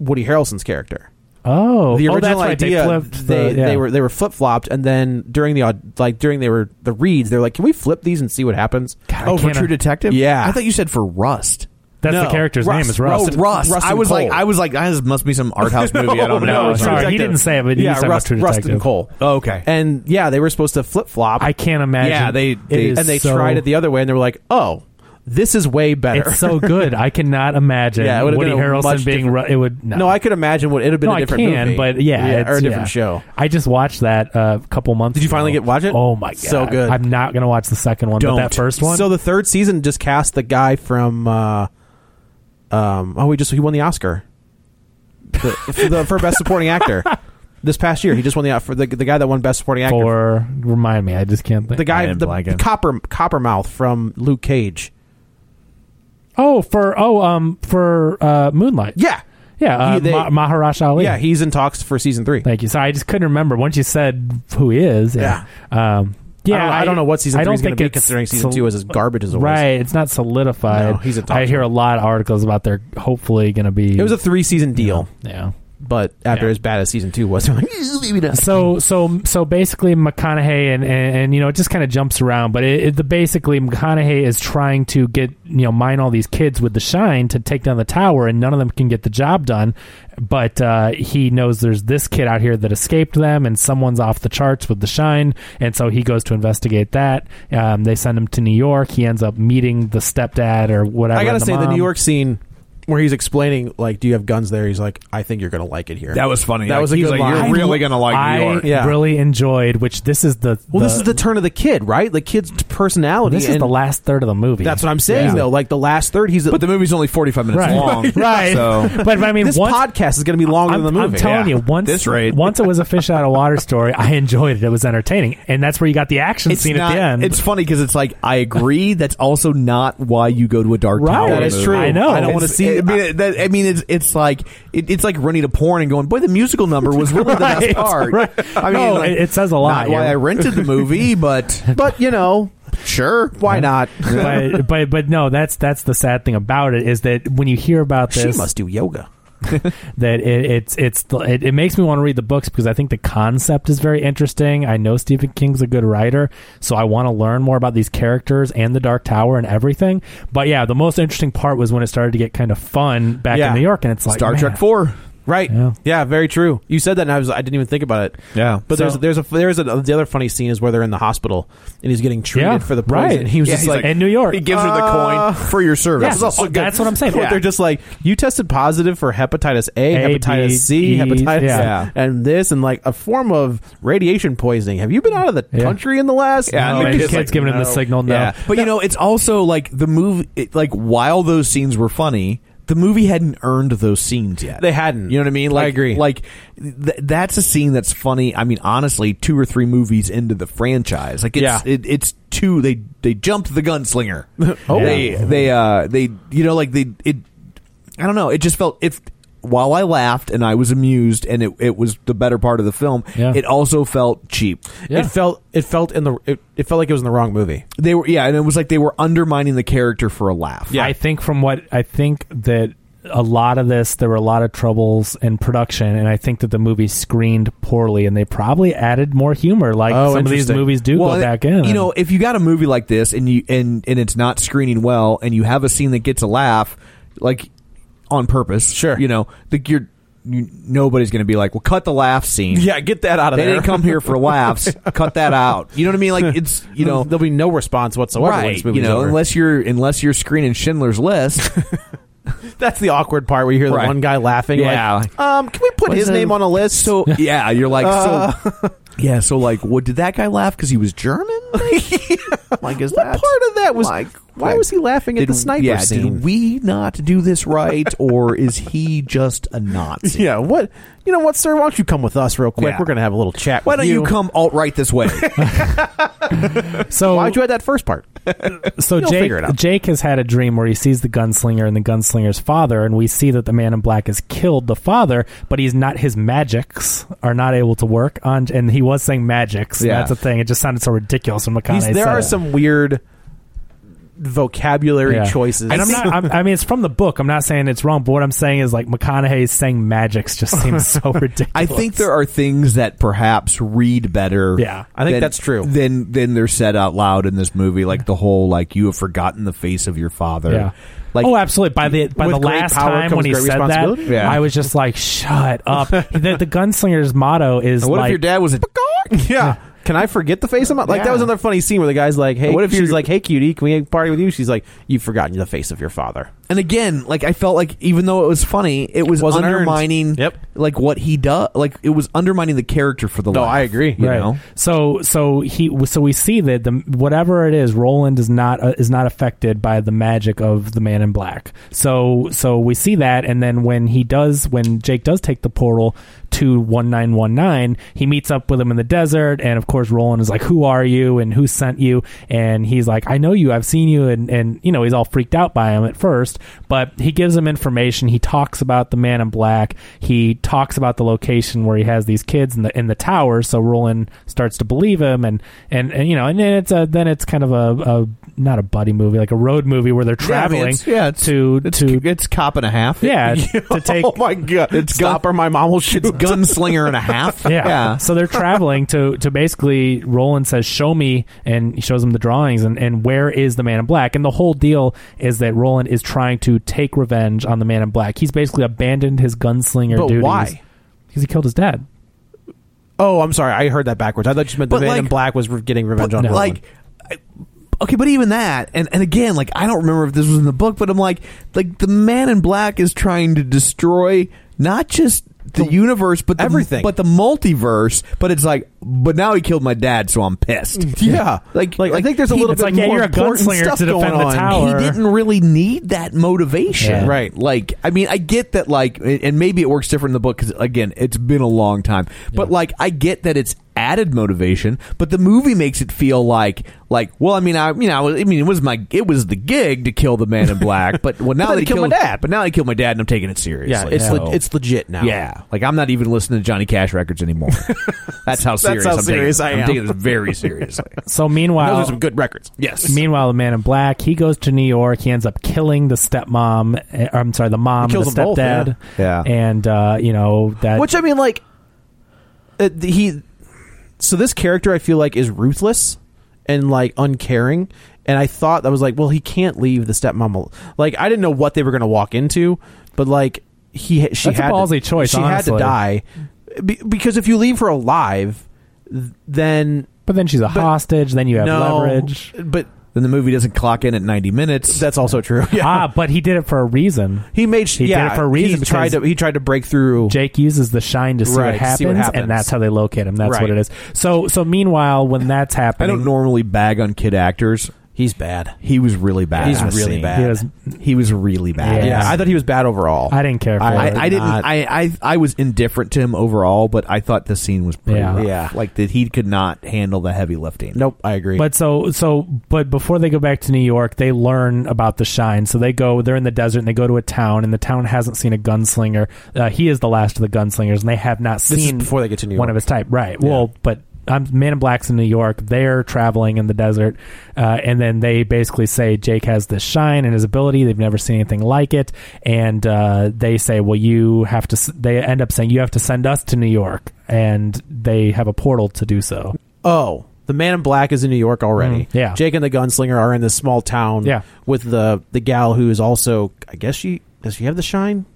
[SPEAKER 2] Woody Harrelson's character.
[SPEAKER 3] oh,
[SPEAKER 2] The
[SPEAKER 3] oh, that's
[SPEAKER 2] original
[SPEAKER 3] right.
[SPEAKER 2] idea
[SPEAKER 3] They, flipped
[SPEAKER 2] they,
[SPEAKER 3] the, yeah.
[SPEAKER 2] they were they were flip flopped, and then during the aud- like during they were the reads, they're like, "Can we flip these and see what happens?"
[SPEAKER 1] oh for
[SPEAKER 3] can't-
[SPEAKER 1] True Detective.
[SPEAKER 2] Yeah.
[SPEAKER 1] I thought you said for Rust.
[SPEAKER 3] That's
[SPEAKER 2] No.
[SPEAKER 3] the character's
[SPEAKER 2] Russ.
[SPEAKER 3] name is Rust.
[SPEAKER 2] Russ.
[SPEAKER 1] Russ.
[SPEAKER 2] Rustin
[SPEAKER 1] I was
[SPEAKER 2] Cole.
[SPEAKER 1] like, I was like, "Ah, this must be some art house movie. I don't
[SPEAKER 3] no,
[SPEAKER 1] know.
[SPEAKER 3] it's sorry, he didn't say it, but he
[SPEAKER 2] yeah,
[SPEAKER 3] said
[SPEAKER 2] Rust,
[SPEAKER 3] True
[SPEAKER 2] Rustin
[SPEAKER 3] Detective.
[SPEAKER 2] Cole.
[SPEAKER 1] Oh, okay.
[SPEAKER 2] And yeah, they were supposed to flip flop.
[SPEAKER 3] I can't imagine.
[SPEAKER 1] Yeah, they-
[SPEAKER 3] It
[SPEAKER 1] they-
[SPEAKER 3] is
[SPEAKER 2] and they
[SPEAKER 3] so-
[SPEAKER 2] tried it the other way, and they were like, "Oh, this is way better."
[SPEAKER 3] It's so good. I cannot imagine
[SPEAKER 2] Yeah, it would've
[SPEAKER 3] Woody
[SPEAKER 2] been a
[SPEAKER 3] Harrelson
[SPEAKER 2] much
[SPEAKER 3] being.
[SPEAKER 2] different-
[SPEAKER 3] Ru- it would no.
[SPEAKER 2] [laughs] no, I could imagine what it'd have been
[SPEAKER 3] no,
[SPEAKER 2] a
[SPEAKER 3] I
[SPEAKER 2] different
[SPEAKER 3] can,
[SPEAKER 2] movie,
[SPEAKER 3] but yeah, it's-
[SPEAKER 2] or a different
[SPEAKER 3] yeah.
[SPEAKER 2] show.
[SPEAKER 3] I just watched that uh, a couple months.
[SPEAKER 2] Did you finally
[SPEAKER 3] ago.
[SPEAKER 2] get- watch it?
[SPEAKER 3] Oh my god,
[SPEAKER 2] So good.
[SPEAKER 3] I'm not gonna watch the second one, but that first one.
[SPEAKER 2] So the third season just cast the guy from. Uh, um. Oh, he just he won the Oscar. The, for, the, for best supporting
[SPEAKER 3] [laughs]
[SPEAKER 2] actor this past year, he just won the for the, the guy that won best supporting actor.
[SPEAKER 3] for remind me, I just can't think.
[SPEAKER 2] the guy,
[SPEAKER 1] Ryan
[SPEAKER 2] the
[SPEAKER 1] Blagan.
[SPEAKER 2] copper Coppermouth from Luke Cage.
[SPEAKER 3] oh, for oh, um, for uh, Moonlight.
[SPEAKER 2] Yeah,
[SPEAKER 3] yeah, uh,
[SPEAKER 2] He- they-
[SPEAKER 3] Ma- Maharaj Ali.
[SPEAKER 2] yeah, he's in talks for season three.
[SPEAKER 3] Thank you. So I just couldn't remember once you said who he is. Yeah. Um, yeah,
[SPEAKER 2] I don't, I don't know what season
[SPEAKER 3] I
[SPEAKER 2] three
[SPEAKER 3] don't
[SPEAKER 2] is going
[SPEAKER 3] think
[SPEAKER 2] to be
[SPEAKER 3] it's
[SPEAKER 2] considering season
[SPEAKER 3] sol-
[SPEAKER 2] two is as garbage as it was.
[SPEAKER 3] Right, it's not solidified.
[SPEAKER 2] No, he's a top
[SPEAKER 3] I hear a lot of articles about they're hopefully going to be.
[SPEAKER 2] It was a three season deal,
[SPEAKER 3] yeah.
[SPEAKER 2] but after
[SPEAKER 3] Yeah.
[SPEAKER 2] as bad as season two was, [laughs] they're like, "Eh, maybe not.
[SPEAKER 3] So so so basically, McConaughey and and, and you know it just kind of jumps around, but it, it, the basically McConaughey is trying to get you know mine all these kids with the shine to take down the tower, and none of them can get the job done. But uh, he knows there's this kid out here that escaped them, and someone's off the charts with the shine, and so he goes to investigate that. Um, they send him to New York. He ends up meeting the stepdad or whatever.
[SPEAKER 2] I gotta
[SPEAKER 3] and
[SPEAKER 2] say the
[SPEAKER 3] mom.
[SPEAKER 2] New York scene where he's explaining like, "Do you have guns there?" He's like, "I think you're gonna like it here."
[SPEAKER 1] That was funny.
[SPEAKER 2] That
[SPEAKER 1] Like,
[SPEAKER 2] was a
[SPEAKER 1] he's
[SPEAKER 2] good
[SPEAKER 1] like,
[SPEAKER 2] line.
[SPEAKER 1] You're really gonna like
[SPEAKER 3] I
[SPEAKER 1] New York.
[SPEAKER 2] Yeah.
[SPEAKER 3] really enjoyed, which this is the
[SPEAKER 2] well, this is the turn of the kid, right? The kid's personality.
[SPEAKER 3] This is
[SPEAKER 2] and
[SPEAKER 3] the last third of the movie.
[SPEAKER 2] That's what I'm saying
[SPEAKER 1] Yeah.
[SPEAKER 2] though. Like the last third, he's.
[SPEAKER 1] But the movie's only 45 minutes
[SPEAKER 3] Right.
[SPEAKER 1] long.
[SPEAKER 3] [laughs] right.
[SPEAKER 1] So
[SPEAKER 3] But, but I mean,
[SPEAKER 2] this
[SPEAKER 3] once,
[SPEAKER 2] podcast is gonna be longer
[SPEAKER 3] I'm,
[SPEAKER 2] than the
[SPEAKER 3] I'm
[SPEAKER 2] movie.
[SPEAKER 3] telling
[SPEAKER 1] yeah.
[SPEAKER 3] you, once
[SPEAKER 1] This rate.
[SPEAKER 3] once it was a fish out of water story, I enjoyed it. It was entertaining, and that's where you got the action
[SPEAKER 1] it's
[SPEAKER 3] scene
[SPEAKER 1] not,
[SPEAKER 3] at the end.
[SPEAKER 1] It's funny because it's like, I agree. That's also not why you go to a dark
[SPEAKER 3] Right.
[SPEAKER 1] tower.
[SPEAKER 3] That is
[SPEAKER 1] movie.
[SPEAKER 3] true. I know.
[SPEAKER 1] I don't want to
[SPEAKER 3] It's-
[SPEAKER 1] see. I mean, that, I mean, it's it's like it, it's like running to porn and going, boy, the musical number was really
[SPEAKER 2] [laughs]
[SPEAKER 1] the
[SPEAKER 3] Right.
[SPEAKER 1] best part.
[SPEAKER 3] Right.
[SPEAKER 1] I mean,
[SPEAKER 3] No,
[SPEAKER 1] like,
[SPEAKER 3] it- it says a lot,
[SPEAKER 1] Not why
[SPEAKER 3] yeah.
[SPEAKER 1] I [laughs] rented the
[SPEAKER 2] [laughs]
[SPEAKER 1] movie, but
[SPEAKER 2] but you know,
[SPEAKER 1] sure,
[SPEAKER 2] why not?
[SPEAKER 3] but, but but no, that's that's the sad thing about it is that when you hear about
[SPEAKER 2] she
[SPEAKER 3] this,
[SPEAKER 2] must do yoga.
[SPEAKER 3] that it, it's it's the- it, it makes me want to read the books because I think the concept is very interesting. I know Stephen King's a good writer, so I want to learn more about these characters and the Dark Tower and everything. But yeah, the most interesting part was when it started to get kind of fun back
[SPEAKER 2] Yeah.
[SPEAKER 3] in New York, and it's like
[SPEAKER 1] Star
[SPEAKER 3] man,
[SPEAKER 1] Trek Four.
[SPEAKER 2] Right.
[SPEAKER 3] Yeah.
[SPEAKER 2] Yeah. very true. You said that, and I was I didn't even think about it.
[SPEAKER 1] Yeah.
[SPEAKER 2] But
[SPEAKER 3] So-
[SPEAKER 2] there's there's a there's a the other funny scene is where they're in the hospital and he's getting treated
[SPEAKER 3] Yeah,
[SPEAKER 2] for the
[SPEAKER 3] right.
[SPEAKER 2] poison. He was
[SPEAKER 3] Yeah,
[SPEAKER 2] just
[SPEAKER 3] he's
[SPEAKER 2] like,
[SPEAKER 3] like, in New York.
[SPEAKER 1] He gives her the
[SPEAKER 2] Uh,
[SPEAKER 1] coin for your service.
[SPEAKER 3] Yeah,
[SPEAKER 2] Oh,
[SPEAKER 3] that's what I'm saying.
[SPEAKER 2] But
[SPEAKER 3] Yeah.
[SPEAKER 2] They're just like you tested positive for hepatitis A,
[SPEAKER 3] A,
[SPEAKER 2] hepatitis
[SPEAKER 3] B,
[SPEAKER 2] C,
[SPEAKER 3] E,
[SPEAKER 2] hepatitis,
[SPEAKER 3] yeah.
[SPEAKER 2] and this, and like a form of radiation poisoning. Have you been out of the
[SPEAKER 3] Yeah.
[SPEAKER 2] country in the last?
[SPEAKER 1] Yeah,
[SPEAKER 3] No,
[SPEAKER 1] and the
[SPEAKER 3] and
[SPEAKER 1] kid's
[SPEAKER 3] the kid's
[SPEAKER 1] like,
[SPEAKER 3] giving him the
[SPEAKER 2] no.
[SPEAKER 3] signal. No,
[SPEAKER 1] Yeah, but you know, it's also like the movie. It, like while those scenes were funny, the movie hadn't earned those scenes yet.
[SPEAKER 2] They hadn't.
[SPEAKER 1] You know what I mean?
[SPEAKER 2] I
[SPEAKER 1] Like,
[SPEAKER 2] agree.
[SPEAKER 1] Like th- that's a scene that's funny. I mean, honestly, two or three movies into the franchise, like it's
[SPEAKER 2] Yeah.
[SPEAKER 1] it, it's two. They they jumped the gunslinger.
[SPEAKER 3] Oh.
[SPEAKER 1] they
[SPEAKER 3] Yeah.
[SPEAKER 1] they uh they you know like they it. I don't know. It just felt if. While I laughed and I was amused, and it, it was the better part of the film,
[SPEAKER 3] Yeah.
[SPEAKER 1] it also felt cheap.
[SPEAKER 3] Yeah.
[SPEAKER 2] It felt it felt in the it, it felt like it was in the wrong movie.
[SPEAKER 1] They were yeah, and it was like they were undermining the character for a laugh.
[SPEAKER 3] I think from what I think that a lot of this, there were a lot of troubles in production, and I think that the movie screened poorly, and they probably added more humor, like
[SPEAKER 2] Oh,
[SPEAKER 3] some of these
[SPEAKER 2] interesting.
[SPEAKER 3] movies do go
[SPEAKER 1] and-
[SPEAKER 3] back in.
[SPEAKER 1] You know, if you got a movie like this and you and and it's not screening well, and you have a scene that gets a laugh, like on purpose,
[SPEAKER 2] Sure.
[SPEAKER 1] You know, like you're you, nobody's going to be like, well, cut the laugh scene.
[SPEAKER 2] Yeah, get that out of
[SPEAKER 1] they
[SPEAKER 2] there.
[SPEAKER 1] didn't come here for laughs. cut that out. You know what I mean? Like it's
[SPEAKER 2] [laughs]
[SPEAKER 1] you know.
[SPEAKER 2] there'll be no response whatsoever. when
[SPEAKER 1] Right,
[SPEAKER 2] this
[SPEAKER 1] you
[SPEAKER 2] movie's
[SPEAKER 1] know,
[SPEAKER 2] over.
[SPEAKER 1] unless you're unless you're screening Schindler's List,
[SPEAKER 2] that's the awkward part where you hear the
[SPEAKER 1] Right.
[SPEAKER 2] one guy laughing.
[SPEAKER 1] Yeah.
[SPEAKER 2] like, um, can we put
[SPEAKER 1] What's
[SPEAKER 2] his
[SPEAKER 1] the-
[SPEAKER 2] name on a list? [laughs] Uh.
[SPEAKER 1] so yeah, you're like, so [laughs] yeah, so like, what did that guy laugh because he was
[SPEAKER 2] [laughs]
[SPEAKER 1] German? like, [laughs] is
[SPEAKER 2] what
[SPEAKER 1] that
[SPEAKER 2] part of that was?
[SPEAKER 1] like,
[SPEAKER 2] why
[SPEAKER 1] like-
[SPEAKER 2] was he laughing at
[SPEAKER 1] Did-
[SPEAKER 2] the sniper
[SPEAKER 1] yeah,
[SPEAKER 2] scene?
[SPEAKER 1] Did we not do this
[SPEAKER 2] [laughs]
[SPEAKER 1] right, or is he just a Nazi?
[SPEAKER 2] Yeah, what you know what, sir? Why don't you come with us real quick?
[SPEAKER 1] Yeah.
[SPEAKER 2] We're gonna have a little chat.
[SPEAKER 1] Why
[SPEAKER 2] with
[SPEAKER 1] don't you, come alt right this
[SPEAKER 2] [laughs]
[SPEAKER 1] way?
[SPEAKER 3] so
[SPEAKER 2] Why'd you add Oh, that first [laughs] part?
[SPEAKER 3] so
[SPEAKER 2] You'll
[SPEAKER 3] Jake,
[SPEAKER 2] figure it out.
[SPEAKER 3] Jake has had a dream where he sees the gunslinger and the gunslinger's father, and we see that the man in black has killed the father, but he's not his magics are not able to work on, and he was saying magics. and
[SPEAKER 1] Yeah.
[SPEAKER 3] that's the thing. It just sounded so ridiculous when McConaughey
[SPEAKER 2] He's- there
[SPEAKER 3] said
[SPEAKER 2] are
[SPEAKER 3] it.
[SPEAKER 2] some weird vocabulary
[SPEAKER 3] Yeah.
[SPEAKER 2] choices.
[SPEAKER 3] And I'm
[SPEAKER 2] [laughs]
[SPEAKER 3] not. I'm, I mean, it's from the book. I'm not saying it's wrong, but what I'm saying is like McConaughey saying magics just seems
[SPEAKER 2] [laughs]
[SPEAKER 3] so ridiculous.
[SPEAKER 1] I think there are things that perhaps read better.
[SPEAKER 3] Yeah,
[SPEAKER 2] I think that's true.
[SPEAKER 1] Then, then they're said out loud in this movie, like the whole like you have forgotten the face of your father.
[SPEAKER 3] Yeah.
[SPEAKER 1] Like,
[SPEAKER 3] oh, absolutely. By the by,
[SPEAKER 2] With
[SPEAKER 3] the
[SPEAKER 2] great
[SPEAKER 3] last
[SPEAKER 2] power
[SPEAKER 3] time
[SPEAKER 2] comes
[SPEAKER 3] when he
[SPEAKER 2] great
[SPEAKER 3] said that,
[SPEAKER 2] responsibility.
[SPEAKER 1] Yeah.
[SPEAKER 3] I was just like, "Shut
[SPEAKER 2] [laughs]
[SPEAKER 3] up!" the, the gunslinger's motto is
[SPEAKER 1] what
[SPEAKER 3] like,
[SPEAKER 1] if your dad was a? [laughs]
[SPEAKER 2] [laughs] yeah. Can I forget the face of my like? That was
[SPEAKER 1] Yeah.
[SPEAKER 2] another funny scene where the guy's like, "Hey,"
[SPEAKER 1] What if
[SPEAKER 2] she's
[SPEAKER 1] you're-
[SPEAKER 2] like, "Hey, cutie, can we party with you?" She's like, "You've forgotten the face of your father."
[SPEAKER 1] And again, like I felt like even though it was funny, it was
[SPEAKER 2] wasn't earned.
[SPEAKER 1] undermining.
[SPEAKER 2] Yep.
[SPEAKER 1] Like what he does, like it was undermining the character for the.
[SPEAKER 2] No,
[SPEAKER 1] laugh,
[SPEAKER 2] I agree.
[SPEAKER 1] You
[SPEAKER 3] right.
[SPEAKER 1] know,
[SPEAKER 3] So so he so we see that the whatever it is, Roland is not uh, is not affected by the magic of the Man in Black. So so we see that, and then when he does, when Jake does take the portal to one nine one nine, he meets up with him in the desert, and of course Roland is like, "Who are you? And who sent you?" And he's like, "I know you. I've seen you." And and you know he's all freaked out by him at first, but he gives him information. He talks about the Man in Black. He talks about the location where he has these kids in the in the tower. So Roland starts to believe him, and and, and you know, and then it's a then it's kind of a, a not a buddy movie, like a road movie where they're
[SPEAKER 1] Yeah, I mean,
[SPEAKER 3] traveling
[SPEAKER 1] it's- yeah, it's,
[SPEAKER 3] to
[SPEAKER 1] it's,
[SPEAKER 3] to
[SPEAKER 1] it's cop and a half. [laughs]
[SPEAKER 3] yeah to
[SPEAKER 1] [laughs]
[SPEAKER 3] take
[SPEAKER 1] oh my god! It's
[SPEAKER 2] Stop or my mom will shoot.
[SPEAKER 1] It's gunslinger
[SPEAKER 2] [laughs]
[SPEAKER 1] and a half.
[SPEAKER 3] yeah. So they're traveling to to basically Roland says, Show me and he shows him the drawings and, and where is the man in black? And the whole deal is that Roland is trying to take revenge on the man in black. He's basically abandoned his gunslinger
[SPEAKER 2] But
[SPEAKER 3] duties.
[SPEAKER 2] why?
[SPEAKER 3] Because he killed his dad.
[SPEAKER 2] Oh, I'm sorry. I heard that backwards. I thought you meant the
[SPEAKER 1] But
[SPEAKER 2] man
[SPEAKER 1] like-
[SPEAKER 2] in black was re- getting revenge
[SPEAKER 1] But,
[SPEAKER 2] on Roland.
[SPEAKER 1] like I- okay but even that and, and again like i don't remember if this was in the book but i'm like like the man in black is trying to destroy not just the, universe but the,
[SPEAKER 2] everything.
[SPEAKER 1] but the multiverse but it's like but now he killed my dad so i'm pissed
[SPEAKER 2] [laughs] yeah,
[SPEAKER 1] like-
[SPEAKER 2] like I
[SPEAKER 1] like
[SPEAKER 2] think there's a
[SPEAKER 1] he-
[SPEAKER 2] little
[SPEAKER 3] it's
[SPEAKER 2] bit
[SPEAKER 3] like, yeah,
[SPEAKER 2] more
[SPEAKER 3] you're a
[SPEAKER 2] important
[SPEAKER 3] gunslinger
[SPEAKER 2] stuff
[SPEAKER 3] to defend
[SPEAKER 2] going
[SPEAKER 3] the
[SPEAKER 2] on.
[SPEAKER 3] tower.
[SPEAKER 1] he
[SPEAKER 3] Or-
[SPEAKER 1] didn't really need that motivation
[SPEAKER 3] Yeah.
[SPEAKER 2] Right.
[SPEAKER 1] like i mean i get that like and and maybe it works different in the book because again it's been a long time but like i get that it's added motivation but the movie makes it feel like like well i mean i you know i mean it was my it was the gig to kill the man
[SPEAKER 2] [laughs]
[SPEAKER 1] in black but well now
[SPEAKER 2] then
[SPEAKER 1] they
[SPEAKER 2] he killed my dad.
[SPEAKER 1] but now they killed my dad and i'm taking it seriously
[SPEAKER 2] Yeah, it's
[SPEAKER 1] So-
[SPEAKER 2] le- it's legit now.
[SPEAKER 1] yeah, like I'm not even listening to Johnny Cash records
[SPEAKER 2] [laughs]
[SPEAKER 1] anymore. That's how serious
[SPEAKER 2] how
[SPEAKER 1] I'm taking
[SPEAKER 2] serious
[SPEAKER 1] it.
[SPEAKER 2] I
[SPEAKER 1] I'm
[SPEAKER 2] am.
[SPEAKER 1] taking this very seriously. Uh,
[SPEAKER 3] So meanwhile
[SPEAKER 2] [laughs] those are some good records.
[SPEAKER 1] yes,
[SPEAKER 3] [laughs] Meanwhile, the man in black, he goes to New York. He ends up killing the stepmom. eh, I'm sorry, the mom,
[SPEAKER 2] He
[SPEAKER 3] and
[SPEAKER 2] kills
[SPEAKER 3] the
[SPEAKER 2] them both,
[SPEAKER 3] stepdad.
[SPEAKER 1] yeah. Yeah.
[SPEAKER 3] And, uh, you know, that.
[SPEAKER 2] Which I mean, like uh, the- he. So this character, I feel like, is ruthless and like uncaring. And I thought that was like, well, he can't leave the stepmom. al- Like I didn't know what they were going to walk into, but like he
[SPEAKER 3] That's
[SPEAKER 2] she
[SPEAKER 3] a
[SPEAKER 2] had
[SPEAKER 3] ballsy
[SPEAKER 2] to,
[SPEAKER 3] choice,
[SPEAKER 2] She had
[SPEAKER 3] honestly.
[SPEAKER 2] to die Be- because if you leave her alive, th- then
[SPEAKER 3] but then she's a hostage. Then you have
[SPEAKER 2] no,
[SPEAKER 3] leverage.
[SPEAKER 2] But
[SPEAKER 1] Then the movie doesn't clock in at 90 minutes.
[SPEAKER 2] that's also true. [laughs] Yeah.
[SPEAKER 3] Ah, but he did it for a reason.
[SPEAKER 2] [laughs] He made
[SPEAKER 3] He did
[SPEAKER 2] yeah,
[SPEAKER 3] it for a reason
[SPEAKER 2] He tried
[SPEAKER 3] because-
[SPEAKER 2] to he tried to break through.
[SPEAKER 3] Jake uses the shine to see,
[SPEAKER 2] Right,
[SPEAKER 3] what,
[SPEAKER 2] to
[SPEAKER 3] happens,
[SPEAKER 2] see what happens.
[SPEAKER 3] and that's how they locate him. That's
[SPEAKER 2] Right.
[SPEAKER 3] what it is. So, so meanwhile, when that's
[SPEAKER 1] I
[SPEAKER 3] happening,
[SPEAKER 1] don't normally bag on kid actors.
[SPEAKER 2] He's bad.
[SPEAKER 1] He was really bad.
[SPEAKER 2] He's
[SPEAKER 1] in that
[SPEAKER 2] really
[SPEAKER 1] scene.
[SPEAKER 2] bad.
[SPEAKER 3] He was-
[SPEAKER 1] He was really bad.
[SPEAKER 3] Yeah.
[SPEAKER 2] Yeah, I thought he was bad overall.
[SPEAKER 3] I didn't care for
[SPEAKER 1] I,
[SPEAKER 3] it.
[SPEAKER 1] I didn't.
[SPEAKER 2] not-
[SPEAKER 1] I, I I was indifferent to him overall, but I thought the scene was pretty
[SPEAKER 3] Yeah.
[SPEAKER 1] rough.
[SPEAKER 2] Yeah.
[SPEAKER 1] Like that, he could not handle the heavy lifting.
[SPEAKER 2] Nope, I agree.
[SPEAKER 3] But so so but before they go back to New York, they learn about the shine. So they go they're in the desert and they go to a town and the town hasn't seen a gunslinger. Uh, he is the last of the gunslingers and they have not
[SPEAKER 2] is
[SPEAKER 3] seen
[SPEAKER 2] before they get to New
[SPEAKER 3] one
[SPEAKER 2] York.
[SPEAKER 3] of his type. Right. Well, but I'm Man in Black's in New York. They're traveling in the desert, uh, and then they basically say Jake has this shine and his ability. They've never seen anything like it, and uh, they say, "Well, you have to." s- They end up saying, "You have to send us to New York," and they have a portal to do so.
[SPEAKER 2] Oh, the man in black is in New York already.
[SPEAKER 3] Mm, yeah.
[SPEAKER 2] Jake and the gunslinger are in this small town
[SPEAKER 3] Yeah.
[SPEAKER 2] with the the gal who is also I guess she does she have the shine?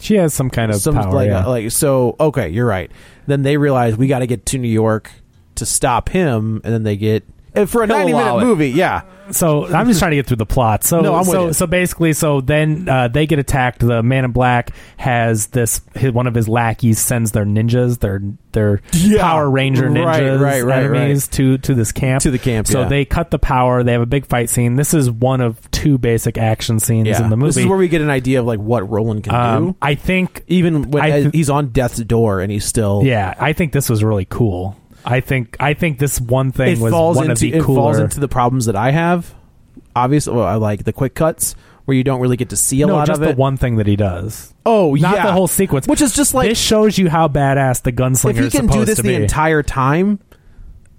[SPEAKER 3] She has some kind of
[SPEAKER 2] Some
[SPEAKER 3] power.
[SPEAKER 2] like
[SPEAKER 3] yeah.
[SPEAKER 2] like so okay, you're right. Then they realize we gotta get to New York to stop him and then they get and for a
[SPEAKER 1] He'll
[SPEAKER 2] ninety
[SPEAKER 1] allow
[SPEAKER 2] minute
[SPEAKER 1] it.
[SPEAKER 2] movie, yeah.
[SPEAKER 3] so I'm just trying to get through the plot. So
[SPEAKER 2] No, I'm with
[SPEAKER 3] so
[SPEAKER 2] you.
[SPEAKER 3] so basically, so then uh, they get attacked. The Man in Black has this. His, one of his lackeys sends their ninjas, their their
[SPEAKER 2] Yeah.
[SPEAKER 3] Power Ranger
[SPEAKER 2] Right,
[SPEAKER 3] ninjas,
[SPEAKER 2] right, right,
[SPEAKER 3] enemies to to this camp.
[SPEAKER 2] To the camp,
[SPEAKER 3] So
[SPEAKER 2] yeah.
[SPEAKER 3] they cut the power. They have a big fight scene. This is one of two basic action scenes
[SPEAKER 2] yeah.
[SPEAKER 3] in the movie.
[SPEAKER 2] This is where we get an idea of like what Roland can
[SPEAKER 3] um,
[SPEAKER 2] do.
[SPEAKER 3] I think
[SPEAKER 2] Even when
[SPEAKER 3] I
[SPEAKER 2] as-
[SPEAKER 3] th-
[SPEAKER 2] he's on death's door and he's still
[SPEAKER 3] yeah, I think this was really cool. I think I think this one thing
[SPEAKER 2] it
[SPEAKER 3] was
[SPEAKER 2] falls
[SPEAKER 3] one
[SPEAKER 2] into
[SPEAKER 3] of the
[SPEAKER 2] it
[SPEAKER 3] cooler.
[SPEAKER 2] falls into the problems that I have. Obviously, well, I like the quick cuts where you don't really get to see a
[SPEAKER 3] no,
[SPEAKER 2] lot
[SPEAKER 3] just
[SPEAKER 2] of
[SPEAKER 3] the
[SPEAKER 2] it.
[SPEAKER 3] one thing that he does.
[SPEAKER 2] Oh,
[SPEAKER 3] not
[SPEAKER 2] yeah.
[SPEAKER 3] the whole sequence,
[SPEAKER 2] Which is just like
[SPEAKER 3] this shows you how badass the gunslinger.
[SPEAKER 2] if he
[SPEAKER 3] is
[SPEAKER 2] can do
[SPEAKER 3] supposed
[SPEAKER 2] this
[SPEAKER 3] to
[SPEAKER 2] the
[SPEAKER 3] be.
[SPEAKER 2] entire time,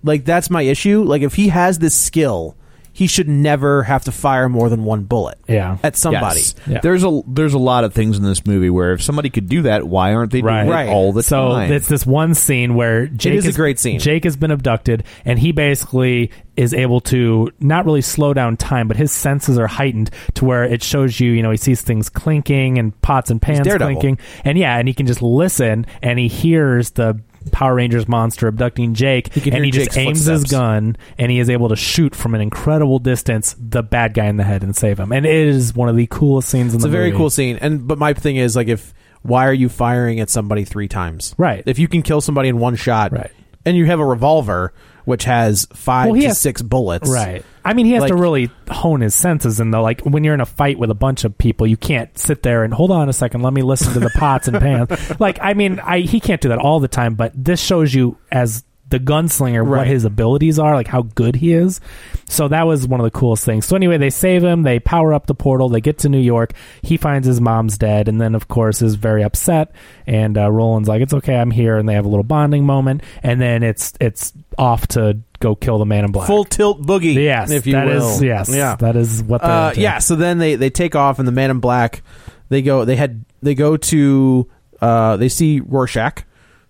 [SPEAKER 2] like that's my issue. Like if he has this skill, he should never have to fire more than one bullet.
[SPEAKER 3] Yeah.
[SPEAKER 2] at somebody.
[SPEAKER 1] Yes.
[SPEAKER 3] Yeah.
[SPEAKER 1] There's a there's a lot of things in this movie where if somebody could do that, why aren't they doing
[SPEAKER 3] Right.
[SPEAKER 1] it all the
[SPEAKER 3] so
[SPEAKER 1] time?
[SPEAKER 3] it's this one scene where Jake
[SPEAKER 2] is a great scene.
[SPEAKER 3] Jake has been abducted, and he basically is able to not really slow down time, but his senses are heightened to where it shows you, you know, he sees things clinking and pots and pans
[SPEAKER 2] Daredevil.
[SPEAKER 3] clinking, and yeah, and he can just listen and he hears the. Power Rangers monster abducting Jake,
[SPEAKER 2] can
[SPEAKER 3] and
[SPEAKER 2] hear
[SPEAKER 3] he
[SPEAKER 2] Jake's
[SPEAKER 3] just aims
[SPEAKER 2] footsteps.
[SPEAKER 3] his gun, and he is able to shoot from an incredible distance the bad guy in the head and save him. And it is one of the coolest scenes in
[SPEAKER 2] It's
[SPEAKER 3] the
[SPEAKER 2] a very
[SPEAKER 3] movie.
[SPEAKER 2] cool scene. And but my thing is like if why are you firing at somebody three times?
[SPEAKER 3] Right.
[SPEAKER 2] If you can kill somebody in one shot,
[SPEAKER 3] Right.
[SPEAKER 2] And you have a revolver which has five
[SPEAKER 3] Well, he
[SPEAKER 2] to
[SPEAKER 3] has-
[SPEAKER 2] six bullets,
[SPEAKER 3] Right. I mean, he has to
[SPEAKER 2] Like-
[SPEAKER 3] really hone his senses, and though, like when you're in a fight with a bunch of people, you can't sit there and hold on a second. Let me listen to the pots and pans.
[SPEAKER 2] [laughs]
[SPEAKER 3] Like, I mean, I he can't do that all the time, but this shows you as the gunslinger what
[SPEAKER 2] Right.
[SPEAKER 3] his abilities are, like how good he is. So that was one of the coolest things. So anyway, they save him. They power up the portal. They get to New York. He finds his mom's dead, and then of course is very upset. And uh, Roland's like, "It's okay, I'm here." And they have a little bonding moment, and then it's it's off to go kill the man in black.
[SPEAKER 2] Full tilt boogie,
[SPEAKER 3] Yes,
[SPEAKER 2] if you
[SPEAKER 3] that
[SPEAKER 2] will.
[SPEAKER 3] is- yes,
[SPEAKER 2] yeah,
[SPEAKER 3] that is what they're
[SPEAKER 2] Uh,
[SPEAKER 3] into.
[SPEAKER 2] yeah. So then they they take off, and the Man in Black, they go. They had they go to. Uh, they see Rorschach,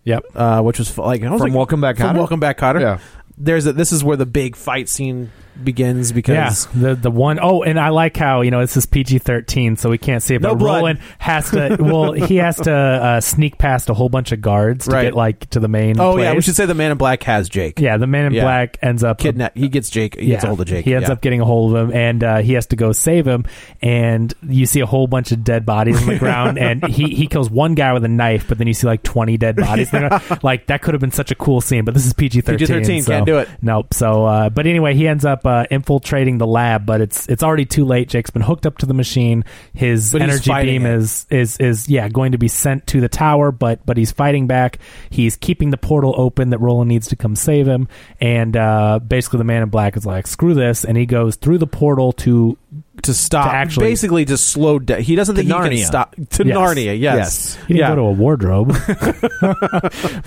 [SPEAKER 3] Yep.
[SPEAKER 2] uh, which was like I was
[SPEAKER 1] From
[SPEAKER 2] like,
[SPEAKER 1] Welcome Back,
[SPEAKER 2] From
[SPEAKER 1] Kotter?
[SPEAKER 2] Welcome Back, Cotter.
[SPEAKER 1] Yeah.
[SPEAKER 2] There's a, this is where the big fight scene begins
[SPEAKER 3] Yeah,
[SPEAKER 2] because
[SPEAKER 3] the the one oh, and I like how you know this is PG thirteen, so we can't see it.
[SPEAKER 2] No
[SPEAKER 3] But
[SPEAKER 2] blood.
[SPEAKER 3] Roland has to. Well, he has to uh, sneak past a whole bunch of guards to
[SPEAKER 2] Right.
[SPEAKER 3] get like to the main.
[SPEAKER 2] oh yeah,
[SPEAKER 3] place.
[SPEAKER 2] we should say the Man in Black has Jake.
[SPEAKER 3] Yeah, the man in
[SPEAKER 2] Yeah.
[SPEAKER 3] black ends up
[SPEAKER 2] kidnap. He gets Jake. He gets hold of Jake.
[SPEAKER 3] He ends
[SPEAKER 2] yeah.
[SPEAKER 3] up getting a hold of him, and uh, he has to go save him. And you see a whole bunch of dead bodies
[SPEAKER 2] [laughs]
[SPEAKER 3] on the ground, and he, he kills one guy with a knife, but then you see like twenty dead bodies.
[SPEAKER 2] [laughs]
[SPEAKER 3] Like that could have been such a cool scene, but this is PG thirteen.
[SPEAKER 2] PG-13,
[SPEAKER 3] so,
[SPEAKER 2] can't do it.
[SPEAKER 3] Nope. So, uh, but anyway, he ends up uh, infiltrating the lab, but it's it's already too late. Jake's been hooked up to the machine. His
[SPEAKER 2] But he's
[SPEAKER 3] energy
[SPEAKER 2] fighting
[SPEAKER 3] beam
[SPEAKER 2] it.
[SPEAKER 3] is is is is yeah going to be sent to the tower but but he's fighting back he's keeping the portal open that roland needs to come save him and uh basically the man in black is like screw this and he goes through the portal to
[SPEAKER 2] to stop.
[SPEAKER 3] to actually-
[SPEAKER 2] basically to slow down. He doesn't think he
[SPEAKER 1] Narnia.
[SPEAKER 2] can stop to
[SPEAKER 3] Yes.
[SPEAKER 2] Narnia. Yes,
[SPEAKER 3] he didn't
[SPEAKER 2] yeah.
[SPEAKER 3] go to a
[SPEAKER 2] [laughs]
[SPEAKER 3] wardrobe [laughs]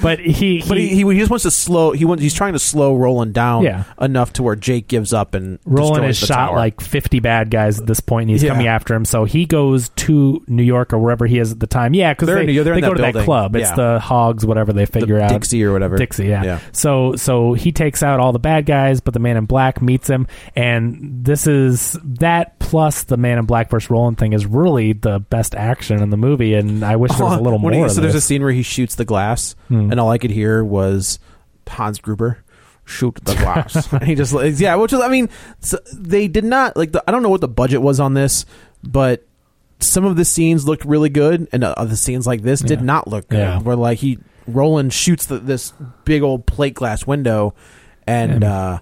[SPEAKER 3] but he, he
[SPEAKER 2] but he, he he just wants to slow. He wants. He's trying to slow Roland down
[SPEAKER 3] Yeah.
[SPEAKER 2] enough to where Jake gives up and
[SPEAKER 3] Roland
[SPEAKER 2] destroys
[SPEAKER 3] has
[SPEAKER 2] the
[SPEAKER 3] shot
[SPEAKER 2] tower.
[SPEAKER 3] like 50 bad guys at this point, and he's
[SPEAKER 2] Yeah.
[SPEAKER 3] coming after him. So he goes to New York or wherever he is at the time. Yeah, because
[SPEAKER 2] They're
[SPEAKER 3] they,
[SPEAKER 2] in New York- they're
[SPEAKER 3] they
[SPEAKER 2] in
[SPEAKER 3] go
[SPEAKER 2] that
[SPEAKER 3] to that
[SPEAKER 2] building.
[SPEAKER 3] club. It's
[SPEAKER 2] Yeah.
[SPEAKER 3] the Hogs, whatever they figure out.
[SPEAKER 2] Dixie or whatever.
[SPEAKER 3] Dixie, yeah.
[SPEAKER 2] Yeah.
[SPEAKER 3] So so he takes out all the bad guys, but the Man in Black meets him, and this is that plus the Man in Black versus Roland thing is really the best action in the movie, and I wish there
[SPEAKER 2] [laughs]
[SPEAKER 3] was a little
[SPEAKER 2] When
[SPEAKER 3] more.
[SPEAKER 2] he-
[SPEAKER 3] of
[SPEAKER 2] so there's a
[SPEAKER 3] this. Hmm.
[SPEAKER 2] scene where he shoots the glass, and all I could hear was Hans Gruber shoot the
[SPEAKER 3] [laughs]
[SPEAKER 2] glass. and he just like, yeah, which was I mean, so they did not like the, I don't know what the budget was on this, but some of the scenes looked really good, and other scenes like this did not look good.
[SPEAKER 3] Yeah.
[SPEAKER 2] Where like he Roland shoots the, this big old plate glass window, and.
[SPEAKER 3] And-
[SPEAKER 2] uh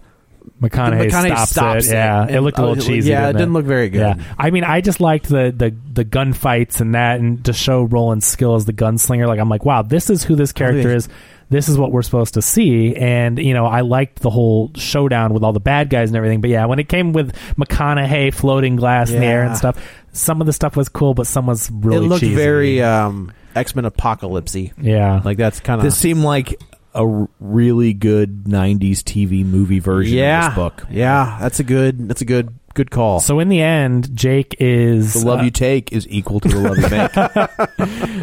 [SPEAKER 3] McConaughey,
[SPEAKER 2] McConaughey
[SPEAKER 3] stops,
[SPEAKER 2] stops
[SPEAKER 3] it.
[SPEAKER 2] it,
[SPEAKER 3] Yeah, it
[SPEAKER 2] and-
[SPEAKER 3] looked a
[SPEAKER 2] oh,
[SPEAKER 3] little
[SPEAKER 2] it-
[SPEAKER 3] cheesy.
[SPEAKER 2] yeah, it
[SPEAKER 3] didn't
[SPEAKER 2] didn't look very good.
[SPEAKER 3] Yeah. I mean, I just liked the the the gunfights and that, and to show Roland's skill as the gunslinger. Like, I'm like, wow, this is who this character
[SPEAKER 2] Oh, yeah.
[SPEAKER 3] is. This is what we're supposed to see. And you know, I liked the whole showdown with all the bad guys and everything. But yeah, when it came with McConaughey floating glass in the air
[SPEAKER 2] Yeah.
[SPEAKER 3] and stuff, some of the stuff was cool, but some was really
[SPEAKER 2] it looked
[SPEAKER 3] cheesy.
[SPEAKER 2] very um, X Men Apocalypsey.
[SPEAKER 3] yeah.
[SPEAKER 2] Like that's kind of
[SPEAKER 1] this seemed like a r- really good '90s TV movie version
[SPEAKER 2] yeah
[SPEAKER 1] of this book.
[SPEAKER 2] Yeah, that's a good that's a good good call.
[SPEAKER 3] so in the end, Jake is
[SPEAKER 1] The love
[SPEAKER 3] uh,
[SPEAKER 1] you take is equal to the love you
[SPEAKER 2] [laughs]
[SPEAKER 1] make.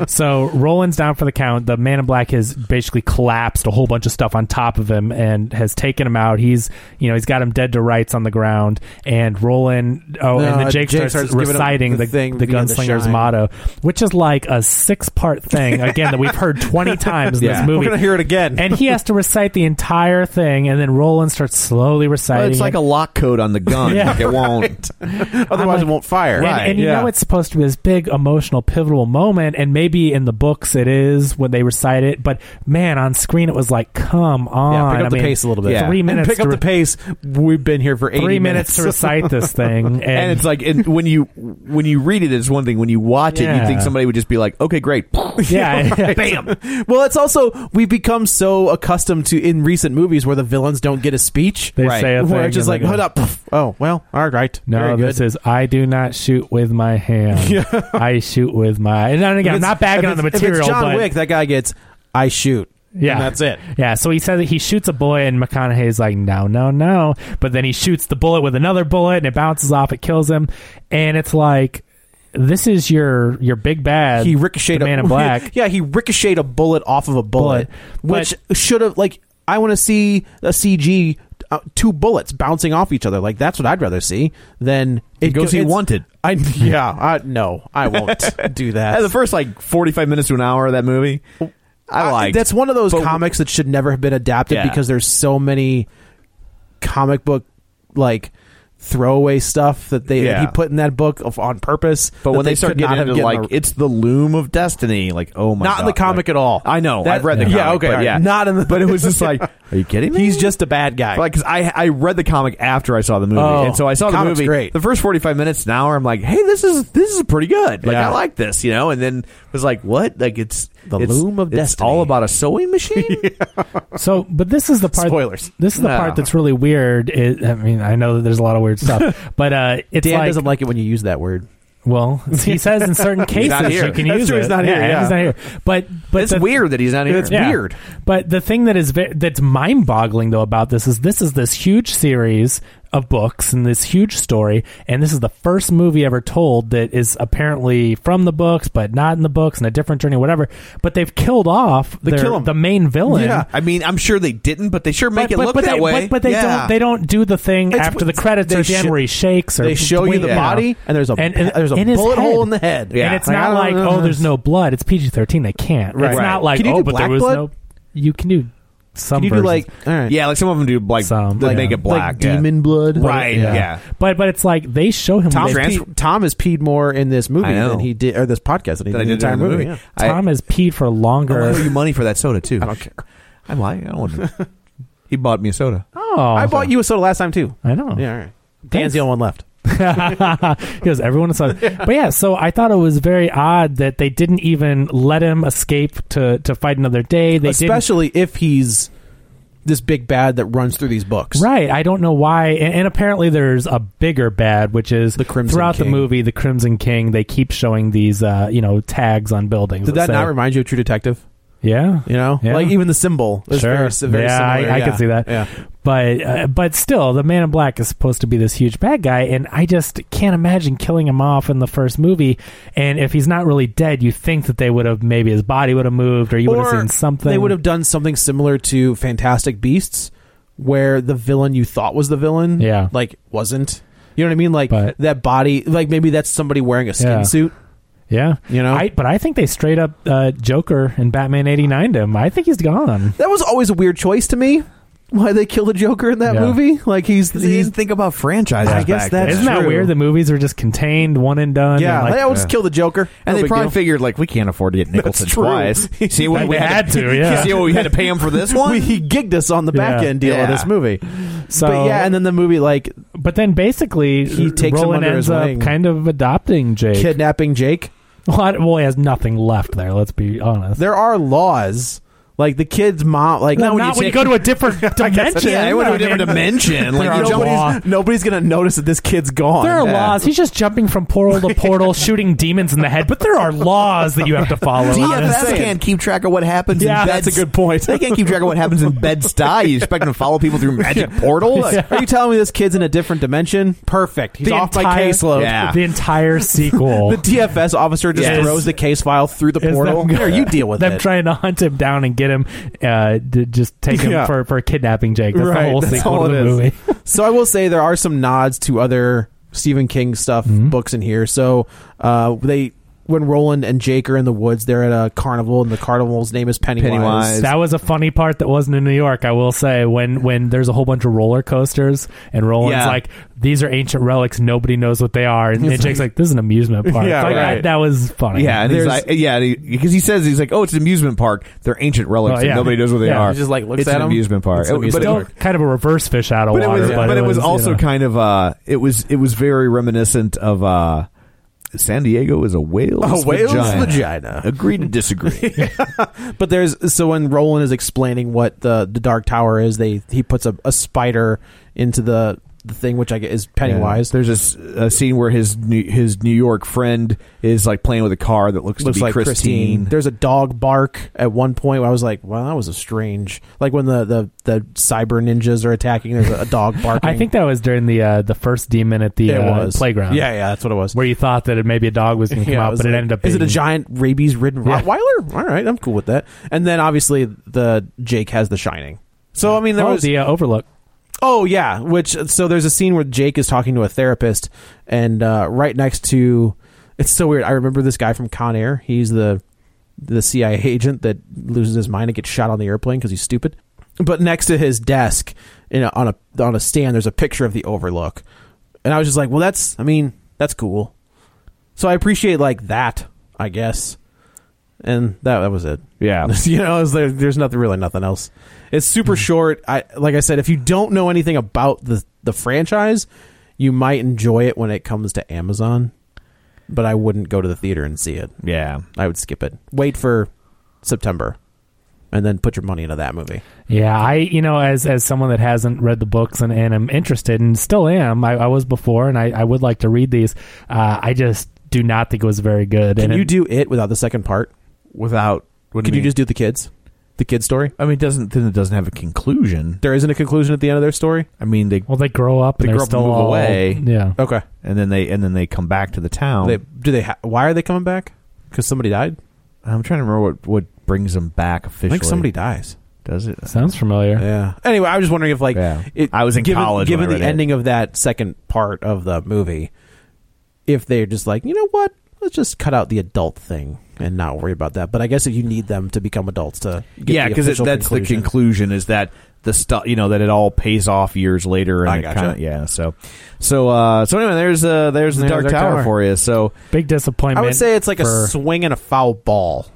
[SPEAKER 3] So Roland's down for the count. The Man in Black has basically collapsed a whole bunch of stuff on top of him and has taken him out. He's you know he's got him dead to rights on the ground. And Roland oh
[SPEAKER 2] No,
[SPEAKER 3] and the Jake,
[SPEAKER 2] Jake
[SPEAKER 3] starts,
[SPEAKER 2] starts giving him
[SPEAKER 3] reciting the
[SPEAKER 2] the thing,
[SPEAKER 3] the
[SPEAKER 2] you know, the
[SPEAKER 3] gunslinger's
[SPEAKER 2] shine.
[SPEAKER 3] motto, which is like a six part thing again that we've heard
[SPEAKER 2] [laughs]
[SPEAKER 3] twenty times in
[SPEAKER 2] Yeah.
[SPEAKER 3] this
[SPEAKER 2] We're
[SPEAKER 3] movie.
[SPEAKER 2] gonna hear it again.
[SPEAKER 3] and he has to recite the entire thing, and then Roland starts slowly reciting.
[SPEAKER 1] it's like
[SPEAKER 3] it.
[SPEAKER 1] a lock code on the gun.
[SPEAKER 3] Yeah,
[SPEAKER 1] Like, it won't.
[SPEAKER 2] Otherwise,
[SPEAKER 3] I'm
[SPEAKER 2] it won't fire.
[SPEAKER 3] And, and you know it's supposed to be this big emotional pivotal moment, and maybe in the books it is when they recite it. But man, on screen it was like, come on,
[SPEAKER 2] yeah, pick up
[SPEAKER 3] I
[SPEAKER 2] the
[SPEAKER 3] mean,
[SPEAKER 2] pace a little bit.
[SPEAKER 3] Three
[SPEAKER 2] And
[SPEAKER 3] minutes.
[SPEAKER 2] pick
[SPEAKER 3] to
[SPEAKER 2] up
[SPEAKER 3] re-
[SPEAKER 2] the pace. We've been here for eighty
[SPEAKER 3] Three minutes
[SPEAKER 2] minutes.
[SPEAKER 3] to
[SPEAKER 2] [laughs]
[SPEAKER 3] recite this thing, and,
[SPEAKER 1] And it's like and when you when you read it, it's one thing. When you watch it,
[SPEAKER 3] Yeah.
[SPEAKER 1] you think somebody would just be like, "Okay, great."
[SPEAKER 3] yeah, [laughs]
[SPEAKER 2] [laughs] Bam. Well, it's also we've become so accustomed to in recent movies where the villains don't get a speech.
[SPEAKER 3] They
[SPEAKER 1] Right.
[SPEAKER 3] say a
[SPEAKER 2] Where
[SPEAKER 3] thing
[SPEAKER 2] it's just
[SPEAKER 3] and
[SPEAKER 2] like,
[SPEAKER 3] they go,
[SPEAKER 2] hood up. pff, Oh, well, all right.
[SPEAKER 3] No,
[SPEAKER 2] Very
[SPEAKER 3] this
[SPEAKER 2] good.
[SPEAKER 3] is I do not shoot with my
[SPEAKER 2] [laughs]
[SPEAKER 3] hand. I shoot with my. And again,
[SPEAKER 2] If
[SPEAKER 3] I'm
[SPEAKER 2] it's-
[SPEAKER 3] not bagging
[SPEAKER 2] if
[SPEAKER 3] on the
[SPEAKER 2] it's-
[SPEAKER 3] material,
[SPEAKER 2] If it's John
[SPEAKER 3] but
[SPEAKER 2] Wick, that guy gets I shoot.
[SPEAKER 3] Yeah,
[SPEAKER 2] And that's it.
[SPEAKER 3] Yeah, so he says that he shoots a bullet, and McConaughey's like, "No, no, no!" But then he shoots the bullet with another bullet, and it bounces off, it kills him, and it's like, "This is your your big bad."
[SPEAKER 2] he ricocheted
[SPEAKER 3] the man
[SPEAKER 2] [laughs]
[SPEAKER 3] in black.
[SPEAKER 2] yeah, he ricocheted a bullet off of a bullet,
[SPEAKER 3] Bullet.
[SPEAKER 2] which should have like I want to see a CG uh, two bullets bouncing off each other. Like that's what I'd rather see than it
[SPEAKER 1] goes he
[SPEAKER 2] it's-
[SPEAKER 1] wanted.
[SPEAKER 2] [laughs] I yeah, I, no,
[SPEAKER 3] [laughs]
[SPEAKER 2] I won't do that.
[SPEAKER 1] the first like forty five minutes to an hour of that movie, I like
[SPEAKER 2] that's one of those
[SPEAKER 1] but-
[SPEAKER 2] comics that should never have been adapted
[SPEAKER 1] Yeah.
[SPEAKER 2] because there's so many comic book like throwaway stuff that they
[SPEAKER 1] Yeah.
[SPEAKER 2] he put in that book of, on purpose.
[SPEAKER 1] But
[SPEAKER 2] that
[SPEAKER 1] when they,
[SPEAKER 2] they
[SPEAKER 1] start
[SPEAKER 2] could not
[SPEAKER 1] getting
[SPEAKER 2] have
[SPEAKER 1] into
[SPEAKER 2] given
[SPEAKER 1] like
[SPEAKER 2] a-
[SPEAKER 1] it's the loom of destiny, like oh my,
[SPEAKER 2] Not in
[SPEAKER 1] God,
[SPEAKER 2] the comic
[SPEAKER 1] like-
[SPEAKER 2] at all.
[SPEAKER 1] I know,
[SPEAKER 2] That-
[SPEAKER 1] I've read the
[SPEAKER 2] [laughs] yeah,
[SPEAKER 1] comic,
[SPEAKER 2] okay,
[SPEAKER 1] but
[SPEAKER 2] all right.
[SPEAKER 1] yeah,
[SPEAKER 2] Not in the-
[SPEAKER 1] but [laughs] it was
[SPEAKER 2] [laughs]
[SPEAKER 1] just like, are you kidding me?
[SPEAKER 2] he's just a bad guy.
[SPEAKER 1] like because I I read the comic after I saw the movie,
[SPEAKER 2] Oh,
[SPEAKER 1] and so I saw the
[SPEAKER 2] comic's
[SPEAKER 1] movie.
[SPEAKER 2] great.
[SPEAKER 1] The first forty five minutes, an hour, I'm like, hey, this is this is pretty good. Like
[SPEAKER 2] Yeah.
[SPEAKER 1] I like this, you know. And then was like, what? Like it's
[SPEAKER 2] The
[SPEAKER 1] it's-
[SPEAKER 2] loom of
[SPEAKER 1] it's
[SPEAKER 2] destiny.
[SPEAKER 1] all about a sewing machine.
[SPEAKER 3] So, but this is the part.
[SPEAKER 2] Spoilers.
[SPEAKER 3] This is the
[SPEAKER 1] No.
[SPEAKER 3] part that's really weird. It, I mean, I know that there's a lot of weird stuff,
[SPEAKER 1] [laughs]
[SPEAKER 3] but uh, it's
[SPEAKER 2] Dan
[SPEAKER 3] like,
[SPEAKER 2] doesn't like it when you use that word.
[SPEAKER 3] well, he says
[SPEAKER 1] [laughs]
[SPEAKER 3] in certain cases
[SPEAKER 1] not here.
[SPEAKER 3] you can
[SPEAKER 1] That's
[SPEAKER 3] use
[SPEAKER 1] true,
[SPEAKER 3] it.
[SPEAKER 1] he's not here, yeah.
[SPEAKER 3] he's not here. But but
[SPEAKER 1] it's
[SPEAKER 3] the-
[SPEAKER 1] weird that he's not here.
[SPEAKER 3] It's weird. But the thing that is ve- that's mind-boggling though about this is this is this huge series of books and this huge story, and this is the first movie ever told that is apparently from the books, but not in the books, and a different journey, whatever. But they've killed off their-
[SPEAKER 1] kill 'em.
[SPEAKER 3] the main villain.
[SPEAKER 1] Yeah, I mean, I'm sure they didn't, but they sure make it look
[SPEAKER 3] but
[SPEAKER 1] that
[SPEAKER 3] they,
[SPEAKER 1] way.
[SPEAKER 3] But, but they
[SPEAKER 1] Yeah.
[SPEAKER 3] don't. They don't do the thing
[SPEAKER 2] It's-
[SPEAKER 3] after the credits
[SPEAKER 2] they
[SPEAKER 3] are done
[SPEAKER 2] sho-
[SPEAKER 3] where he shakes or
[SPEAKER 2] they show you the
[SPEAKER 3] know.
[SPEAKER 2] body, and there's a- there's a
[SPEAKER 3] his
[SPEAKER 2] bullet
[SPEAKER 3] head.
[SPEAKER 2] hole in the head. Yeah.
[SPEAKER 3] And it's
[SPEAKER 2] Like, I
[SPEAKER 3] not
[SPEAKER 2] don't
[SPEAKER 3] like
[SPEAKER 2] know.
[SPEAKER 3] oh, there's no blood. It's PG thirteen. They can't.
[SPEAKER 1] Right.
[SPEAKER 3] It's not like
[SPEAKER 2] Can you
[SPEAKER 3] oh,
[SPEAKER 2] do
[SPEAKER 3] but
[SPEAKER 2] black
[SPEAKER 3] there was
[SPEAKER 2] blood?
[SPEAKER 3] no. You can do some.
[SPEAKER 2] Can you do
[SPEAKER 3] versions.
[SPEAKER 2] like all right,
[SPEAKER 1] Yeah, like some of them do, like
[SPEAKER 3] Some,
[SPEAKER 1] they
[SPEAKER 3] like-
[SPEAKER 1] make it black,
[SPEAKER 2] like
[SPEAKER 1] yeah.
[SPEAKER 2] demon blood?
[SPEAKER 1] right? Yeah.
[SPEAKER 3] But but it's like they show him.
[SPEAKER 2] Tom,
[SPEAKER 3] with-
[SPEAKER 1] Trans-
[SPEAKER 2] peed, Tom has peed more in this movie
[SPEAKER 1] I know.
[SPEAKER 2] than he did, or this podcast than he
[SPEAKER 1] That I
[SPEAKER 2] did,
[SPEAKER 1] did
[SPEAKER 2] the entire
[SPEAKER 1] during the
[SPEAKER 2] movie.
[SPEAKER 1] movie.
[SPEAKER 2] yeah.
[SPEAKER 1] I-
[SPEAKER 3] Tom has peed for
[SPEAKER 1] I owe
[SPEAKER 3] longer.
[SPEAKER 1] you money for that soda too.
[SPEAKER 2] I don't care.
[SPEAKER 1] I'm lying. I don't want to. [laughs] he bought me a soda.
[SPEAKER 3] Oh,
[SPEAKER 2] I bought you a soda last time too.
[SPEAKER 3] I know. [laughs]
[SPEAKER 2] Yeah, all right. Dan's the only one left.
[SPEAKER 3] because everyone is like, but yeah so i thought it was very odd that they didn't even let him escape to to fight another day they didn't
[SPEAKER 2] Especially if he's this big bad that runs through these books.
[SPEAKER 3] Right, I don't know why, and, and apparently there's a bigger bad, which is
[SPEAKER 2] The Crimson
[SPEAKER 3] throughout the
[SPEAKER 2] King.
[SPEAKER 3] movie, the Crimson King. They keep showing these, uh, you know, tags on buildings.
[SPEAKER 2] Did that
[SPEAKER 3] say-
[SPEAKER 2] not remind you of True Detective?
[SPEAKER 3] Yeah,
[SPEAKER 2] You know,
[SPEAKER 3] Yeah.
[SPEAKER 2] like even the symbol is
[SPEAKER 3] Sure.
[SPEAKER 2] very, si- very
[SPEAKER 3] Yeah, I-
[SPEAKER 2] similar.
[SPEAKER 3] I can see that.
[SPEAKER 2] Yeah.
[SPEAKER 3] but uh, but still, the Man in Black is supposed to be this huge bad guy, and I just can't imagine killing him off in the first movie. And if he's not really dead, you think that they would have maybe his body would have moved, or you would have
[SPEAKER 2] Or
[SPEAKER 3] seen something.
[SPEAKER 2] They would have done something similar to Fantastic Beasts, where the villain you thought was the villain,
[SPEAKER 3] Yeah.
[SPEAKER 2] like wasn't. You know what I mean? Like
[SPEAKER 3] But-
[SPEAKER 2] that body, like maybe that's somebody wearing a skin
[SPEAKER 3] Yeah.
[SPEAKER 2] suit.
[SPEAKER 3] yeah,
[SPEAKER 2] You know?
[SPEAKER 3] I, but I think they straight up uh, Joker and Batman eighty nine him. I think he's gone.
[SPEAKER 2] That was always a weird choice to me. Why they killed the Joker in that
[SPEAKER 3] Yeah.
[SPEAKER 2] movie? Like he's,
[SPEAKER 1] Because he
[SPEAKER 2] he's
[SPEAKER 1] didn't think about franchises.
[SPEAKER 2] I guess
[SPEAKER 1] back
[SPEAKER 2] that's-
[SPEAKER 1] then.
[SPEAKER 3] Isn't that
[SPEAKER 2] true.
[SPEAKER 3] weird? The movies are just contained, one and done.
[SPEAKER 2] yeah.
[SPEAKER 3] and, like,
[SPEAKER 2] Like, I would just kill the Joker,
[SPEAKER 1] And
[SPEAKER 2] No
[SPEAKER 1] they
[SPEAKER 2] big
[SPEAKER 1] probably
[SPEAKER 2] deal.
[SPEAKER 1] figured like we can't afford to get Nicholson
[SPEAKER 2] true.
[SPEAKER 1] twice. See
[SPEAKER 3] They
[SPEAKER 1] what we
[SPEAKER 3] had
[SPEAKER 1] [laughs]
[SPEAKER 3] to, yeah.
[SPEAKER 1] See what
[SPEAKER 2] [laughs]
[SPEAKER 1] we had to pay him for this
[SPEAKER 2] We-
[SPEAKER 1] one.
[SPEAKER 2] he gigged us on the back
[SPEAKER 3] Yeah.
[SPEAKER 2] end deal of
[SPEAKER 1] Yeah.
[SPEAKER 2] this movie.
[SPEAKER 3] so.
[SPEAKER 2] but yeah, and then the movie like
[SPEAKER 3] but then basically,
[SPEAKER 2] He takes him
[SPEAKER 3] Roland
[SPEAKER 2] under
[SPEAKER 3] ends
[SPEAKER 2] his
[SPEAKER 3] up
[SPEAKER 2] wing.
[SPEAKER 3] kind of adopting Jake.
[SPEAKER 2] kidnapping Jake.
[SPEAKER 3] [laughs] Well, I- well, he has nothing left there. Let's be honest.
[SPEAKER 2] There are laws. Like the kid's mom, like
[SPEAKER 3] Well, not when you go to a different dimension.
[SPEAKER 1] yeah, it went to
[SPEAKER 3] I
[SPEAKER 1] a different
[SPEAKER 3] mean,
[SPEAKER 1] dimension. Like
[SPEAKER 3] [laughs] There
[SPEAKER 1] you
[SPEAKER 3] are
[SPEAKER 1] jump-
[SPEAKER 3] laws.
[SPEAKER 2] nobody's, nobody's gonna notice that this kid's gone.
[SPEAKER 3] There are
[SPEAKER 2] Yeah.
[SPEAKER 3] laws. He's just jumping from portal to portal, shooting demons in the head. But there are laws that you have to follow.
[SPEAKER 1] DFS can't keep track of what happens.
[SPEAKER 3] Yeah,
[SPEAKER 1] in
[SPEAKER 3] that's
[SPEAKER 1] Bed-
[SPEAKER 3] a good point.
[SPEAKER 1] They can't keep track of what happens in Bed Stuy. You expect them to follow people through magic portals?
[SPEAKER 3] Yeah.
[SPEAKER 2] Are you telling me this kid's in a different dimension? Perfect. He's
[SPEAKER 3] The
[SPEAKER 2] off my
[SPEAKER 3] entire-
[SPEAKER 2] caseload.
[SPEAKER 1] Yeah.
[SPEAKER 3] [laughs] The entire sequel.
[SPEAKER 2] [laughs] The DFS officer just
[SPEAKER 3] Yes.
[SPEAKER 2] throws the case file through the
[SPEAKER 3] is
[SPEAKER 2] portal.
[SPEAKER 3] them-
[SPEAKER 2] Here, you deal with
[SPEAKER 3] them
[SPEAKER 2] it.
[SPEAKER 3] trying to hunt him down and get him uh, to just take him
[SPEAKER 2] Yeah.
[SPEAKER 3] for, for kidnapping Jake. That's
[SPEAKER 2] Right,
[SPEAKER 3] the whole
[SPEAKER 2] that's
[SPEAKER 3] sequel to
[SPEAKER 2] all it
[SPEAKER 3] the
[SPEAKER 2] is.
[SPEAKER 3] movie.
[SPEAKER 2] so I will say there are some nods to other Stephen King stuff books in here. So uh, they when Roland and Jake are in the woods, they're at a carnival, and the carnival's name is Pennywise.
[SPEAKER 1] Pennywise.
[SPEAKER 3] That was a funny part that wasn't in New York, I will say. When when there's a whole bunch of roller coasters and Roland's
[SPEAKER 1] Yeah.
[SPEAKER 3] like, these are ancient relics, nobody knows what they are, and, and Jake's like, this is an amusement park.
[SPEAKER 2] Yeah,
[SPEAKER 3] Like,
[SPEAKER 2] right.
[SPEAKER 3] I- that was funny.
[SPEAKER 1] Yeah, and he's
[SPEAKER 2] There's-
[SPEAKER 1] like, yeah, because he says he's like, oh, it's an amusement park. They're ancient relics,
[SPEAKER 3] Oh,
[SPEAKER 1] and
[SPEAKER 3] yeah.
[SPEAKER 1] nobody knows what they
[SPEAKER 3] Yeah,
[SPEAKER 1] are.
[SPEAKER 3] he
[SPEAKER 2] just, like, looks
[SPEAKER 1] it's
[SPEAKER 2] at
[SPEAKER 1] an
[SPEAKER 2] 'em.
[SPEAKER 1] amusement park.
[SPEAKER 2] It's an
[SPEAKER 1] It- but,
[SPEAKER 2] amusement
[SPEAKER 1] it-
[SPEAKER 3] Still
[SPEAKER 2] park.
[SPEAKER 3] kind of a reverse fish out of
[SPEAKER 1] but it
[SPEAKER 3] water.
[SPEAKER 1] was,
[SPEAKER 3] but,
[SPEAKER 1] but it was
[SPEAKER 3] you
[SPEAKER 1] also
[SPEAKER 3] know.
[SPEAKER 1] kind of, uh, it was, it was very reminiscent of uh, San Diego is a whale's,
[SPEAKER 2] A whale's
[SPEAKER 1] vagina.
[SPEAKER 2] vagina.
[SPEAKER 1] Agree to disagree.
[SPEAKER 2] But there's so when Roland is explaining what the the Dark Tower is, they he puts a, a spider into the the thing, which I get is Pennywise.
[SPEAKER 1] There's a s- a, scene where his new, his New York friend is like playing with a car that looks,
[SPEAKER 2] looks
[SPEAKER 1] to be
[SPEAKER 2] like Christine.
[SPEAKER 1] Christine.
[SPEAKER 2] There's a dog bark at one point where I was like, "Wow, that was a strange." Like when the the, the cyber ninjas are attacking, there's a, a
[SPEAKER 3] [laughs]
[SPEAKER 2] dog barking.
[SPEAKER 3] I think that was during the uh, the first demon at the
[SPEAKER 2] it
[SPEAKER 3] uh,
[SPEAKER 2] was
[SPEAKER 3] playground.
[SPEAKER 2] Yeah, yeah, that's what it was.
[SPEAKER 3] where you thought that it, maybe a dog was going to come
[SPEAKER 2] Yeah,
[SPEAKER 3] out,
[SPEAKER 2] was
[SPEAKER 3] but it
[SPEAKER 2] like,
[SPEAKER 3] ended up.
[SPEAKER 2] Is it a
[SPEAKER 3] being-
[SPEAKER 2] giant rabies-ridden
[SPEAKER 3] Yeah.
[SPEAKER 2] Rottweiler? All right, I'm cool with that. And then obviously the Jake has the Shining. So I mean, there
[SPEAKER 3] Oh,
[SPEAKER 2] was
[SPEAKER 3] the uh, Overlook.
[SPEAKER 2] Oh yeah, which so there's a scene where Jake is talking to a therapist, and uh, right next to it's so weird. I remember this guy from Con Air. He's the the CIA agent that loses his mind and gets shot on the airplane because he's stupid. But next to his desk, you know, on a on a stand, there's a picture of the Overlook, and I was just like, well, that's I mean, that's cool. So I appreciate like that, I guess. And that that was it.
[SPEAKER 1] [laughs] Yeah.
[SPEAKER 2] [laughs]
[SPEAKER 1] Hmm.
[SPEAKER 2] you know, it's there, there's nothing really nothing else. It's super short. I like I said, if you don't know anything about the the franchise, you might enjoy it when it comes to Amazon. But I wouldn't go to the theater and see it.
[SPEAKER 1] yeah.
[SPEAKER 2] I would skip it. Wait for September, and then put your money into that movie.
[SPEAKER 3] Yeah, I you know as as someone that hasn't read the books and, and am interested and still am, I, I was before and I, I would like to read these. Uh, I just do not think it was very good.
[SPEAKER 2] Can
[SPEAKER 3] and
[SPEAKER 2] you
[SPEAKER 3] it-
[SPEAKER 2] do it without the second part?
[SPEAKER 1] Without. What do
[SPEAKER 2] Could you
[SPEAKER 1] mean?
[SPEAKER 2] just do the kids, the kid story?
[SPEAKER 1] I mean, it doesn't then it doesn't have a conclusion.
[SPEAKER 2] There isn't a conclusion at the end of their story.
[SPEAKER 1] I mean, they
[SPEAKER 3] Well, they grow up.
[SPEAKER 1] They
[SPEAKER 3] and
[SPEAKER 1] grow up
[SPEAKER 3] they're
[SPEAKER 1] and
[SPEAKER 3] still
[SPEAKER 1] move
[SPEAKER 3] all-
[SPEAKER 1] away.
[SPEAKER 3] Yeah.
[SPEAKER 2] Okay.
[SPEAKER 1] and then they and then they come back to the town.
[SPEAKER 2] They, do they? Ha- why are they coming back? Because somebody died.
[SPEAKER 1] I'm trying to remember what what brings them back
[SPEAKER 2] I
[SPEAKER 1] officially.
[SPEAKER 2] think somebody dies.
[SPEAKER 1] does it.
[SPEAKER 3] Sounds familiar.
[SPEAKER 2] Yeah. Anyway, I was wondering if like
[SPEAKER 1] Yeah. I was in
[SPEAKER 2] given,
[SPEAKER 1] college when
[SPEAKER 2] Given
[SPEAKER 1] I
[SPEAKER 2] the
[SPEAKER 1] read it.
[SPEAKER 2] ending of that second part of the movie, if they're just like, you know what, let's just cut out the adult thing and not worry about that. But I guess if you need them to become adults to get
[SPEAKER 1] yeah,
[SPEAKER 2] the
[SPEAKER 1] because that's
[SPEAKER 2] official
[SPEAKER 1] the
[SPEAKER 2] conclusion.
[SPEAKER 1] conclusion is that the stuff you know that it all pays off years later. And
[SPEAKER 2] I
[SPEAKER 1] it
[SPEAKER 2] gotcha.
[SPEAKER 1] kinda- yeah. So so uh, so anyway, there's uh, there's the
[SPEAKER 2] There's
[SPEAKER 1] Dark
[SPEAKER 2] Dark
[SPEAKER 1] Tower,
[SPEAKER 2] Tower.
[SPEAKER 1] for you. So
[SPEAKER 3] Big
[SPEAKER 2] I
[SPEAKER 3] disappointment.
[SPEAKER 2] would say it's like
[SPEAKER 3] for-
[SPEAKER 2] a swing and a foul ball.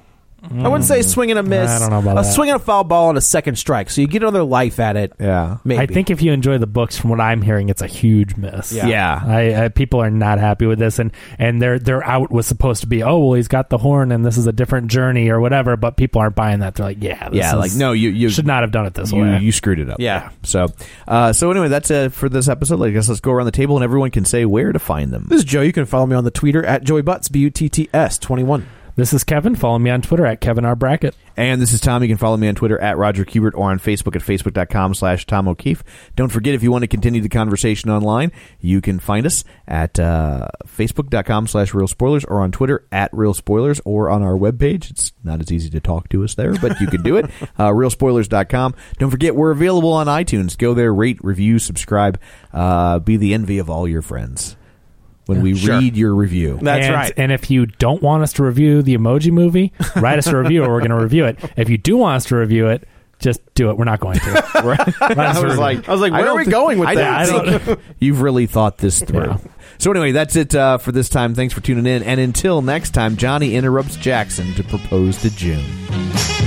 [SPEAKER 2] I wouldn't
[SPEAKER 1] Mm.
[SPEAKER 2] say swing and a miss.
[SPEAKER 3] I don't know about
[SPEAKER 2] a
[SPEAKER 3] that.
[SPEAKER 2] swing and a foul ball and a second strike. So you get another life at it.
[SPEAKER 1] yeah,
[SPEAKER 2] Maybe.
[SPEAKER 3] I think if you enjoy the books, from what I'm hearing, it's a huge miss.
[SPEAKER 1] Yeah. Yeah.
[SPEAKER 3] I, I, people are not happy with this, and and their their out was supposed to be, oh well, he's got the horn, and this is a different journey or whatever. But people aren't buying that. They're like, yeah, this
[SPEAKER 1] yeah.
[SPEAKER 3] is-
[SPEAKER 1] Like no, you you
[SPEAKER 3] should not have done it this
[SPEAKER 1] you,
[SPEAKER 3] way.
[SPEAKER 1] you screwed it up.
[SPEAKER 2] Yeah.
[SPEAKER 1] So uh, so anyway, that's it for this episode. I guess let's go around the table and everyone can say where to find them.
[SPEAKER 2] This is Joe. You can follow me on the Twitter at Joey Butts, B U T T S 21.
[SPEAKER 3] this is Kevin. Follow me on Twitter at Kevin R Brackett.
[SPEAKER 1] And this is Tom. You can follow me on Twitter at Roger Kubert or on Facebook at facebook.com slash Tom O'Keefe. Don't forget, if you want to continue the conversation online, you can find us at uh, facebook.com slash real spoilers or on Twitter at real spoilers or on our webpage. It's not as easy to talk to us there, but you can do it. Uh, realspoilers.com. Don't forget, we're available on iTunes. Go there, rate, review, subscribe. Uh, be the envy of all your friends when we
[SPEAKER 2] Sure.
[SPEAKER 1] read your review.
[SPEAKER 2] That's
[SPEAKER 3] And-
[SPEAKER 2] right.
[SPEAKER 3] And if you don't want us to review the Emoji Movie, write us a review, or we're going to review it. If you do want us to review it, just do it. We're not going
[SPEAKER 1] [laughs]
[SPEAKER 3] to.
[SPEAKER 1] I was like, I was like, where are we going with
[SPEAKER 3] that? I
[SPEAKER 1] [laughs] you've really thought this through. So anyway, that's it uh, for this time. Thanks for tuning in, and until next time, Johnny interrupts Jackson to propose to June.